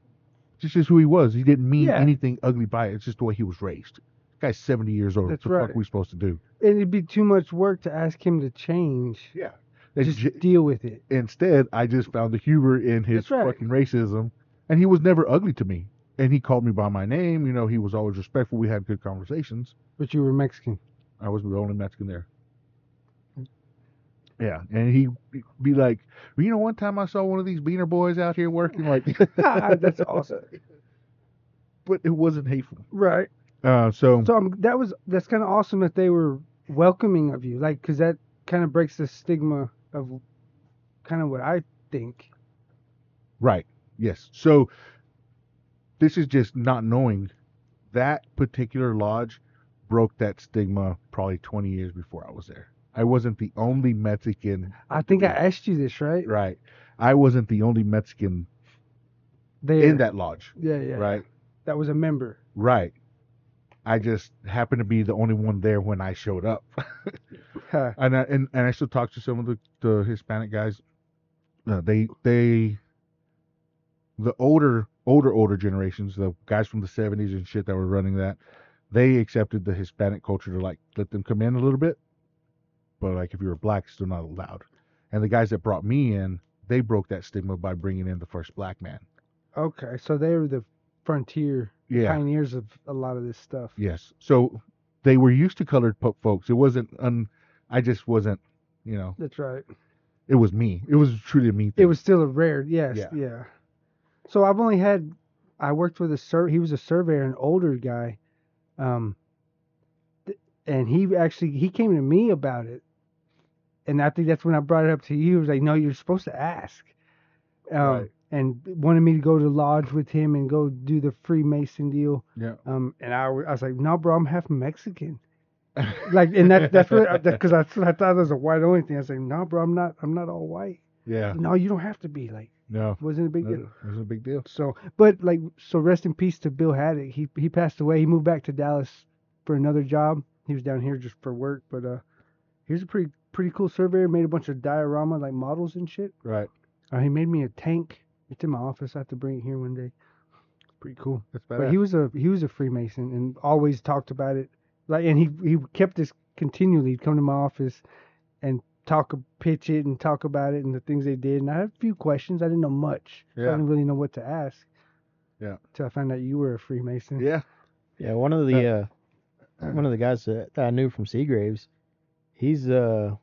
[LAUGHS] just just who he was. He didn't mean Yeah. anything ugly by it. It's just the way he was raised. This guy's seventy years old. That's what the fuck right. we supposed to do? And it'd be too much work to ask him to change. Yeah. They just ju- deal with it. instead, I just found the humor in his That's right. fucking racism, and he was never ugly to me. And he called me by my name. You know, he was always respectful. We had good conversations. But you were [LAUGHS] Mexican. [LAUGHS] I was the only Mexican there. Mm. Yeah, and he'd be like, "Well, you know, one time I saw one of these beaner boys out here working, like, [LAUGHS] That's awesome. but it wasn't hateful. Right. Uh, so, So um, that was that's kind of awesome that they were welcoming of you, like, 'cause that kind of breaks the stigma of kind of what I think. right, yes. So this is just not knowing that particular lodge broke that stigma probably 20 years before I was there. I wasn't the only Mexican, I think I asked you this, right? right? I wasn't the only Mexican There. in that lodge, Yeah, yeah. right? That was a member. Right. I just happened to be the only one there when I showed up. [LAUGHS] Huh. and I and, and I still talk to some of the, the Hispanic guys. Uh, they they the older older older generations, the guys from the seventies and shit that were running that, they accepted the Hispanic culture to like let them come in a little bit. But like if you were black, it's still not allowed. And the guys that brought me in, they broke that stigma by bringing in the first black man. Okay, so they were the frontier Yeah. pioneers of a lot of this stuff. Yes. So they were used to colored po- folks. It wasn't un I just wasn't, you know, That's right. it was me. It was truly a me thing. It was still a rare, yes, Yeah. yeah. So I've only had, I worked with a sur. He was a surveyor, an older guy, um, th- and he actually he came to me about it, and I think that's when I brought it up to you. He was like, "No, you're supposed to ask," um, Right. and wanted me to go to lodge with him and go do the Freemason deal. Yeah. Um, and I, wa- I was like, "No, bro, I'm half Mexican." like, and that, that's what because I, [LAUGHS] I thought it was a white only thing. I was like, "No, bro, I'm not. I'm not all white." [LAUGHS] Yeah. No, you don't have to be like No. wasn't a big no, deal. It was a big deal. So, but like, so rest in peace to Bill Haddock. He he passed away. He moved back to Dallas for another job. He was down here just for work, but uh, he was a pretty pretty cool surveyor. Made a bunch of diorama like models and shit. Right. Uh, he made me a tank. It's in my office. I have to bring it here one day. Pretty cool. That's But he was a he was a Freemason and always talked about it. Like, and he he kept this continually. He'd come to my office and talk, pitch it, and talk about it and the things they did. And I had a few questions. I didn't know much. So Yeah. I didn't really know what to ask. Yeah. Till I found out you were a Freemason. yeah. Yeah, one of the uh, one of the guys that, that I knew from Seagraves, he's uh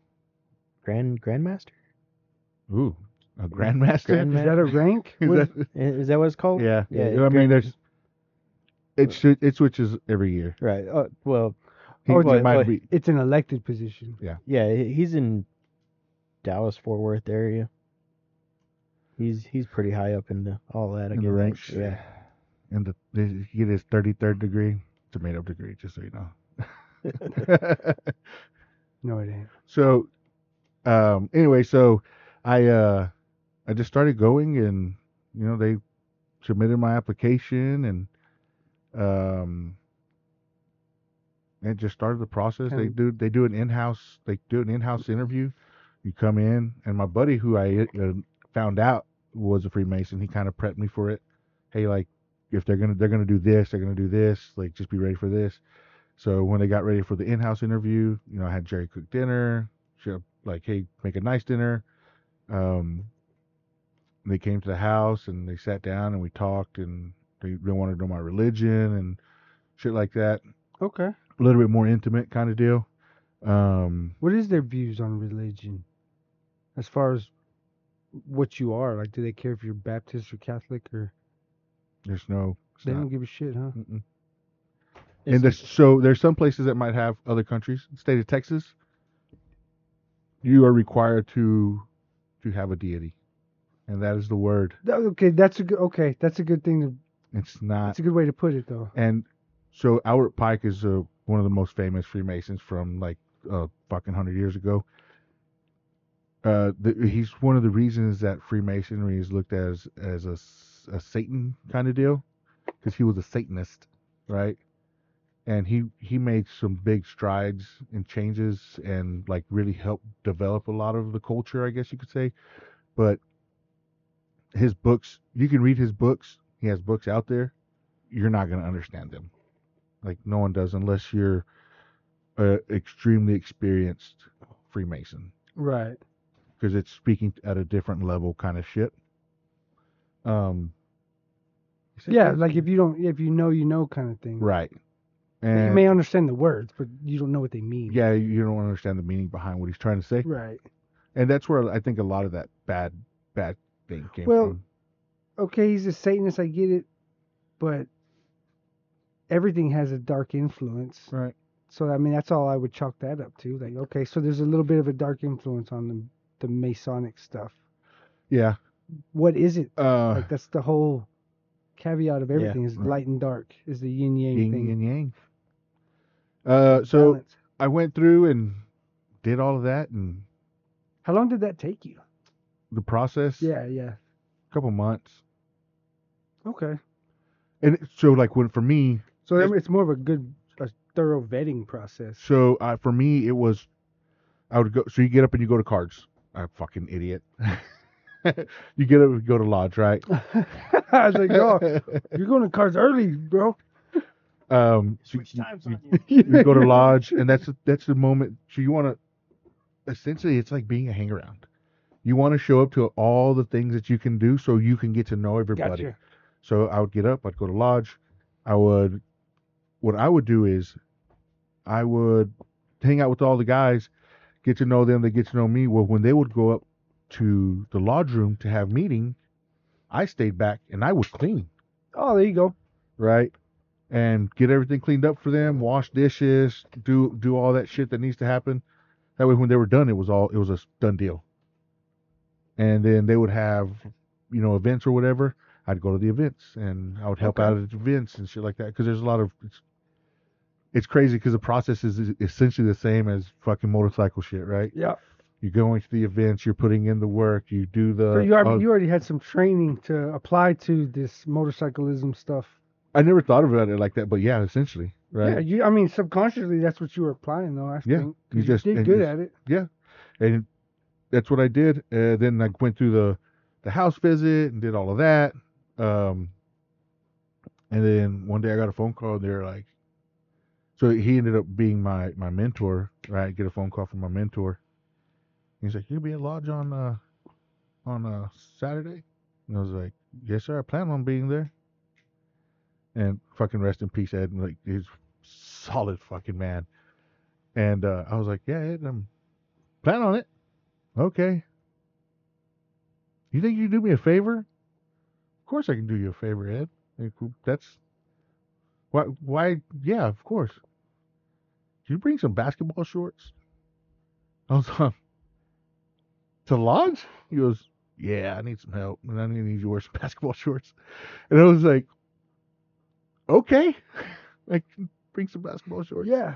grand grandmaster. Ooh. A grandmaster. [LAUGHS] Is Grandma- that a rank? Is What- that- I- Is that what it's [LAUGHS] called? yeah. Yeah, I mean grand- there's it should it switches every year. Right. Uh, well, He Oh, he well, might well, be it's an elected position. yeah, he- he's in Dallas Fort Worth area. He's he's pretty high up in the, all that. I in the guess. ranks. Yeah. And the he get his thirty third degree. It's a made up degree, just so you know. [LAUGHS] [LAUGHS] No, it ain't. So, um, anyway, so I uh, I just started going, and you know they submitted my application, and Um, it just started the process. they And- do they do an in house they do an in house interview. You come in, and my buddy who I uh, found out was a Freemason. He kind of prepped me for it. Hey, like if they're gonna they're gonna do this, they're gonna do this. Like just be ready for this. So when they got ready for the in house interview, you know I had Jerry cook dinner. She like hey make a nice dinner. Um, they came to the house and they sat down and we talked and they, they wanted to know my religion and shit like that. Okay. A little bit more intimate kind of deal. Um, What is their views on religion, as far as what you are? Like, do they care if you're Baptist or Catholic or? there's no. it's They not- Mm. don't give a shit, huh? mm-mm. It's- And there's, so there's some places that might have other countries. State of Texas, you are required to to have a deity, and that is the word. That- Okay, that's a good. Okay, that's a good thing. To, It's not. that's a good way to put it, though. And so Albert Pike is uh, one of the most famous Freemasons from like uh, fucking hundred years ago. Uh, the, he's one of the reasons that Freemasonry is looked as as a, s- a Satan kind of deal, because he was a Satanist, right? And he he made some big strides and changes and like really helped develop a lot of the culture, I guess you could say. But his books, you can read his books. He has books out there you're not going to understand them. Like no one does unless you're a extremely experienced Freemason Right. because it's speaking at a different level kind of shit. Um Yeah, like if you don't, if you know, you know, kind of thing. right. Like, And you may understand the words, but you don't know what they mean. yeah, you don't understand the meaning behind what he's trying to say. Right. And that's where I think a lot of that bad bad thing came Well, from. Okay, he's a Satanist. I get it, but everything has a dark influence. Right. So I mean, that's all I would chalk that up to. Like, okay, so there's a little bit of a dark influence on the the Masonic stuff. Yeah. What is it? Uh Like that's the whole caveat of everything is right. light and dark is the yin yang yin thing. and yang. Uh so Balance. I went through and did all of that and how long did that take you? the process Yeah, yeah. a couple months. Okay. And it- so, like, when for me, So Yes. it's more of a good, a thorough vetting process. [LAUGHS] [LAUGHS] so uh, for me, it was I would go. So you get up and you go to cards. I'm fucking idiot. [LAUGHS] you get up and go to lodge, right? I was like, oh, you're going to cards early, bro. [LAUGHS] um, so Switch you- times you- on [LAUGHS] you. you go to lodge, and that's that's the moment. So you want to essentially, it's like being a hangaround. You want to show up to all the things that you can do, so you can get to know everybody. Gotcha. So I would get up, I'd go to lodge, I would what I would do is I would hang out with all the guys, get to know them, they get to know me. Well, when they would go up to the lodge room to have meeting, I stayed back and I would clean, Oh, there you go. right? And get everything cleaned up for them, wash dishes, do do all that shit that needs to happen. That way when they were done, it was all it was a done deal. And then they would have, you know, events or whatever. I'd go to the events and I would help out at events and shit like that. Because there's a lot of it's, it's crazy because the process is is essentially the same as fucking motorcycle shit, right? Yeah. You're going to the events, you're putting in the work, you do the. so you, are, uh, you already had some training to apply to this motorcyclism stuff. I never thought about it like that, but yeah, essentially, Yeah. right? You, I mean, subconsciously, that's what you were applying, though. I Yeah, think. 'cause you just- did and good just- at it. And that's what I did. Uh, then I went through the the house visit and did all of that. Um, and then one day I got a phone call. They're like, so he ended up being my my mentor, right? Get a phone call from my mentor. He's like, you'll be at lodge on uh on uh Saturday. And I was like, yes sir, I plan on being there. And fucking rest in peace, Ed. Like he's solid fucking man. And uh, I was like, yeah, Ed, I'm plan on it. Okay. You think you can do me a favor? Of course I can do you a favor, Ed. Like, That's why. Why? Yeah, of course. Can you bring some basketball shorts? I was um, to lodge. He goes, yeah, I need some help, and I need you to wear some [LAUGHS] basketball shorts. And I was like, okay, [LAUGHS] I can bring some basketball shorts. Yeah.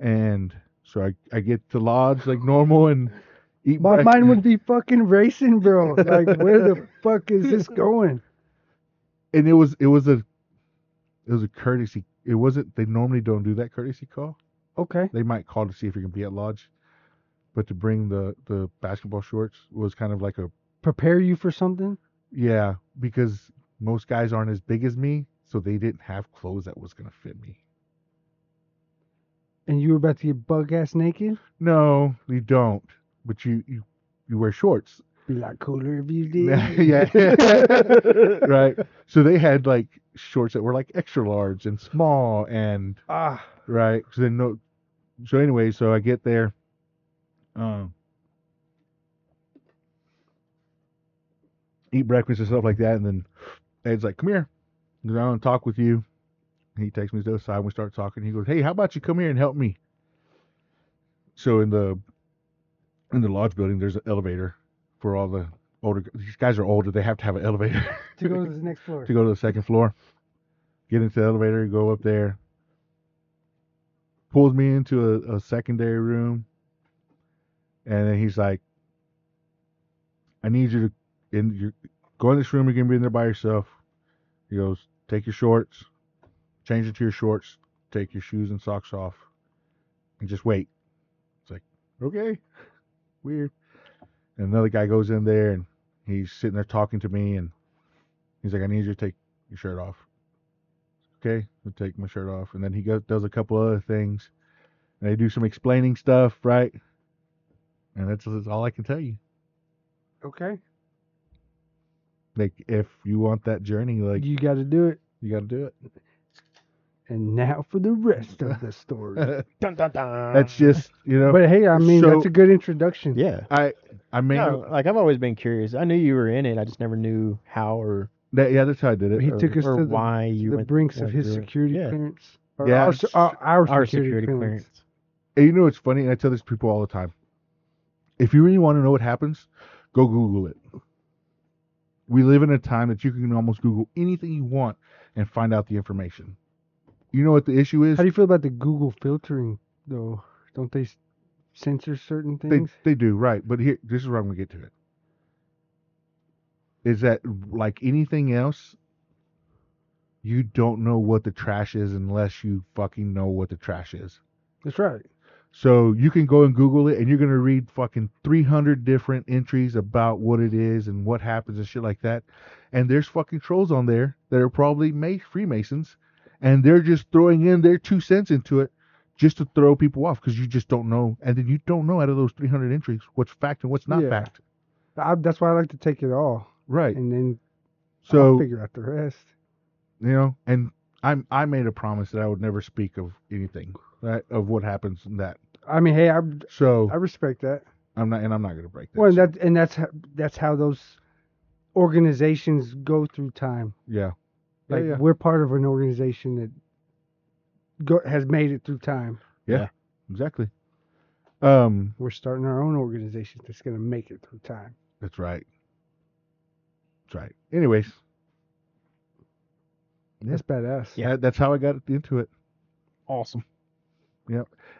And so I, I get to lodge like normal and eat My breakfast. [LAUGHS] mind would be fucking racing, bro. Like, where the fuck is this going? and it was it was a It was a courtesy. It wasn't. They normally don't do that courtesy call. Okay. They might call to see if you're gonna be at lodge, but to bring the the basketball shorts was kind of like a Prepare you for something? yeah because most guys aren't as big as me, so they didn't have clothes that was gonna fit me. And you were about to get bug ass naked? No, you don't. But you you you wear shorts. Be like cooler if you did. [LAUGHS] [LAUGHS] yeah. right. So they had like shorts that were like extra large and small and Ah. right. So then no. So anyway, so I get there. Um. Eat breakfast and stuff like that, and then Ed's like, "Come here, I want to talk with you." He takes me to the other side. We start talking. He goes, "Hey, how about you come here and help me?" So in the in the lodge building, there's an elevator for all the older. These guys are older. They have to have an elevator To go to the next floor. to go to the second floor. Get into the elevator, go up there. Pulls me into a, a secondary room. And then he's like, I need you to in your go in this room, you're gonna be in there by yourself. He goes, Take your shorts, change into your shorts, take your shoes and socks off, and just wait. It's like, okay. [LAUGHS] Weird. And another guy goes in there and he's sitting there talking to me and He's like, I need you to take your shirt off. Okay, I'll take my shirt off. And then he goes, does a couple other things. And they do some explaining stuff, right? And that's, that's all I can tell you. Okay. Like, if you want that journey, like, you, you got to do it. got to do And now for the rest of the story. it. Dun, dun, dun. that's just, you know, but hey, I mean, [LAUGHS] So- that's a good introduction. yeah. I mean, No, like I've always been curious. I knew you were in it. I just never knew how or, that, yeah, that's how I did it. He or, took us or to the- why you the went brinks of went his through it. security Yeah. clearance. Or Yeah, our, it's- se- our, our Our security, clearance. And you know what's funny? And I tell this to people all the time. If you really want to know what happens, go Google it. We live in a time that you can almost Google anything you want and find out the information. You know what the issue is? How do you feel about the Google filtering though? Don't they s- censor certain they, things? they do, right. But here, this is where I'm going to get to it. Is that like anything else, you don't know what the trash is unless you fucking know what the trash is. That's right. So you can go and Google it, and you're gonna read fucking 300 different entries about what it is and what happens and shit like that. And there's fucking trolls on there that are probably May Freemasons, and they're just throwing in their two cents into it just to throw people off because you just don't know. And then you don't know out of those 300 entries what's fact and what's not Yeah. fact. I, that's why I like to take it all Right. and then I'll So figure out the rest. you know, and I'm I made a promise that I would never speak of anything right, of what happens in that. I mean, hey, I, So I respect that. I'm not and I'm not gonna break that. Well, and so, that and that's how, that's how those organizations go through time. yeah. Yeah, Like yeah. we're part of an organization that go, has made it through time. Exactly. Um, We're starting our own organization that's going to make it through time. that's right. That's right. Anyways, Yeah. That's badass. Yeah. that- that's how I got into it. Awesome.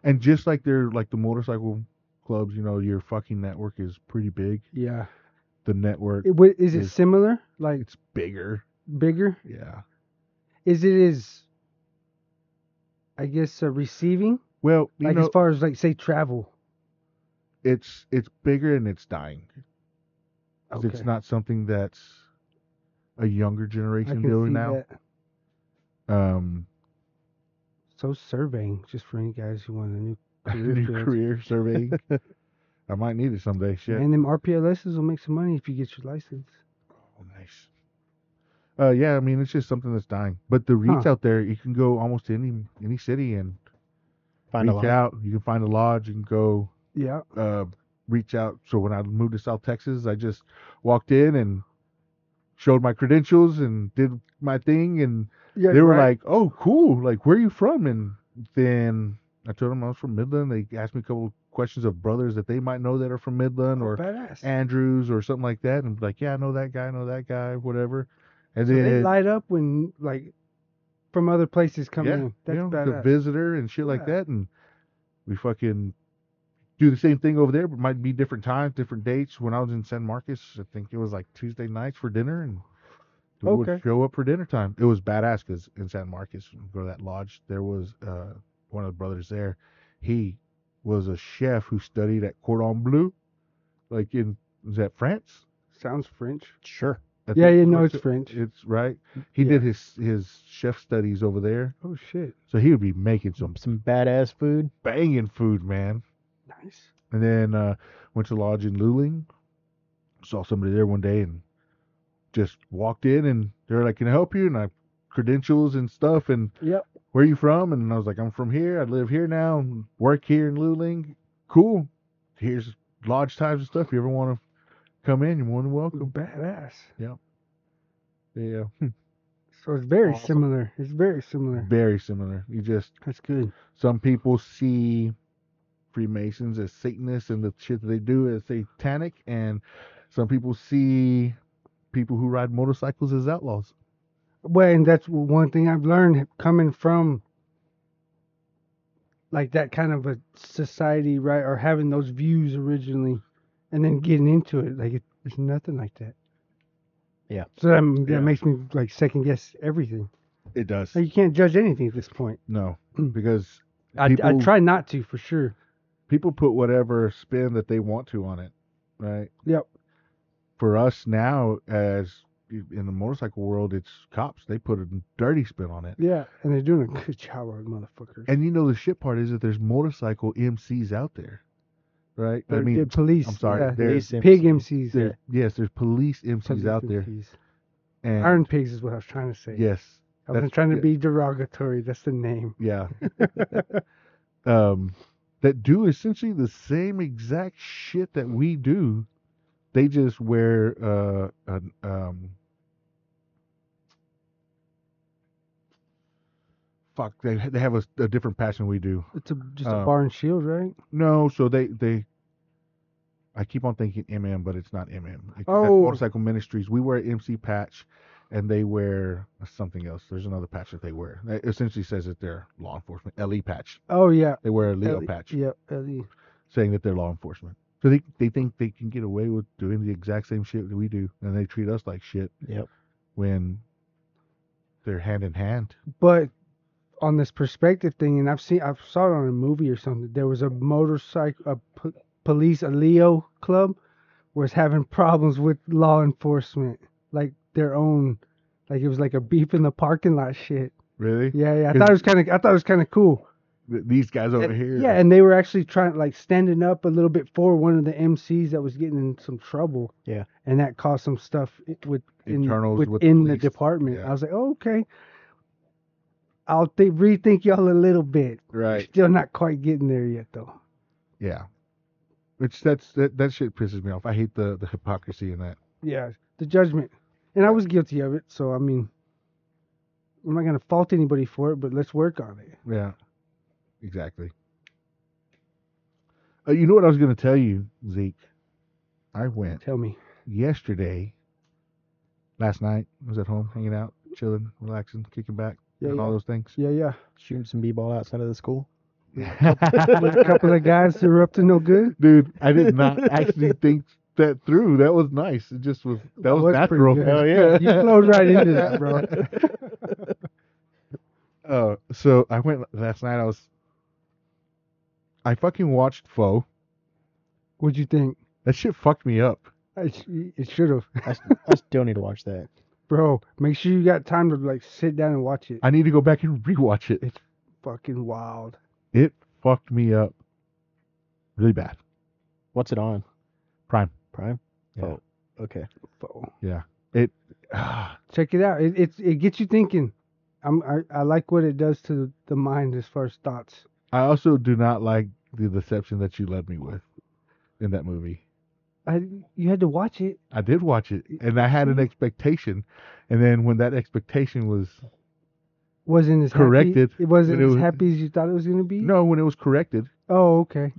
And just like they're like the motorcycle clubs, you know, your fucking network is pretty big. Yeah. The network It, wa- is it Is- similar? Like it's bigger. bigger? Yeah. Is it is I guess uh, receiving Well, you like know, as far as like say travel. it's it's bigger and it's dying. 'Cause Okay. It's not something that's a younger I generation can doing see now. that. Um, [LAUGHS] So surveying just for any guys who want a [LAUGHS] new career. new field. career [LAUGHS] surveying. I might need it someday. Shit. And them RPLSs will make some money if you get your license. Oh, nice. Uh, yeah, I mean it's just something that's dying. But the reach Huh. out there, you can go almost to any any city and Find a reach lot. out. You can find a lodge. You can go Yeah. uh, reach out. So when I moved to South Texas, I just walked in and showed my credentials and did my thing, and Yeah. they were like, "Oh, cool! Like, where are you from?" And then I told them I was from Midland. They asked me a couple questions of brothers that they might know that are from Midland or badass. Andrews or something like that, and be like, yeah, I know that guy, I know that guy, whatever. And so they then light up when like from other places come yeah, in. That's you know, the badass. visitor and shit like Yeah. that, and we fucking do the same thing over there, but might be different times, different dates. When I was in San Marcos, I think it was like Tuesday nights for dinner, and we would Okay. show up for dinner time. It was badass because in San Marcos, we go to that lodge. There was uh, one of the brothers there. He was a chef who studied at Cordon Bleu, like in was that France? Sounds French. Sure. I Yeah, think you know French- it's French. It's right. He Yeah. did his his chef studies over there, Oh shit. so he would be making some Some badass food. banging food, man. Nice. And then uh, went to lodge in Luling. Saw somebody there one day and just walked in and they're like, "Can I help you?" And I credentials and stuff and Yep. where are you from? And I was like, I'm from here. I live here now. and Work here in Luling. Cool. Here's lodge times and stuff. You ever want to come in? You're more than welcome. Badass. Yeah, So it's very Awesome. similar. It's very similar. very similar. You just That's good. some people see Freemasons as Satanists and the shit that they do as satanic, and some people see people who ride motorcycles as outlaws. Well, and that's one thing I've learned coming from like that kind of a society, right? Or having those views originally and then getting into it. Like, it, it's nothing like that. Yeah. So that, that Yeah. makes me like second guess everything. It does. Like, you can't judge anything at this point. [CLEARS THROAT] No, Mm. because I, I People- try not to for sure. people put whatever spin that they want to on it, right? Yep. For us now, as in the motorcycle world, it's cops. They put a dirty spin on it. Yeah. And they're doing a good job of it, motherfuckers. And you know the shit part is that there's motorcycle MCs out there, right? I They're- they're mean, police. I'm sorry, yeah. they're- There's Police Pig MC. MCs. there's, yes, there's police yeah, MCs police out there, MCs. and Iron Pigs is what I was trying to say. yes, I wasn't that's- trying to yeah. be derogatory. That's the name. [LAUGHS] yeah, um, that do essentially the same exact shit that we do. They just wear uh, an, um, fuck. They they have a, a different passion we do. It's a, just Um, a bar and shield, right? No, so they they. I keep on thinking MM, but it's not MM. Like, that's Oh. Motorcycle Ministries. We wear MC patch, and they wear something else. There's another patch that they wear. It essentially says that they're law enforcement. LE patch. Oh yeah, They wear a Leo Ellie- patch, Yep, E. Ellie. saying that they're law enforcement. So they they think they can get away with doing the exact same shit that we do, and they treat us like shit Yep. when they're hand in hand. But on this perspective thing, and I've seen, I saw it on a movie or something. There was a motorcycle, a p- police, a Leo club, was having problems with law enforcement, like their own, like it was like a beef in the parking lot shit. Really? Yeah, yeah. I thought it was kind of, I thought it was kind of cool. Th- These guys over And- here. Yeah, and they were actually trying like standing up a little bit for one of the MCs that was getting in some trouble. Yeah. and that caused some stuff i- with in, Internals with the within the, police. department. Yeah. I was like, oh, okay, I'll th- rethink y'all a little bit. Right. Still not quite getting there yet though. Yeah. Which that's that, that shit pisses me off. I hate the the hypocrisy in that. Yeah, the judgment, and I was guilty of it. So I mean, I'm not gonna fault anybody for it, but let's work on it. Yeah. Exactly. Uh, you know what I was going to tell you, Zeke? I went Tell me, yesterday, last night, I was at home hanging out, chilling, relaxing, kicking back, Yeah, and all yeah. [LAUGHS] those things. yeah, yeah, Shooting some b-ball outside of the school. [LAUGHS] with a couple of guys who are up to no good. Dude, I did not actually think that through. That was nice. It just was that was, was pretty natural. good. [LAUGHS] Hell yeah. You [LAUGHS] flowed right into [LAUGHS] that, bro. Uh, so I went last night. I was I fucking watched Foe. What'd you think? That shit fucked me up. I sh- It should have. I, s- I still need to watch that. [LAUGHS] Bro, make sure you got time to like sit down and watch it. I need to go back and rewatch it. Fucking wild. It fucked me up really bad. What's it on? Prime. Prime. Yeah. Oh, okay. Fo- [SIGHS] Ah, Check it out. It it's, it gets you thinking. I'm I, I like what it does to the mind as far as thoughts. I also do not like the deception that you led me with in that movie. I you had to watch it. I did watch it, and I had an expectation, and then when that expectation was Wasn't as happy- Corrected, It wasn't but it as was- happy as you thought it was gonna be. no, when it was corrected, Oh okay.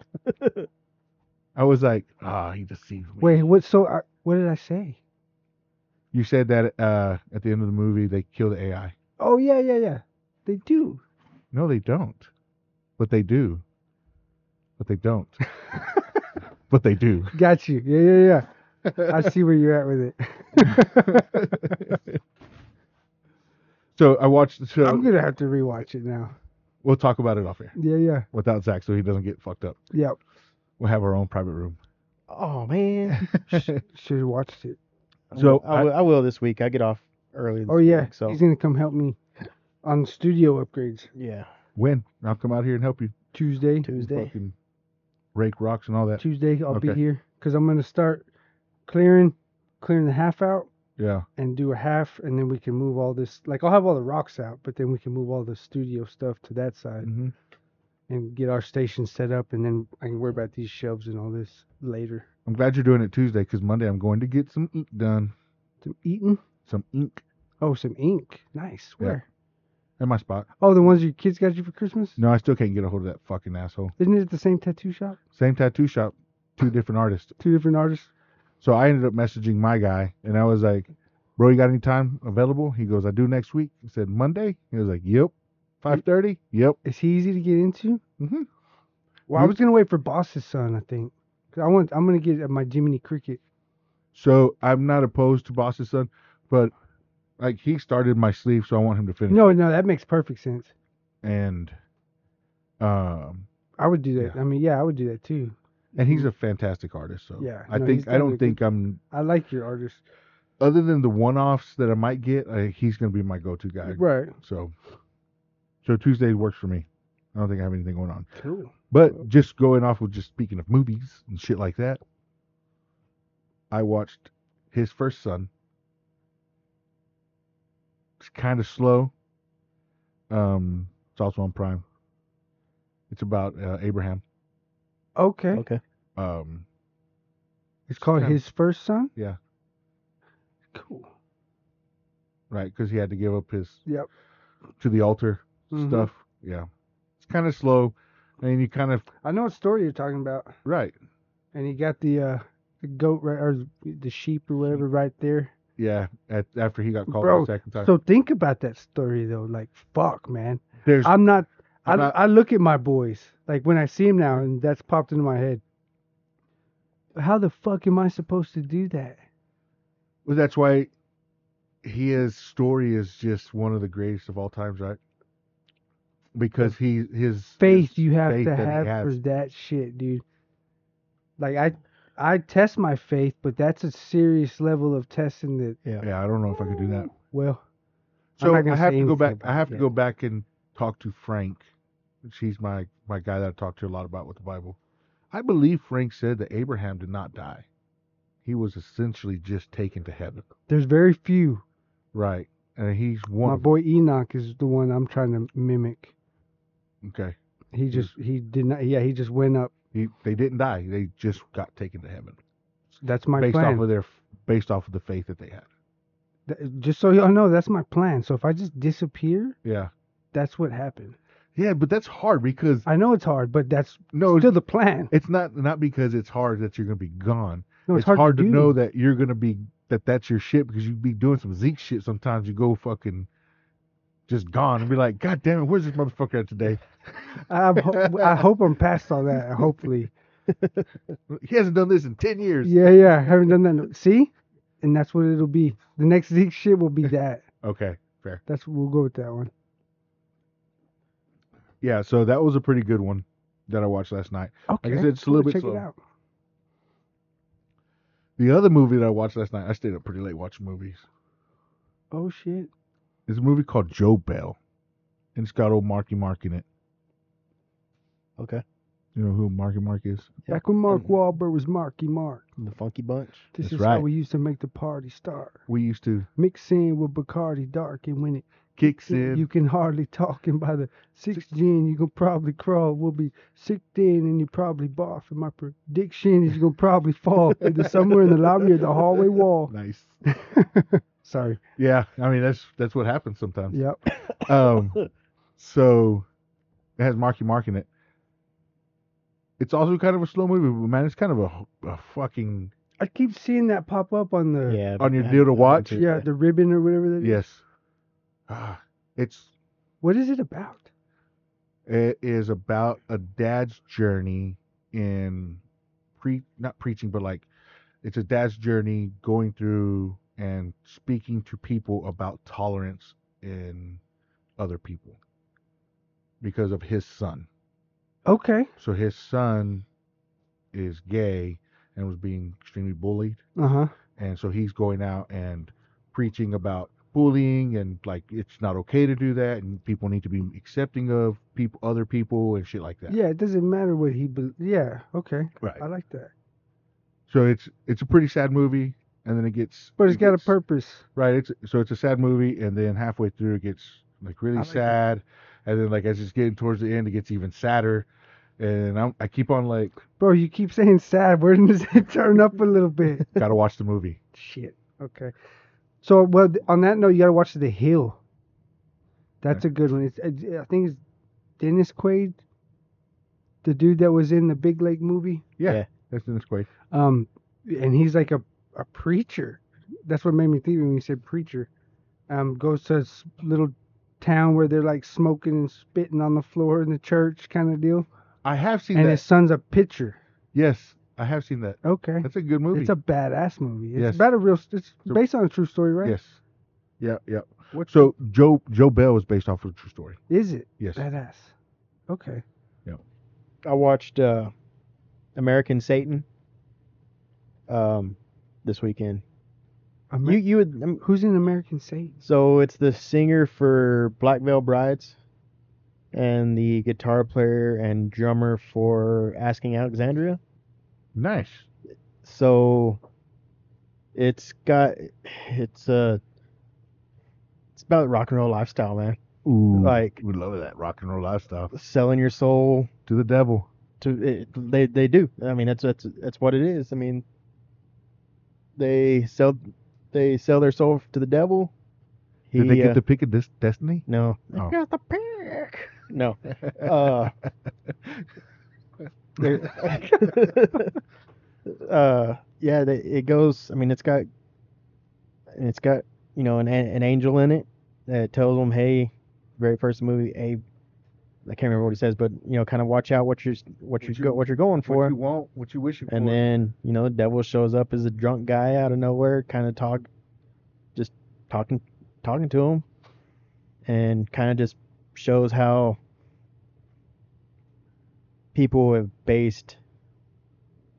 I was like, ah, he deceived me. Wait, what? So I, what did I say? you said that uh, at the end of the movie they kill the AI. Oh yeah yeah yeah. They do. No, they don't, but they do. But [LAUGHS] they don't. but they do. [LAUGHS] Got you. Yeah yeah yeah. I see where you're at with it. So I watched the show. I'm gonna have to rewatch it now. We'll talk about it off air Yeah, yeah, without Zach, so he doesn't get fucked up. yep. We'll have our own [LAUGHS] private room. Oh man. Should have watched it. So, I, will, I will this week. I get off early. This Oh yeah, Week, so he's gonna come help me on studio upgrades yeah, when I'll come out here and help you Tuesday. Tuesday. fucking rake rocks and all that. Tuesday I'll be Okay. here because I'm gonna start clearing, clearing the half out Yeah. and do a half, and then we can move all this. Like I'll have all the rocks out, but then we can move all the studio stuff to that side hmm and get our station set up, and then I can worry about these shelves and all this later. I'm glad you're doing it Tuesday because Monday I'm going to get some ink done, Some eating. some ink Oh, some ink. Nice. Yeah. Where? in my spot. Oh, the ones your kids got you for Christmas? No, I still can't get a hold of that fucking asshole. Isn't it the same tattoo shop? Same tattoo shop, two different artists. Two different artists. So I ended up messaging my guy and I was like, Bro, you got any time available? He goes, I do next week. I said, Monday? He was like, Yep. 5.30? Yep. Is he easy to get into? Mm-hmm. Well, I You- was gonna wait for Boss's son, I think. 'Cause I want. I'm gonna get uh, my Jiminy Cricket. So I'm not opposed to Boss's son, but like he started my sleeve, so I want him to finish. No, no, that makes perfect sense. And um I would do that. I mean, yeah, I would do that too. and he's a fantastic artist, so Yeah, I no, he's think I done a don't good- think I'm I like your artist. other than the one-offs that I might get, I, he's gonna be my go-to guy. Right. So, so Tuesday works for me. I don't think I have anything going on. Cool. But just going off with just speaking of movies and shit like that, I watched his first son. It's kind of slow. Um, it's also on Prime. It's about uh, Abraham. Okay. Okay. Um, It's called kinda- his first son. Yeah. Cool. right? Because he had to give up his Yep. to the altar Mhm. stuff. Yeah, it's kind of slow, and you kind of I know what story you're talking about, right. and he got the uh, the goat right, or the sheep or whatever right there. Yeah, at, after he got called Bro, the second time. So think about that story though. Like, fuck, man. There's I'm not. I, I'm not- I look at my boys like when I see him now, and that's popped into my head. How the fuck am I supposed to do that? Well, that's why his story is just one of the greatest of all times, right? Because he his faith his you have faith to that he have for has. that shit, dude. Like I I test my faith, but that's a serious level of testing that Yeah, I don't know if I could do that. well I'm So not gonna I have say to go anything back. about I have to it. go back and talk to Frank. She's my my guy that I talk to a lot about with the Bible. I believe Frank said that Abraham did not die. He was essentially just taken to heaven, there's very few. right? And he's one. My of them. boy Enoch is the one I'm trying to mimic. Okay. He just he did not yeah, he just went up. He, they didn't die. They just got taken to heaven That's my based plan. off of their f- based off of the faith that they had. Th- just so y'all know, that's my plan. So if I just disappear, Yeah. that's what happened. Yeah, but that's hard because I know it's hard, but that's no, still the plan. it's not not because it's hard that you're gonna be gone. No, it's, it's hard, to, do. know that you're gonna be that that's your shit because you'd be doing some Zeke shit. Sometimes you go fucking just gone and be like, God damn it, where's this motherfucker at today? I'm ho- [LAUGHS] I hope I'm past all that. Hopefully, He hasn't done this in ten years. Yeah, yeah. I haven't done that. in- See? And that's what it'll be. The next [LAUGHS] Zeke shit will [LAUGHS] be that. Okay, That's we'll go with that one. yeah. So that was a pretty good one that I watched last night. Okay. said, it's a little cool, bit check slow. it out. The other movie that I watched last night, I stayed up pretty late watching movies. Oh shit. It's a movie called Joe Bell, and it's got old Marky Mark in it. Okay. You know who Marky Mark is? Back when Mark Mhm. Wahlberg was Marky Mark. The Funky Bunch. This Mm-hmm. That's is how right. we used to make the party start. We used to Mix in with Bacardi Dark, and when it kicks in. you can hardly talk, and by the sixth gin you can probably crawl. We'll be sick then, and you probably barf. And my prediction is you're gonna probably fall either somewhere in the lobby or the hallway [LAUGHS] wall. nice. Sorry. Yeah, I mean that's that's what happens sometimes. Yep. Um, so it has Marky Mark in it. It's also kind of a slow movie, but man, it's kind of a, a fucking I keep seeing that pop up Uh, on the Yeah. On your I- deal to I- I watch? do- Yeah, the ribbon or whatever that is. yes. Ah, It's What is it about? it is about a dad's journey in pre not preaching, but like it's a dad's journey going through and speaking to people about tolerance and other people because of his son. Okay. So his son is gay and was being extremely bullied, Uh huh. and so he's going out and preaching about bullying and like it's not okay to do that, and people need to be accepting of people, other people, and shit like that. Yeah, it doesn't matter what he. Be- yeah. Okay. Right. I like that. So it's it's a pretty sad movie, and then it gets. But it's it got a gets- purpose. Right. It's so it's a sad movie, and then halfway through it gets like really I like that. sad, and then like as it's getting towards the end, it gets even sadder, and I'm, I keep on like Bro, you keep saying sad. Where does it [LAUGHS] turn up a little bit? gotta watch the movie. Shit. Okay. So, well, th- on that note, you gotta watch The Hill. That's a good one. It's I I think it's Dennis Quaid, the dude that was in the Big Lake movie. Yeah, Yeah. that's in this way. Um, and he's like a, a preacher. That's what made me think when you said preacher. Um, goes to this little town where they're like smoking and spitting on the floor in the church kind of deal. I have seen And that. his son's a pitcher. Yes, I have seen that. Okay. That's a good movie. It's a badass movie. It's Yes. about a real. It's So- based on a true story, right? Yes. Yeah, yeah. What's- so Joe Joe Bell is based off of a true story. Is it Yes. badass? Okay. I watched uh, American Satan um, this weekend. Amer- You you would um, who's in American Satan? so it's the singer for Black Veil Brides, and the guitar player and drummer for Asking Alexandria. Nice. So it's got it's uh it's about rock and roll lifestyle, man. Ooh, Like- we love that rock and roll lifestyle Selling your soul, to the devil. to it, they they do. I mean that's that's that's what it is. I mean they sell they sell their soul to the devil. He, Did they get uh, to pick a dis- destiny? [LAUGHS] no Oh. Got the pick. no uh, [LAUGHS] [LAUGHS] uh yeah they, it goes. I mean it's got and it's got you know an an angel in it that tells them hey very first movie hey I can't remember what he says but you know kind of watch out what you're what you're What you- go, what you're going for. What you want, what you wish you And for. then, you know, the devil shows up as a drunk guy out of nowhere, kind of talk, just talking, talking to him, and kind of just shows how people have based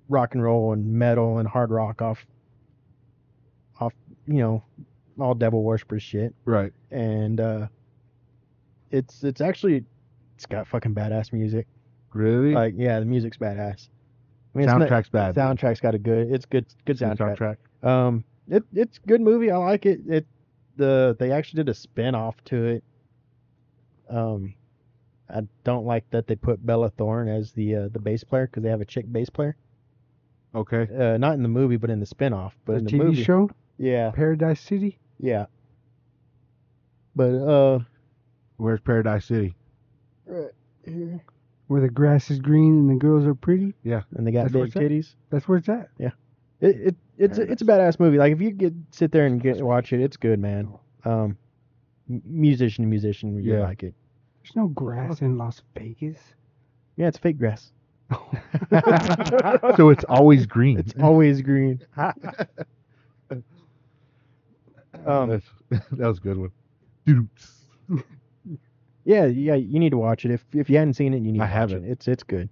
rock and roll and metal and hard rock off, off, you know, all devil worshiper shit. right. And uh, it's it's actually it's got fucking badass music. Really? Like, yeah, the music's badass. I mean, it's not- Soundtrack's bad. soundtrack's got a good it's good good It's a soundtrack. Um it it's good movie. I like it. It the they actually did a spin off to it. Um I don't like that they put Bella Thorne as the uh, the bass player cuz they have a chick bass player. Okay. Uh not in the movie but in the spin off, but The in the TV movie. show Yeah. Paradise City. Yeah. But uh Where's Paradise City? [LAUGHS] [LAUGHS] and Where the grass is green and the girls are pretty. they got That's where big it's at? titties. That's where it's at. It, it it's a, it's a badass movie. Like if you get sit there and get watch it, it's good, man. Um, m- musician to musician, you Yeah. like it. There's no grass in Las Vegas. Yeah, it's fake grass. so it's always green. [LAUGHS] It's always green. [LAUGHS] um, That's- [LAUGHS] that was a good one. Doops. yeah, yeah, you need to watch it. If if you hadn't seen it, you need. I to haven't. Watch it. It's it's good.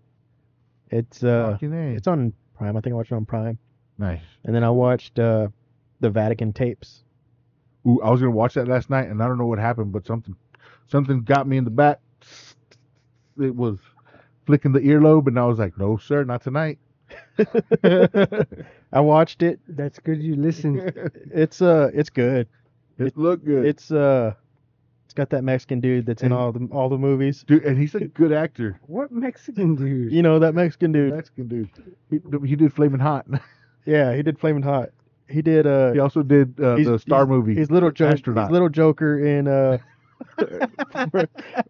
It's uh, Fucking A. it's on Prime. I think I watched it on Prime, nice. and then I watched uh, the Vatican tapes. [LAUGHS] Ooh, I was gonna watch that last night, and I don't know what happened, but something, something got me in the back. It was flicking the earlobe, and I was like, "No, sir, not [LAUGHS] tonight." I watched it. That's good. You [LAUGHS] listen. it It's uh, it's good. looked good, It's uh, it's got that Mexican dude that's in And- all the all the movies. dude, and he's a good actor. what Mexican dude? You know that Mexican dude. Mexican dude. He, he did Flaming Hot. [LAUGHS] Yeah, he did Flaming Hot. He did uh, he also did uh, he's- the Star movie. he's little joker. Astronaut. He's little Joker in uh, [LAUGHS]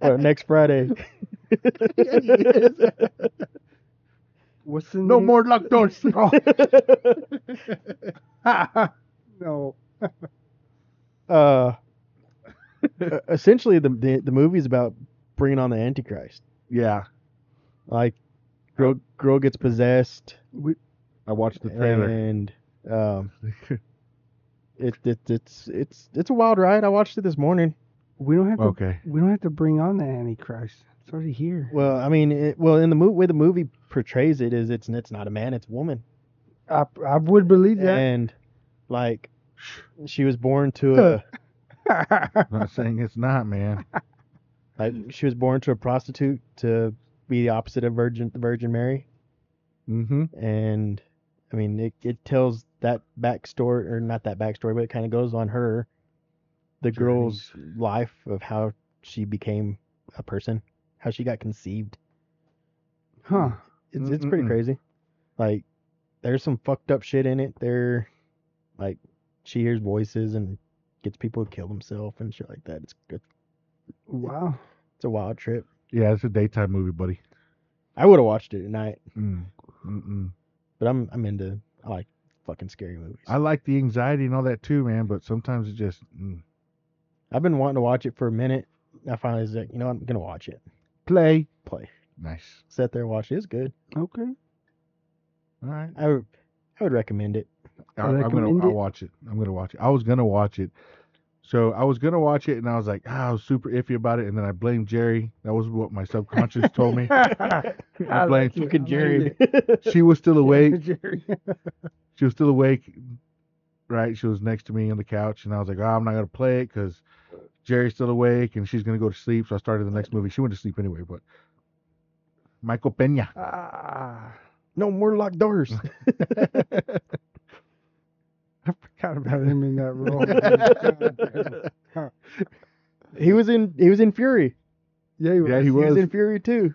uh, next Friday. What's the no name? more locked doors. [LAUGHS] [LAUGHS] no. uh, e-, essentially, the, the the movie's about bringing on the Antichrist. yeah, Like, Gro, Gro gets possessed, I watched the trailer. and [LAUGHS] um, it, it it's it's it's a wild ride. I watched it this morning. We don't have to. [LAUGHS] Okay. We don't have to bring on the Antichrist. It's already here. Well, I mean, it, well, in the mo- way the movie portrays it is, it's it's not a man, it's a woman, I, I would believe that. and like she was born to a [LAUGHS] I'm not saying it's not, man. like she was born to a prostitute to be the opposite of Virgin Virgin Mary, Mm-hmm. and I mean, it it tells that backstory or not that backstory, but it kind of goes on her, the girl's life of how she became a person, how she got conceived. huh. It's it's pretty Mm-mm-mm. crazy. Like there's some fucked up shit in it. There like she hears voices and gets people to kill themselves and shit like that. It's good. Wow. It's a wild trip. Yeah, it's a daytime movie, buddy. I would have watched it at night, Mm. Mm-mm. but I'm I'm into I like fucking scary movies. I like the anxiety and all that too, man. But sometimes it just mm. I've been wanting to watch it for a minute. I finally was like, you know, what? I'm gonna watch it. play, Play. nice. Sat there and watched it. It's good. Okay. All right, I would, I would recommend it. I, I'm gonna recommend I'll it. watch it. I'm gonna watch it. I was gonna watch it, so I was gonna watch it, and I was like, ah, I was super iffy about it, and then I blamed Jerry. That was what my subconscious [LAUGHS] told [LAUGHS] me. I blame like it. I Fucking like Jerry. [LAUGHS] it. She was still awake. [LAUGHS] Jerry. She was still awake, right? She was next to me on the couch, and I was like, oh, I'm not gonna play it because Jerry's still awake, and she's gonna go to sleep. So I started the next movie. She went to sleep anyway, but Michael Pena. Ah, no more [LAUGHS] locked doors. [LAUGHS] I forgot about him in that [LAUGHS] role. [LAUGHS] he was in he was in Fury. yeah, he was. Yeah, he He was was. in Fury too.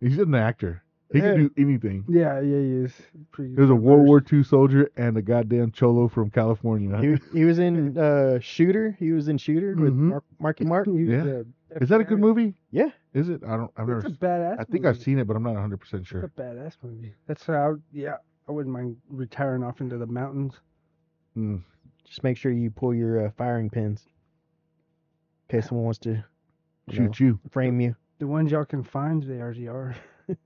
He's an actor. He Yeah. can do anything. Yeah, yeah, he is. Pretty He was a World diverse. War II soldier and a goddamn cholo from California. he, he [LAUGHS] was in uh, Shooter. He was in Shooter with Mhm. Mark, Marky Mark. He was Yeah. a- Is that a good movie? Yeah. Is it? I don't. I've never. It's a s- badass. I think movie. I've seen it, but I'm not 100 percent It's sure. a badass movie. That's how. Yeah, I wouldn't mind retiring off into the mountains. Mm. Just make sure you pull your uh, firing pins in case someone wants to you know, Shoot you. [LAUGHS] frame you. The ones y'all can find, the RZR. We're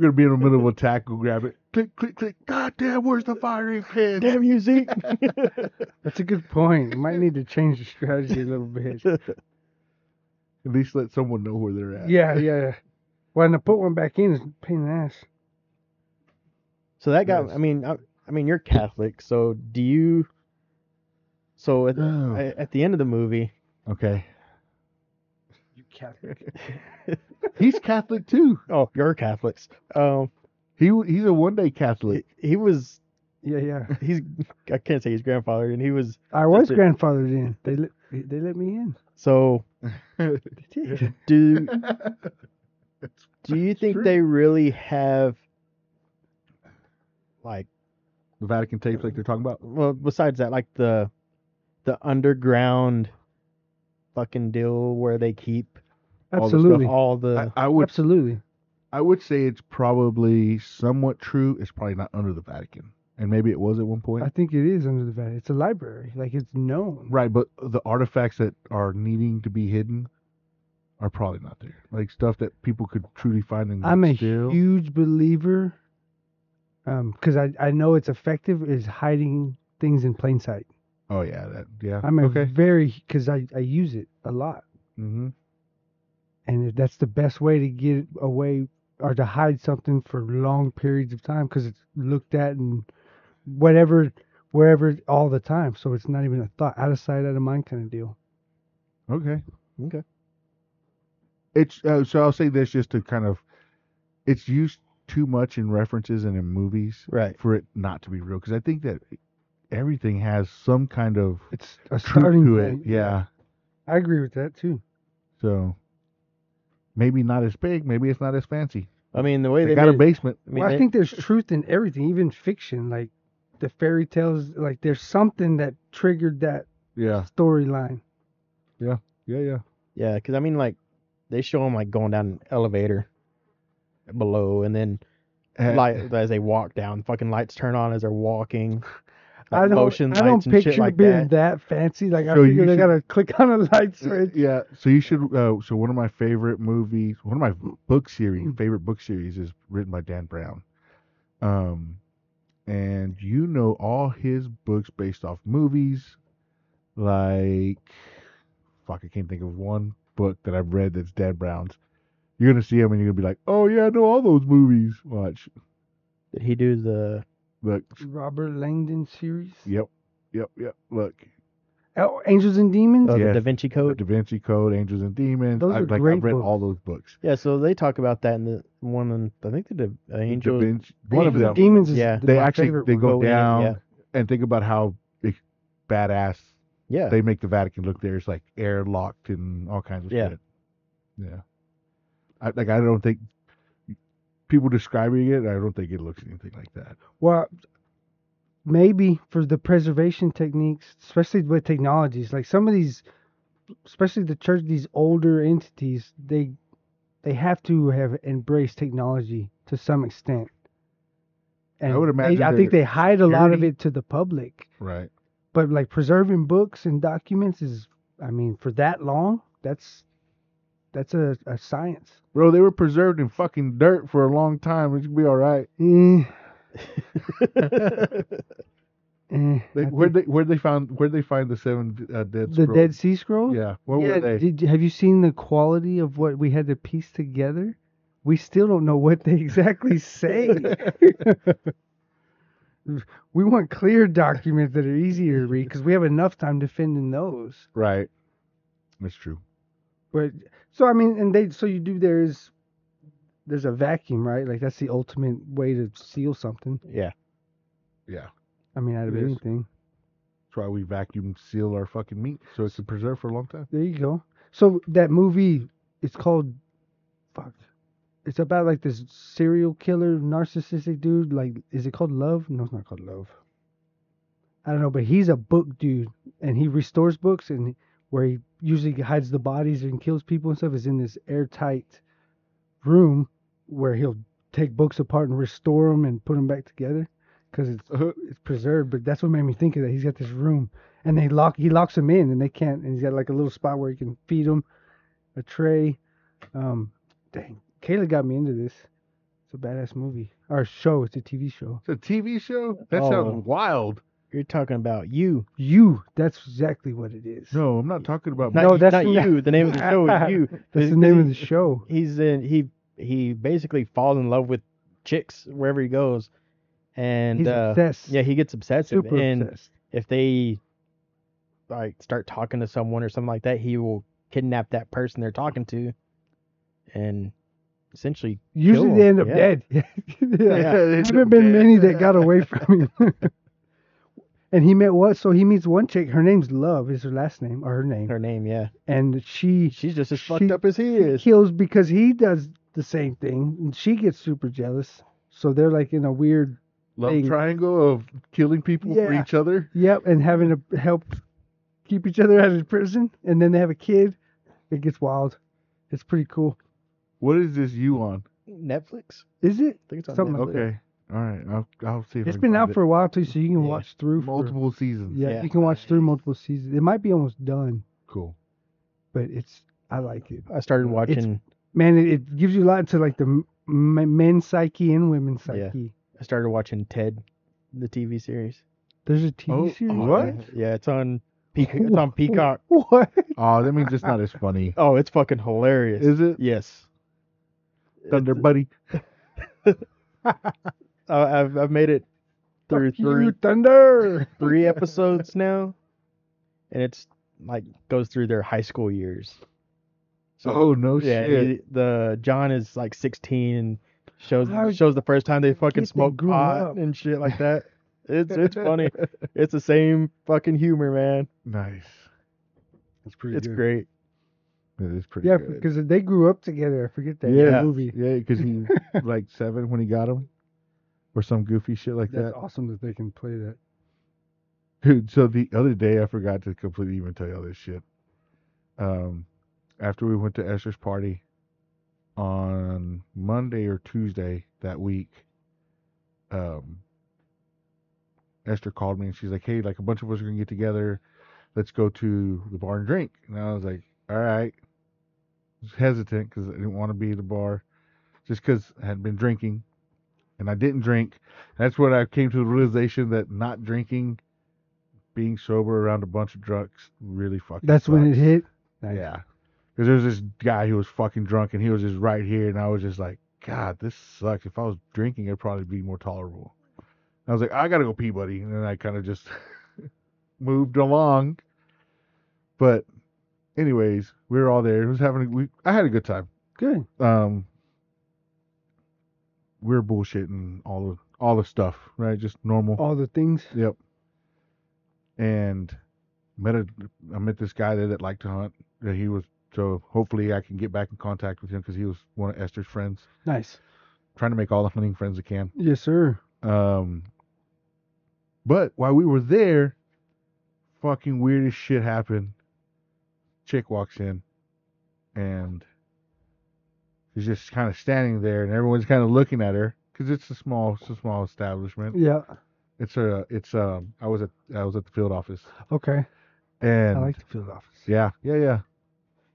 gonna be in the middle of a tackle, grab it, click, click, click. God damn, where's the firing pin? Damn you, [LAUGHS] Zeke! [LAUGHS] That's a good point. You might need to change the strategy a little [LAUGHS] bit. At least let someone know where they're at. Yeah, yeah, yeah. Well, and to put one back in is a pain in the ass. so that got. Yes. I mean, I, I mean, you're Catholic, so do you? So at, Oh. a- at the end of the movie, [LAUGHS] Okay. You Catholic. [LAUGHS] He's Catholic too. oh, you're Catholics. Um, He he's a one day he, Catholic. he was. Yeah, yeah. He's. I can't say his grandfather, and he was. I was it. grandfathered in. They let they let me in. So [LAUGHS] do do you think true. they really have like The Vatican tapes, like they're talking about. well besides that like the the underground fucking deal where they keep All the stuff Absolutely, all the I, I would absolutely. I would say it's probably somewhat true. It's probably not under the Vatican, and maybe it was at one point. I think it is under the Vatican. It's a library. Like it's known. Right, but the artifacts that are needing to be hidden are probably not there. Like stuff that people could truly find and I'm a steal. huge believer, because I I know it's effective is hiding things in plain sight. oh yeah, that yeah. I'm a okay. very because I I use it a lot, Mm-hmm. and if that's the best way to get away or to hide something for long periods of time because it's looked at and whatever wherever all the time. So it's not even a thought out of sight, out of mind kind of deal. Okay. Okay. It's uh, so I'll say this just to kind of, it's used too much in references and in movies right for it not to be real because I think that everything has some kind of It's a truth starting to it. point. Yeah. I agree with that too. So maybe not as big, maybe it's not as fancy. i mean the way They, they, got a made it- basement. I, mean, well, they- I think there's truth in everything, even fiction. Like the fairy tales, like there's something that triggered that Yeah. storyline. Yeah. Yeah. yeah because i mean like they show them like going down an elevator below and then Uh, light as they walk down fucking lights turn on as [LAUGHS] they're walking I like don't, motion I lights don't and picture shit like being that that. fancy. Like I So figure you they should- gotta click on a light switch. Yeah, so you should. Uh, so one of my favorite movies, one of my book series, Mm. favorite book series is written by Dan Brown. Um, and you know all his books based off movies, like fuck, I can't think of one book that I've read that's Dan Brown's. You're gonna see him and you're gonna be like, oh yeah, I know all those movies. Watch, Did he do the? look, Robert Langdon series. yep, yep, yep. Look, Oh, Angels and Demons. Oh, Yes. the Da Vinci The Code. Da Vinci Code, Angels and Demons. Those I've, are like, great I've read books. all those books. Yeah, so they talk about that in the one. In, I think the Da Angel. Da Vinci, one of Angels them. and Demons is Yeah. th- They my actually favorite they one. go Go in, down yeah. and think about how big- badass yeah, they make the Vatican look. There's like airlocked and all kinds of Yeah. shit. Yeah. I, like I don't think people describing it. I don't think it looks anything like that. Well, maybe for the preservation techniques, especially with technologies, like some of these, especially the church, these older entities, they they have to have embraced technology to some extent. And would they- imagine I think their they hide a lot of security- it to the public, Right. but like preserving books and documents is, I mean, for that long, that's that's a, a science. Bro, they were preserved in fucking dirt for a long time. It should be all right. Eh, [LAUGHS] eh, They, I where think they where they found where they find the seven uh, dead the scrolls? Dead Sea Scrolls? Yeah. Where yeah, were they? Did, you- have you seen the quality of what we had to piece together? We still don't know what they [LAUGHS] exactly [LAUGHS] say. we want clear documents that are easier to read because we have enough time defending those. Right. That's true. But so I mean, and they so you do there is there's a vacuum, right? Like that's the ultimate way to seal something. [LAUGHS] yeah. I mean, out of It is. anything. That's why we vacuum seal our fucking meat so it's preserved for a long time. There you go. So that movie, it's called, fuck, it's about like this serial killer, narcissistic dude. Like, is it called Love? No, it's not called Love. I don't know, but he's a book dude, and he restores books, and where he usually hides the bodies and kills people and stuff is in this airtight room where he'll take books apart and restore them and put them back together because it's it's preserved, but that's what made me think of that. He's got this room, and they lock he locks him in, and they can't. And he's got like a little spot where he can feed him a tray. Um, dang, Kayla got me into this. It's a badass movie or a show. It's a TV show. It's a TV show? That Oh. sounds wild. You're talking about you. You. That's exactly what it is. No, I'm not talking about. Not, No, [LAUGHS] no, that's that's not not- you. The name of the show is you. [LAUGHS] that's the name of the show. He's in. He he basically falls in love with chicks wherever he goes, and He's uh, obsessed. yeah, he gets obsessive. super and obsessed. if they like start talking to someone or something like that, he will kidnap that person they're talking to, and essentially Usually kill they end him, up yeah. dead. [LAUGHS] yeah. Yeah. [LAUGHS] There haven't been many that got away from him. [LAUGHS] and he met what? So he meets one chick. Her name's Love. Is her last name or her name? her name. Yeah, And she she's just as She- fucked up as he he is. kills because he does the same thing and she gets super jealous so they're like in a weird Love thing. triangle of killing people for Yeah. each other. yep and having to help keep each other out of prison and then they have a kid it gets wild it's pretty cool What is this you on? Netflix. is it I think it's on Something Netflix. like- Okay. All right. I'll, I'll see if it's I can been find out it. for a while too so you can Yeah. watch through for, multiple seasons. yeah, Yeah. you can watch through multiple seasons it might be almost done Cool. but it's i like it I started watching. man it, it gives you a lot into like the m- m- men's psyche and women's psyche Yeah. I started watching Ted, the TV series. there's a tv Oh, series oh, what What? Yeah, it's on Peacock. It's on Peacock. [LAUGHS] what Oh, that means it's not as [LAUGHS] funny. Oh, it's fucking hilarious. Is it? yes. Thunder It's- Buddy. I- I've I've made it through Fuck you, three thunder [LAUGHS] three episodes now, and it's like goes through their high school years. oh, no yeah, shit. he- the John is like 16 and shows How shows the first time they did fucking they smoked grow pot up? and shit like that. It's [LAUGHS] it's funny. It's the same fucking humor, man. Nice. That's pretty It's [LAUGHS] great. It is pretty Yeah, good. because they grew up together. I forget that in Yeah. the movie. Yeah, [LAUGHS] because he like seven when he got him, or some goofy shit like That's that. awesome that they can play that. Dude, so the other day I forgot to completely even tell you all this shit. Um, after we went to Esther's party on Monday or Tuesday that week, um, Esther called me and she's like, "Hey, like a bunch of us are gonna get together. Let's go to the bar and drink." And I was like, "All right." Was hesitant because I didn't want to be at the bar, just because I had been drinking, and I didn't drink. That's when I came to the realization that not drinking being sober around a bunch of drugs really fucking. That's when it sucks. hit. Nice. Yeah, because there was this guy who was fucking drunk, and he was just right here, and I was just like, God, this sucks. If I was drinking, it'd probably be more tolerable. I was like, I gotta go pee, buddy, and then I kind of just [LAUGHS] moved along. But, anyways, we were all there. It was having. A, we, I had a good time Good. um we we're bullshitting all the all the stuff, right? Just normal. All the things. Yep. And met a I met this guy there that liked to hunt. That he was so hopefully I can get back in contact with him because he was one of Esther's friends. Nice. Trying to make all the hunting friends I can. Yes, sir. Um, but while we were there, fucking weirdest shit happened. Chick walks in, and she's just kind of standing there, and everyone's kind of looking at her because it's a small, it's a small establishment. Yeah. It's a, it's um, I was at, I was at the field office, Okay. and I like the field office. yeah, yeah, yeah.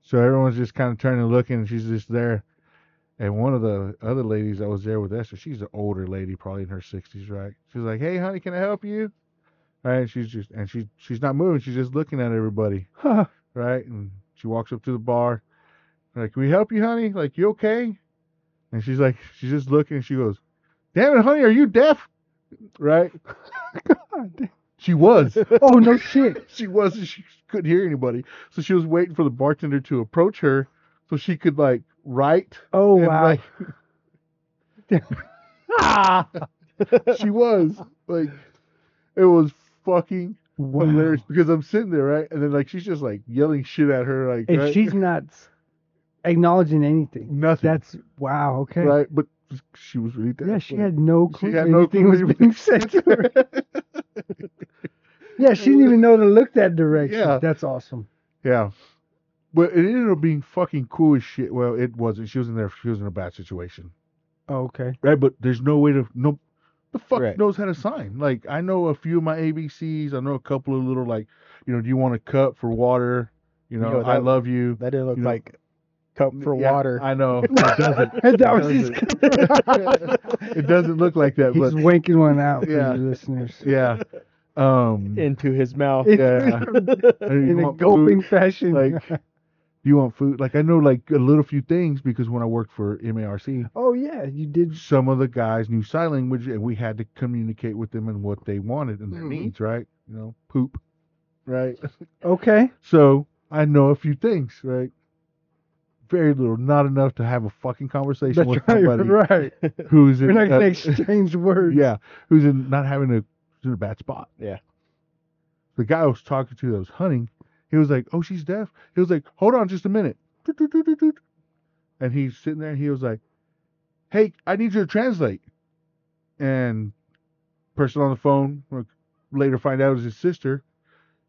So everyone's just kind of turning and looking, and she's just there. And one of the other ladies that was there with Esther, she's an older lady, probably in her sixties, right? She's like, "Hey, honey, can I help you?" Right? And she's just, and she she's not moving. She's just looking at everybody, Huh. right? And she walks up to the bar, like, "Can we help you, honey? Like, you okay?" And she's like, she's just looking. And she goes, "Damn it, honey, are you deaf?" Right? [LAUGHS] God. damn. She was. [LAUGHS] Oh no shit. she wasn't she couldn't hear anybody so she was waiting for the bartender to approach her so she could like write Oh and, wow. like, [LAUGHS] Ah! she was like it was fucking Wow. hilarious because i'm sitting there right and then like she's just like yelling shit at her like If right? she's not acknowledging anything, [LAUGHS] nothing that's wow. Okay. right but she was really deaf. Yeah, she like- [LAUGHS] had no she clue had no anything was clue. being said to her. [LAUGHS] Yeah, she didn't even know to look that direction. Yeah. That's awesome. yeah but it ended up being fucking cool as shit well it wasn't she was in there she was in a bad situation Oh, okay. Right, but there's no way to no the fuck Right. knows how to sign. Like I know a few of my ABCs. I know a couple of little like, you know, do you want a cup for water? You You know, know, I that- love you. That didn't look You know- like cup for Yeah, water. I [LAUGHS] [LAUGHS] know it doesn't. [LAUGHS] that was does his. [LAUGHS] it doesn't look like that, He's but wanking one out for Yeah. you listeners. yeah. [LAUGHS] Um, into his mouth. It's Yeah. [LAUGHS] [LAUGHS] in you a want food? gulping fashion. like, do you want food? Like I know like a little few things because when I worked for MARC, [LAUGHS] oh yeah, you did. some of the guys knew sign language and we had to communicate with them and what they wanted and their Mm. Mhm. needs, right? You know, poop, right? Okay. So I know a few things, right? Very little, not enough to have a fucking conversation That's with right. somebody Right. [LAUGHS] who's We're in, not uh, gonna [LAUGHS] exchange words. yeah, who's in not having a who's in a bad spot. Yeah. The guy I was talking to that was hunting, he was like, "Oh, she's deaf." He was like, "Hold on, just a minute." Doot, doot, doot, doot, doot. And he's sitting there, and he was like, "Hey, I need you to translate." And person on the phone like, later find out it was his sister.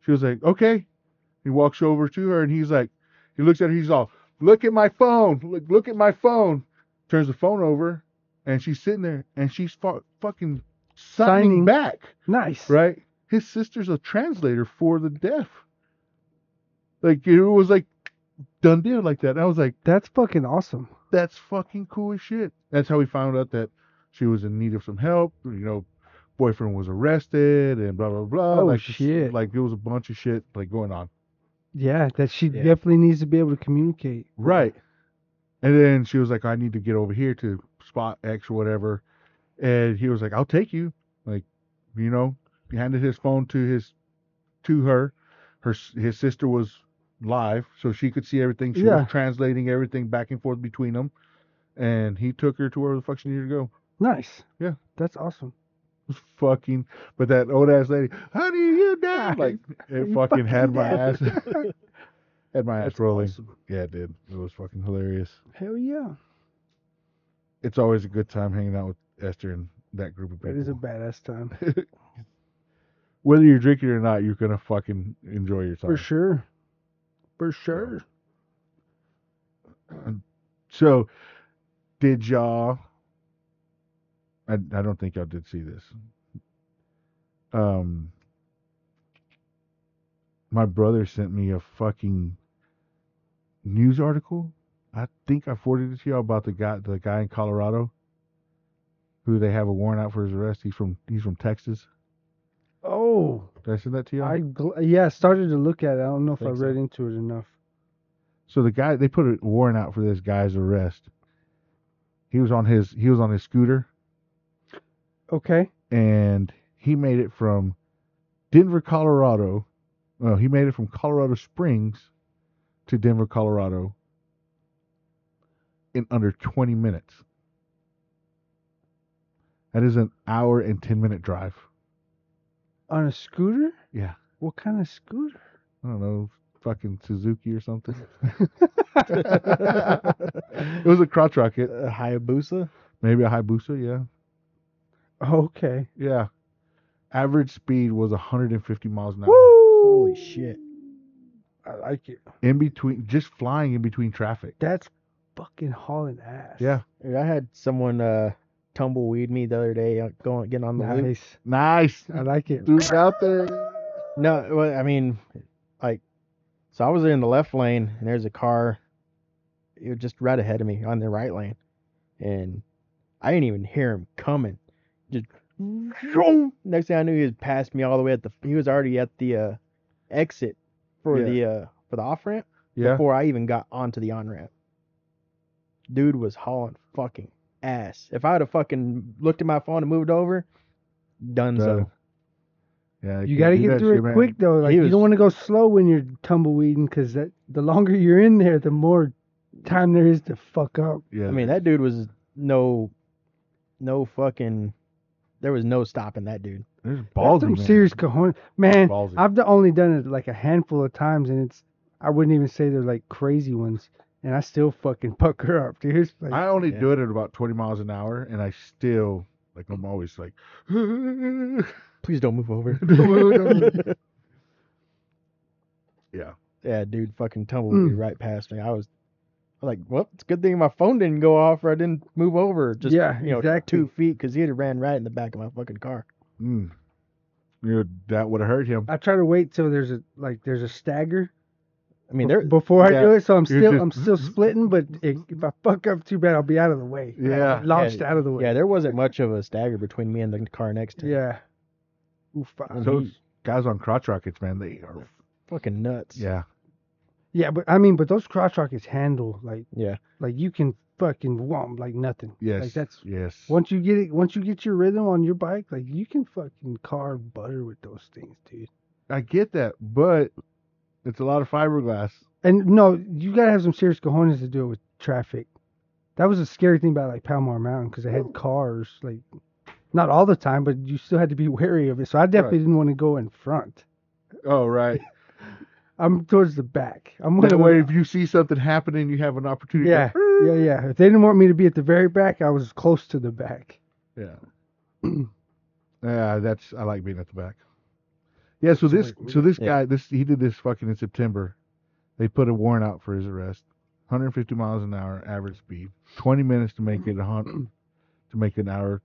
She was like, "Okay." He walks over to her, and he's like, he looks at her, he's all, "Look at my phone! Look, look at my phone!" Turns the phone over, and she's sitting there and she's fu- fucking signing, Signing. back, Nice. right? His sister's a translator for the deaf. Like it was like done deal like that. And I was like, That's fucking awesome. that's fucking cool as shit. That's how we found out that she was in need of some help. You know, boyfriend was arrested and blah blah blah. Oh, like just- shit. Like it was a bunch of shit like going on. Yeah, that she Yeah. definitely needs to be able to communicate. Right. And then she was like, I need to get over here to spot X or whatever. And he was like, I'll take you. Like, you know, he handed his phone to his to her. Her s- his sister was live, so she could see everything. She Yeah. was translating everything back and forth between them. And he took her to where the fuck she needed to go. Nice. Yeah. That's awesome. It was fucking but that old ass lady, honey, you down Yeah. like it You fucking, had fucking my ass dead. [LAUGHS] had my ass That's rolling. awesome. Yeah, it did. It was fucking hilarious. Hell yeah. it's always a good time hanging out with Esther and that group of That is a people. badass [LAUGHS] time. Whether you're drinking or not, you're gonna fucking enjoy your time. For sure. For sure. So, did y'all? I, I don't think y'all did see this. Um, my brother sent me a fucking news article. I think I forwarded it to y'all about the guy the guy in Colorado who they have a warrant out for his arrest. He's from he's from Texas. Oh. Did I send that to you? I gl- yeah, I started to look at it. I don't know if I Think so. read into it enough. So the guy they put a warrant out for this guy's arrest. He was on his he was on his scooter Okay. and he made it from Denver, Colorado. Well, he made it from Colorado Springs to Denver, Colorado in under 20 minutes. That is an hour and 10 minute drive. On a scooter? Yeah. What kind of scooter? I don't know, fucking Suzuki or something. it was a crotch rocket, Uh, Hayabusa. maybe a Hayabusa, yeah. Okay. Yeah. Average speed was 150 miles an hour. Holy shit. I like it. In between, just flying in between traffic. That's fucking hauling ass. Yeah. Dude, I had someone uh, tumbleweed me the other day uh, going getting on the loop. Nice. [LAUGHS] Nice. I like it. Dude, out there. No, well, I mean, like, so I was in the left lane, and there's a car, it was just right ahead of me on the right lane, and I didn't even hear him coming. Just next thing I knew, he was past me all the way at the. He was already at the uh, exit for Yeah. the uh, for the off ramp Yeah. before I even got onto the on ramp. Dude was hauling fucking ass. If I would have fucking looked at my phone and moved over, done Done. so. Yeah. You got to get through it quick though. Like He you was- don't want to go slow when you're tumbleweeding because that the longer you're in there, the more time there is to fuck up. Yeah. I mean, that dude was no, no fucking. There was no stopping that dude. there's That's balls some serious cojones, man. Ballsy. I've d- only done it like a handful of times, and it's I wouldn't even say they're like crazy ones, and I still fucking [LAUGHS] pucker up, dude. It's like, I only Yeah. do it at about 20 miles an hour, and I still, like, I'm always like, [LAUGHS] Mm. Please don't move over. [LAUGHS] Yeah. Yeah, dude, fucking tumbled right past me. I was, I was like, well, it's a good thing my phone didn't go off or I didn't move over. Just Yeah, you know, exactly. two feet because he'd have ran right in the back of my fucking car. mm. you know, that would have hurt him. I try to wait till there's a like there's a stagger I mean, there. before I yeah, do it, so I'm you're still just- I'm still splitting, but it, if I fuck up too bad, I'll be out of the way. Yeah. launched out of the way. Yeah, there wasn't much of a stagger between me and the car next to me. Yeah. uh, Ooh, fuck. And So- he- Guys on crotch rockets, man, they are. fucking nuts. Yeah. Yeah, but I mean, but those crotch rockets handle like Yeah. like you can fucking womp like nothing. Yes. Like that's Yes. once you get it, once you get your rhythm on your bike, like you can fucking carve butter with those things, dude. I get that, but it's a lot of fiberglass. And no, you gotta have some serious cojones to do it with traffic. That was a scary thing about like Palomar Mountain because they had cars like not all the time, but you still had to be [LAUGHS] wary of it. So I definitely didn't want to go in front. Oh, right. I'm towards the back. I'm [LAUGHS] one That of the- way, if you see something happening, you have an opportunity. [LAUGHS] to Yeah, go, yeah, yeah. If they didn't want me to be at the very back, I was close to the back. [CLEARS THROAT] Yeah, that's I like being at the back. Yeah, So so this wait, so this yeah. guy this he did this fucking in September. They put a warrant out for his arrest. 150 miles an hour average speed. 20 minutes to make it a hun- [CLEARS THROAT] to make an hour.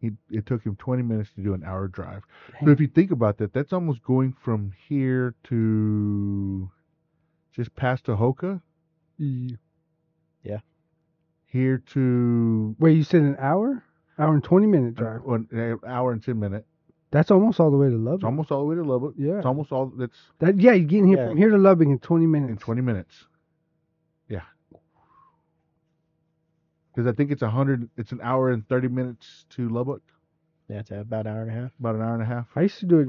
He it took him 20 minutes to do an hour drive. So if you think about that, that's almost going from here to just past Tohoka, here to Wait, you said an hour? Hour and 20 minute drive. an, an hour and 10 minutes. That's almost all the way to It's Lubbock. almost all the way to Lubbock. yeah. It's almost all that's that, yeah, you're getting here Yeah. from here to Lubbock in 20 minutes. in 20 minutes. Yeah. Because I think it's a 100, it's an hour and 30 minutes to Lubbock, That's about an hour and a half. about an hour and a half. I used to do it,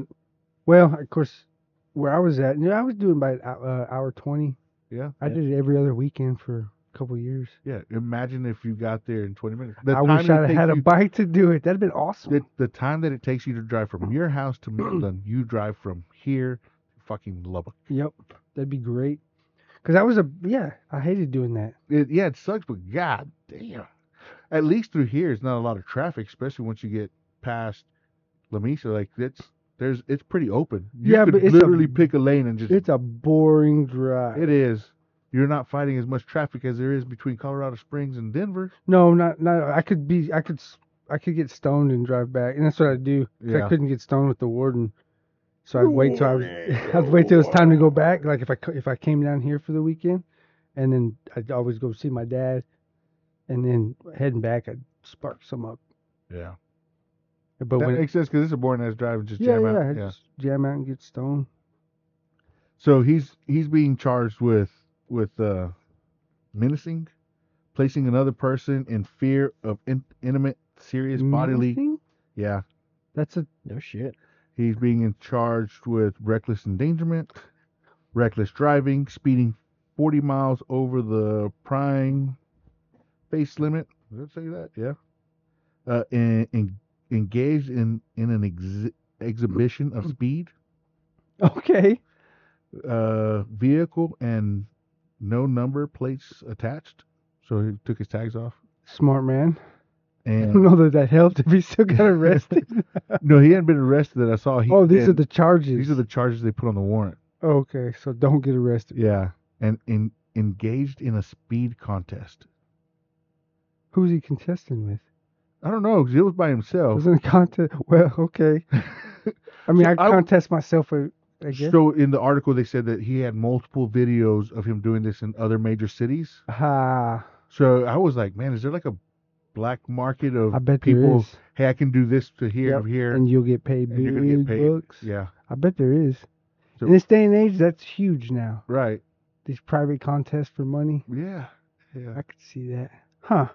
well, of course, where I was at, you know, I was doing by an hou- uh, hour 20. Yeah. I Yeah. did it every other weekend for a couple years. Yeah. Imagine if you got there in 20 minutes. The I wish it I'd takes had a you- bike to do it. That'd have been awesome. The, the time that it takes you to drive from your house [CLEARS THROAT] to Midland, you drive from here to fucking Lubbock. Yep. That'd be great. Because that was a, yeah, I hated doing that. It, yeah, it sucks, but god damn. At least through here, it's not a lot of traffic, especially once you get past La Mesa. Like, it's, there's, it's pretty open. You Yeah, could but it's a- literally pick a lane and just It's a boring drive. It is. You're not fighting as much traffic as there is between Colorado Springs and Denver. No, not not. I could be. I could. s- I could get stoned and drive back, and that's what I do. 'cause Yeah. I couldn't get stoned with the warden, so I'd wait till I was. [LAUGHS] I'd wait till it was time to go back. Like if I c- if I came down here for the weekend, and then I'd always go see my dad, and then heading back, I'd spark some up. Yeah. But that when makes sense because it's a boring ass drive and just yeah, jam yeah, out. just jam out and get stoned. So he's he's being charged with with uh, menacing, placing another person in fear of in, intimate serious bodily. Nothing? Yeah, That's a No shit. he's being in- charged with reckless endangerment, reckless driving, speeding forty miles over the prime face limit. Did it say that? Yeah. Uh, and, and engaged in in an exhi- exhibition of speed. okay. uh, vehicle and no number plates attached. So he took his tags off. Smart man. [LAUGHS] I don't [LAUGHS] And know that that helped if he still got arrested. no, he hadn't been arrested that I saw. [LAUGHS] He, oh, these are and the charges. these are the charges they put on the warrant. okay. So don't get arrested. Yeah, and in, engaged in a speed contest. Who's he contesting with? I don't know because it was by himself. Wasn't a [LAUGHS] contest. Well, [LAUGHS] okay. I mean, So I Oh. I- contest myself. uh, I guess. So in the article they said that he had multiple videos of him doing this in other major cities. Ah, So I was like, man, is there like a black market of I bet there people? is, Hey, I can do this to here Yep, over here. and you'll get paid and you're gonna get big paid. bucks. yeah, I bet there is. So- In this day and age, that's huge now. right. These private contests for money. Yeah, yeah. I could see that. Huh.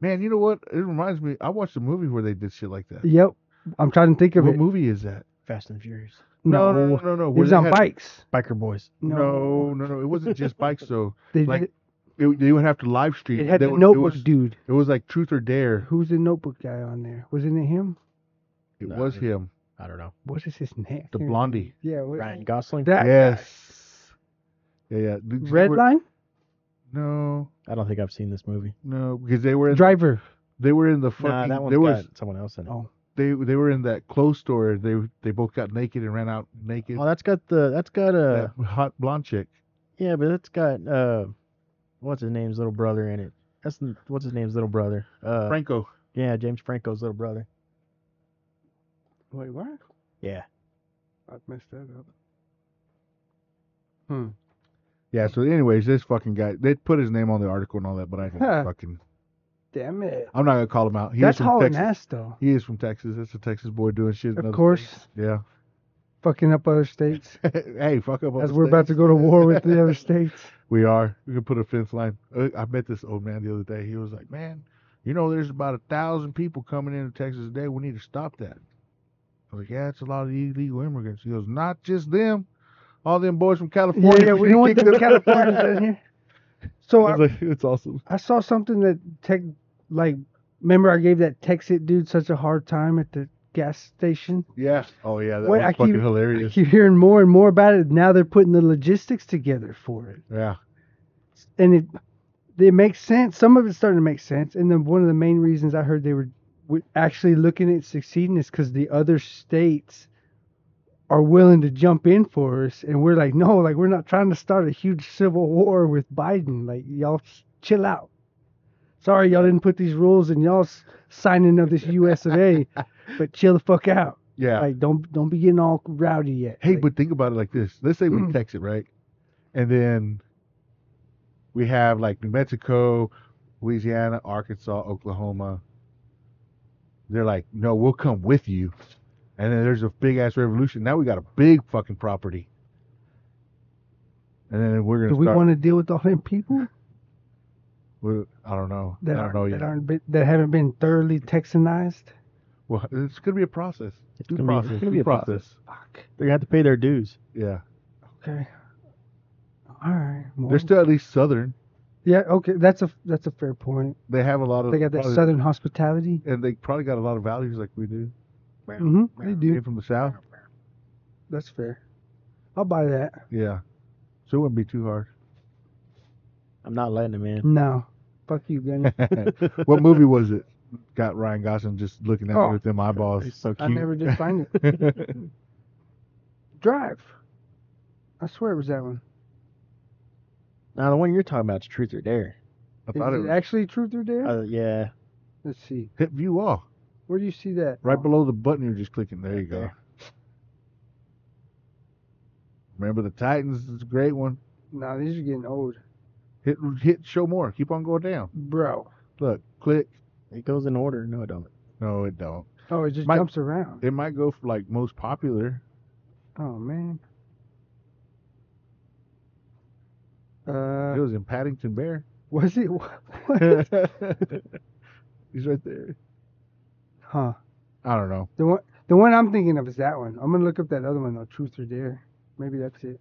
Man, you know what? It reminds me. I watched a movie where they did shit like that. Yep. I'm trying to think of What it. movie is that? Fast and Furious. No, no, no, no. no. It where was they on had- bikes. Biker boys. No. no, no, It wasn't just bikes though. They did like, it, It, they would have to live stream. it had They the would- notebook It was, dude. it was like Truth or Dare. Who's the notebook guy on there? Wasn't it him? It Nah, was it- him, I don't know. What is his name? [LAUGHS] the Can't- blondie. Yeah. What, Ryan Gosling. That Yes. Yeah, yeah. Did you- red were- line No, I don't think I've seen this movie. no, because they were in, driver. they were in the fucking. nah, that one's they were got someone else in it. Oh. Oh. they they were in that clothes store. They they both got naked and ran out naked. Oh, Oh, that's got the that's got uh that hot blonde chick. yeah, but that's got uh what's his name's little brother in it. That's n- what's his name's little brother. Uh, Franco. yeah, James Franco's little brother. Oh, Wait, what? Yeah, I messed that up. Yeah, so anyways, this fucking guy they put his name on the article and all that, but I Huh. didn't fucking Damn it. I'm not gonna call him out. He that's is from hauling Texas. ass though. He is from Texas. That's a Texas boy doing shit. in Of other course, states. Yeah. [LAUGHS] fucking up other states. hey, fuck up. As we're about to go to war [LAUGHS] with the other states. We are. We can put a fence line. Uh, I met this old man the other day. He was like, Man, you know there's about a thousand people coming into Texas a day. We need to stop that. I was like, Yeah, it's a lot of illegal immigrants. He goes, Not just them. All them boys from California. Yeah, yeah, we don't want kick them Californians in here. So I I, was like, it's awesome. I saw something that tech like remember I gave that Texit dude such a hard time at the gas station. Yeah. Oh yeah, that Wait, was I fucking keep- I hilarious. keep hearing more and more about it. Now they're putting the logistics together for it, Yeah. and it it makes sense. Some of it's starting to make sense. And then one of the main reasons I heard they were w- actually looking at succeeding is because the other states are willing to jump in for us, and we're like, no, like we're not trying to start a huge civil war with Biden. Like y'all s- chill out. Sorry, y'all didn't put these rules, and y'all s- signing of this U.S. of [LAUGHS] A. But chill the fuck out. Yeah. Like don't don't be getting all rowdy yet. Hey, Like, Mm. but think about it like this. Let's say we text it, right? And then we have like New Mexico, Louisiana, Arkansas, Oklahoma. They're like, no, we'll come with you. And then there's a big ass revolution. Now we got a big fucking property. And then we're do gonna we start. want to deal with all them people? we're- I don't know. I that don't aren't, know that, yet. aren't been, that haven't been thoroughly Texanized. Well, it's gonna be a process. it's Due gonna process. be it's due gonna be a process. Fuck. They're gonna have to pay their dues. Yeah, Okay. All right. well- they're still at least southern. yeah. Okay. That's a that's a fair point. They have a lot of They got that probably- southern hospitality. and they probably got a lot of values like we do. hmm They Being do. from the south. That's fair. I'll buy that. Yeah. So it wouldn't be too hard. I'm not letting them [LAUGHS] in. No. Fuck you, [LAUGHS] Gunny. what movie was it? Got Ryan Gosling just looking at Oh. me with them eyeballs. He's so I cute. never [LAUGHS] did find it. Drive. I swear it was that one. Now the one you're talking about is Truth or Dare. [LAUGHS] I Is thought it it was actually truth or dare? Uh, yeah, Let's see. hit view all. Where do you see that? Right Oh, below the button you're just clicking. There you Right go. there. Remember the Titans is a great one. Nah, these are getting old, Hit hit show more. Keep on going down. bro. Look, click. it goes in order. No, it don't. No, it don't. Oh, it just My- jumps around. It might go for like most popular. Oh man. It Uh, was in [LAUGHS] Paddington Bear. [LAUGHS] was it? What? He's right there. Huh. I don't know. The one, the one I'm thinking of is that one. I'm gonna look up that other one though. Truth or Dare. Maybe that's it.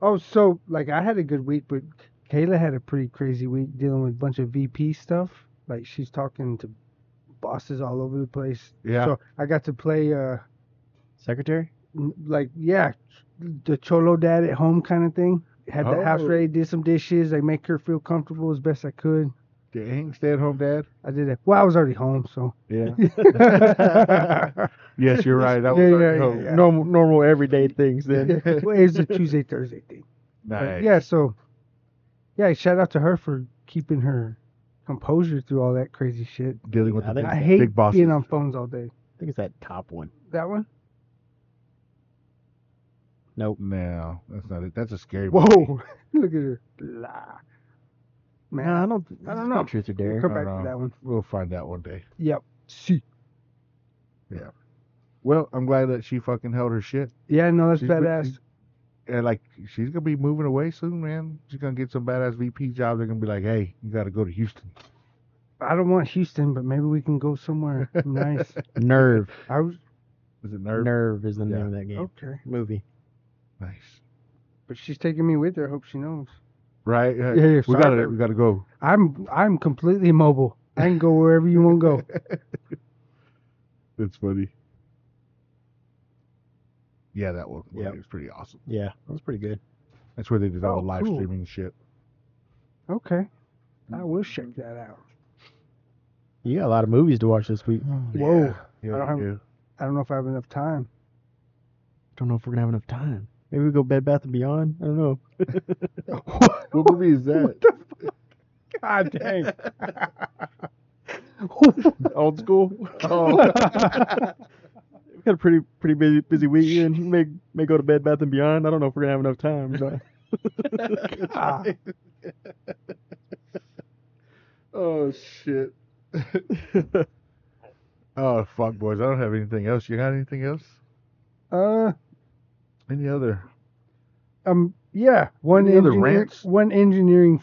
Oh, so like I had a good week, but Kayla had a pretty crazy week dealing with a bunch of VP stuff. Like she's talking to bosses all over the place. Yeah. So I got to play uh Secretary? [LAUGHS] n- like yeah, the cholo dad at home kind of thing. Had the house Oh. ready, did some dishes. I make her feel comfortable as best I could. Dang, stay at home dad. I did it. Well, I was already home, so Yeah. yes, you're right. That was Yeah, our- yeah, no, yeah, yeah. Normal, normal everyday things then. well, [LAUGHS] it's a Tuesday Thursday thing. But Nice. yeah, so yeah, shout out to her for keeping her composure through all that crazy shit. Dealing with I the think- big, I hate big bosses. being on phones all day. I think it's that top one. That one? Nope. No, that's not it. That's a scary. movie. Whoa! [LAUGHS] Look at her. Blah. Man, Man, I don't. I it's don't know. not Truth or we'll dare. come I back don't to know. that one. We'll find out one day. Yep. See. Well, I'm glad that she fucking held her shit. Yeah, no, that's She's been- badass. And like, she's gonna be moving away soon, man. She's gonna get some badass VP job. They're gonna be like, hey, you gotta go to Houston. I don't want Houston, but maybe we can go [LAUGHS] somewhere nice. Nerve. I was Is it nerve? Nerve. is the Yeah. name of that game. okay, Movie. Nice. but she's taking me with her. I hope she knows. Right? Yeah. yeah, we sorry, gotta baby. we gotta go. I'm I'm completely mobile. I can go wherever you want to [LAUGHS] go. That's funny. Yeah, that one. Yep. It was pretty awesome. Yeah, that was pretty good. That's where they did all Oh, the live cool. streaming shit. Okay, I will Mm-hmm. check that out. You got a lot of movies to watch this week. Whoa. Yeah. Yeah, I don't you [LAUGHS] I don't know if I have enough [LAUGHS] time. Don't know if we're gonna have enough time. Maybe we go Bed Bath and Beyond. I don't know. do. What movie is that? God dang. [LAUGHS] Old school. [LAUGHS] oh, We've got a pretty pretty busy busy weekend. We may may go to Bed Bath and Beyond. I don't know if we're gonna have enough time. But God. oh shit. [LAUGHS] oh fuck, boys! I don't have anything else. You got anything else? Uh, Any other? um, yeah. One Any other engineer- rants? One engineering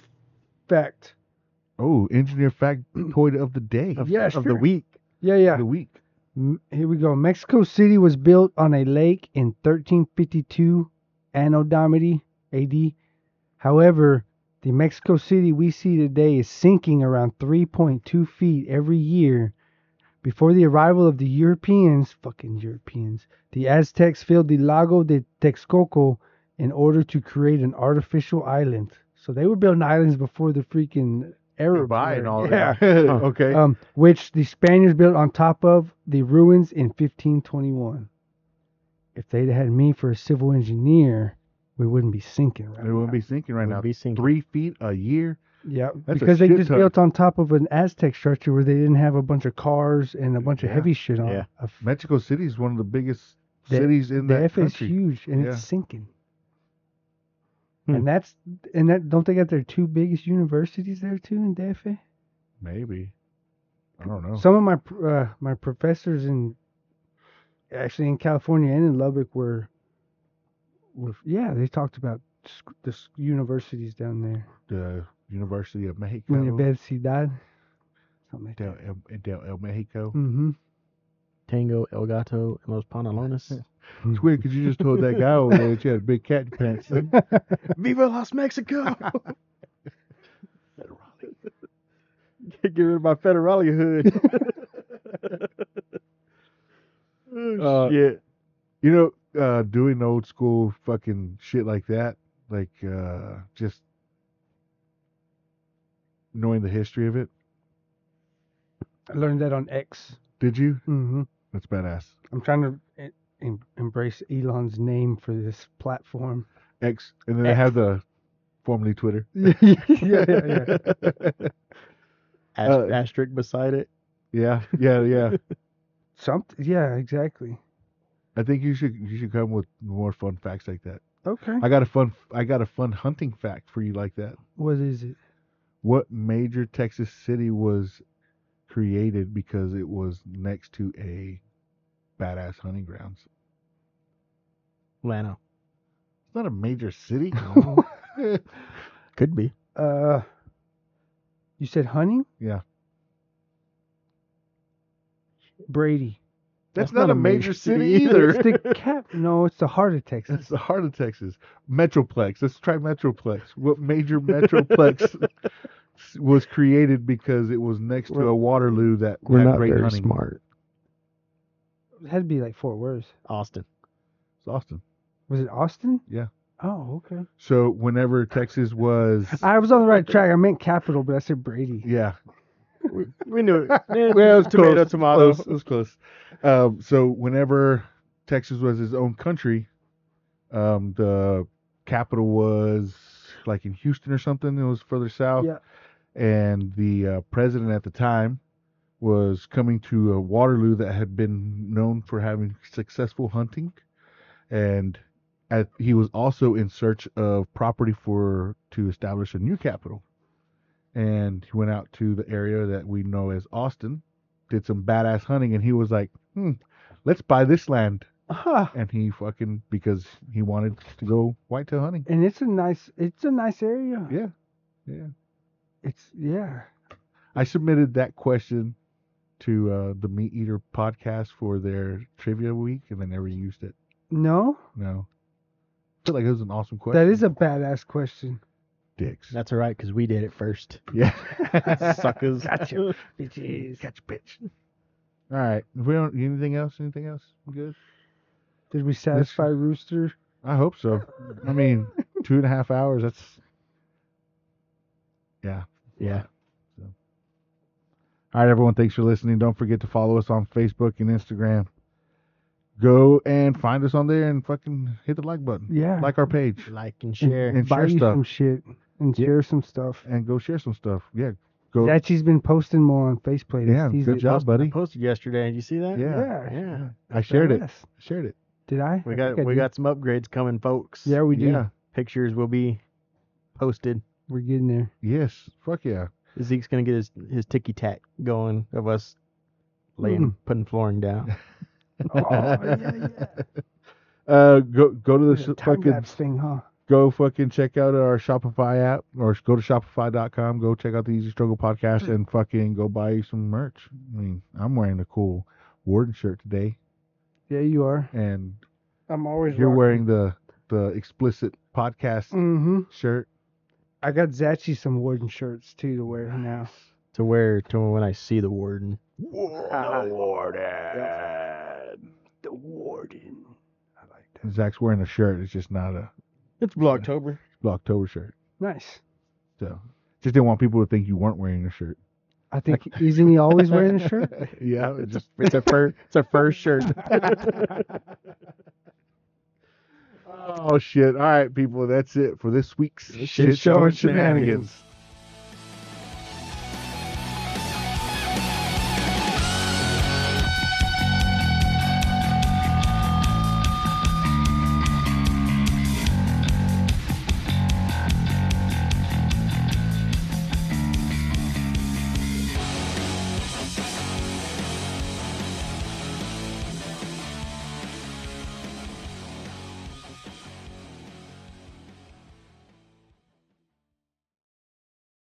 fact. Oh, engineer factoid of the day of, Yeah, of the sure. week. Yeah, yeah. the week. M- Here we go. Mexico City was built on a lake in 1352 Anno Domini AD. However, the Mexico City we see today is sinking around 3.2 feet every year. Before the arrival of the Europeans, fucking Europeans, the Aztecs filled the Lago de Texcoco in order to create an artificial island. So they were building islands before the freaking Arab. Dubai and era. [LAUGHS] all yeah. [LAUGHS] that. okay. Um, which the Spaniards built on top of the ruins in 1521. If they'd had me for a civil engineer, we wouldn't be sinking right it wouldn't be sinking right We'll now. be sinking. Three feet a year. Yeah, That's a because they shit just ton. built on top of an Aztec structure where they didn't have a bunch of cars and a bunch of Yeah. heavy shit on. Yeah. it. Mexico City is one of the biggest The- cities in The that F is country. huge and Yeah. it's sinking. Hmm. And that's and that don't they got their two biggest universities there too in DFA? Maybe. I don't know. Some of my pr- uh, my professors in actually in California and in Lubbock were, were yeah they talked about sc- the s- universities down there. the University of Mexico. Universidad, something like that. Del El, Del El Mexico. Mm-hmm. Tango, El Gato, and Los Panelones. Hmm. It's weird because you just told that guy over there that you had a big cat in your pants. Viva Las Mexico! [LAUGHS] Get rid of my federale [LAUGHS] hood. Oh, Uh, yeah. You know, uh, doing old school fucking shit like that, like uh, just knowing the history of it. I learned that on X. Did you? Mm-hmm. That's badass. I'm trying to e- em- embrace Elon's name for this platform. X, and then they have the formerly Twitter. [LAUGHS] yeah, yeah, yeah. Uh, asterisk beside it. [LAUGHS] yeah, yeah, yeah. [LAUGHS] Something. Yeah, exactly. I think you should you should come with more fun facts like that. Okay. I got a fun I got a fun hunting fact for you like that. What is it? What major Texas city was created because it was next to a badass hunting grounds. Lano. It's not a major city. No. Could be. Uh, you said hunting? Yeah. Brady. That's, not, a major, [LAUGHS] city It's either. the cap. No, it's the heart of Texas. That's the heart of Texas. Metroplex. Let's try Metroplex. What major Metroplex s- was created because it was next to We're- a Waterloo that We're had not great very hunting. smart. It had to be like Fort Worth. Austin. It's Austin. Was it Austin? Yeah. Oh, okay. So whenever Texas was, I was on the right track. I meant capital, but I said Brady. yeah, [LAUGHS] we, we [LAUGHS] knew it. well, it's tomato, close, tomato. Close, it was close. Um, so whenever Texas was its own country, um, the capital was like in Houston or something. It was further south. Yeah. And the uh, president at the time was coming to a Waterloo that had been known for having successful hunting, and at, he was also in search of property for to establish a new capital. And he went out to the area that we know as Austin, did some badass hunting and he was like, hmm, let's buy this land. Ah, And he fucking, because he wanted to go whitetail hunting. and it's a nice. It's a nice area. Yeah. Yeah. It's yeah. I submitted that question to uh, the Meat Eater podcast for their trivia week and they never used it. No, No. I feel like it was an awesome question. that is a badass question. dicks. That's all right, because we did it [LAUGHS] first. [LAUGHS] yeah. Suckers. Gotcha. Bitches. Catch bitch. All right. If we don't anything else, anything else? We Good. Did we satisfy Rooster? I hope so. [LAUGHS] I mean, two and a half hours. That's yeah. [LAUGHS] Yeah. All right, everyone. Thanks for listening. Don't forget to follow us on Facebook and Instagram. Go and find us on there and fucking hit the like button. Yeah. Like our page Like and share. and buy share you stuff. some shit and Yeah. share some stuff. And go share some stuff. Yeah. Go. Zachi's been posting more on Faceplate. yeah. He's- Good job, buddy. I posted yesterday. Did you see that? Yeah. Oh, Yeah. Yeah. I shared it. Badass. Shared it. Did I? We I got think I we did. got some upgrades coming, folks. Yeah, we do. Yeah. Pictures will be posted. We're getting [LAUGHS] there. Yes. Fuck yeah. Zeke's gonna get his his ticky tack going of us laying putting flooring [LAUGHS] down. [LAUGHS] Oh, yeah, [LAUGHS] Uh, go go to the yeah. s- Time fucking lapse thing, huh? go fucking check out our Shopify app or go to Shopify.com. Go check out the Easy Struggle podcast and fucking go buy you some merch. I mean, I'm wearing a cool Warden shirt today, Yeah, you are. and I'm always. you're wearing the the explicit podcast Mm-hmm. shirt. I got Zachi some Warden shirts too to wear now. to where to when I see the warden. The Warden. I like that. Zach's wearing a shirt. It's just not a It's Blocktober. Blocktober shirt. Nice. So just didn't want people to think you weren't wearing a shirt. I think isn't he always wearing a [LAUGHS] shirt? yeah, it just It's our first it's our first shirt. [LAUGHS] [LAUGHS] Oh shit! All right, people, that's it for this week's Shit Show and Shenanigans.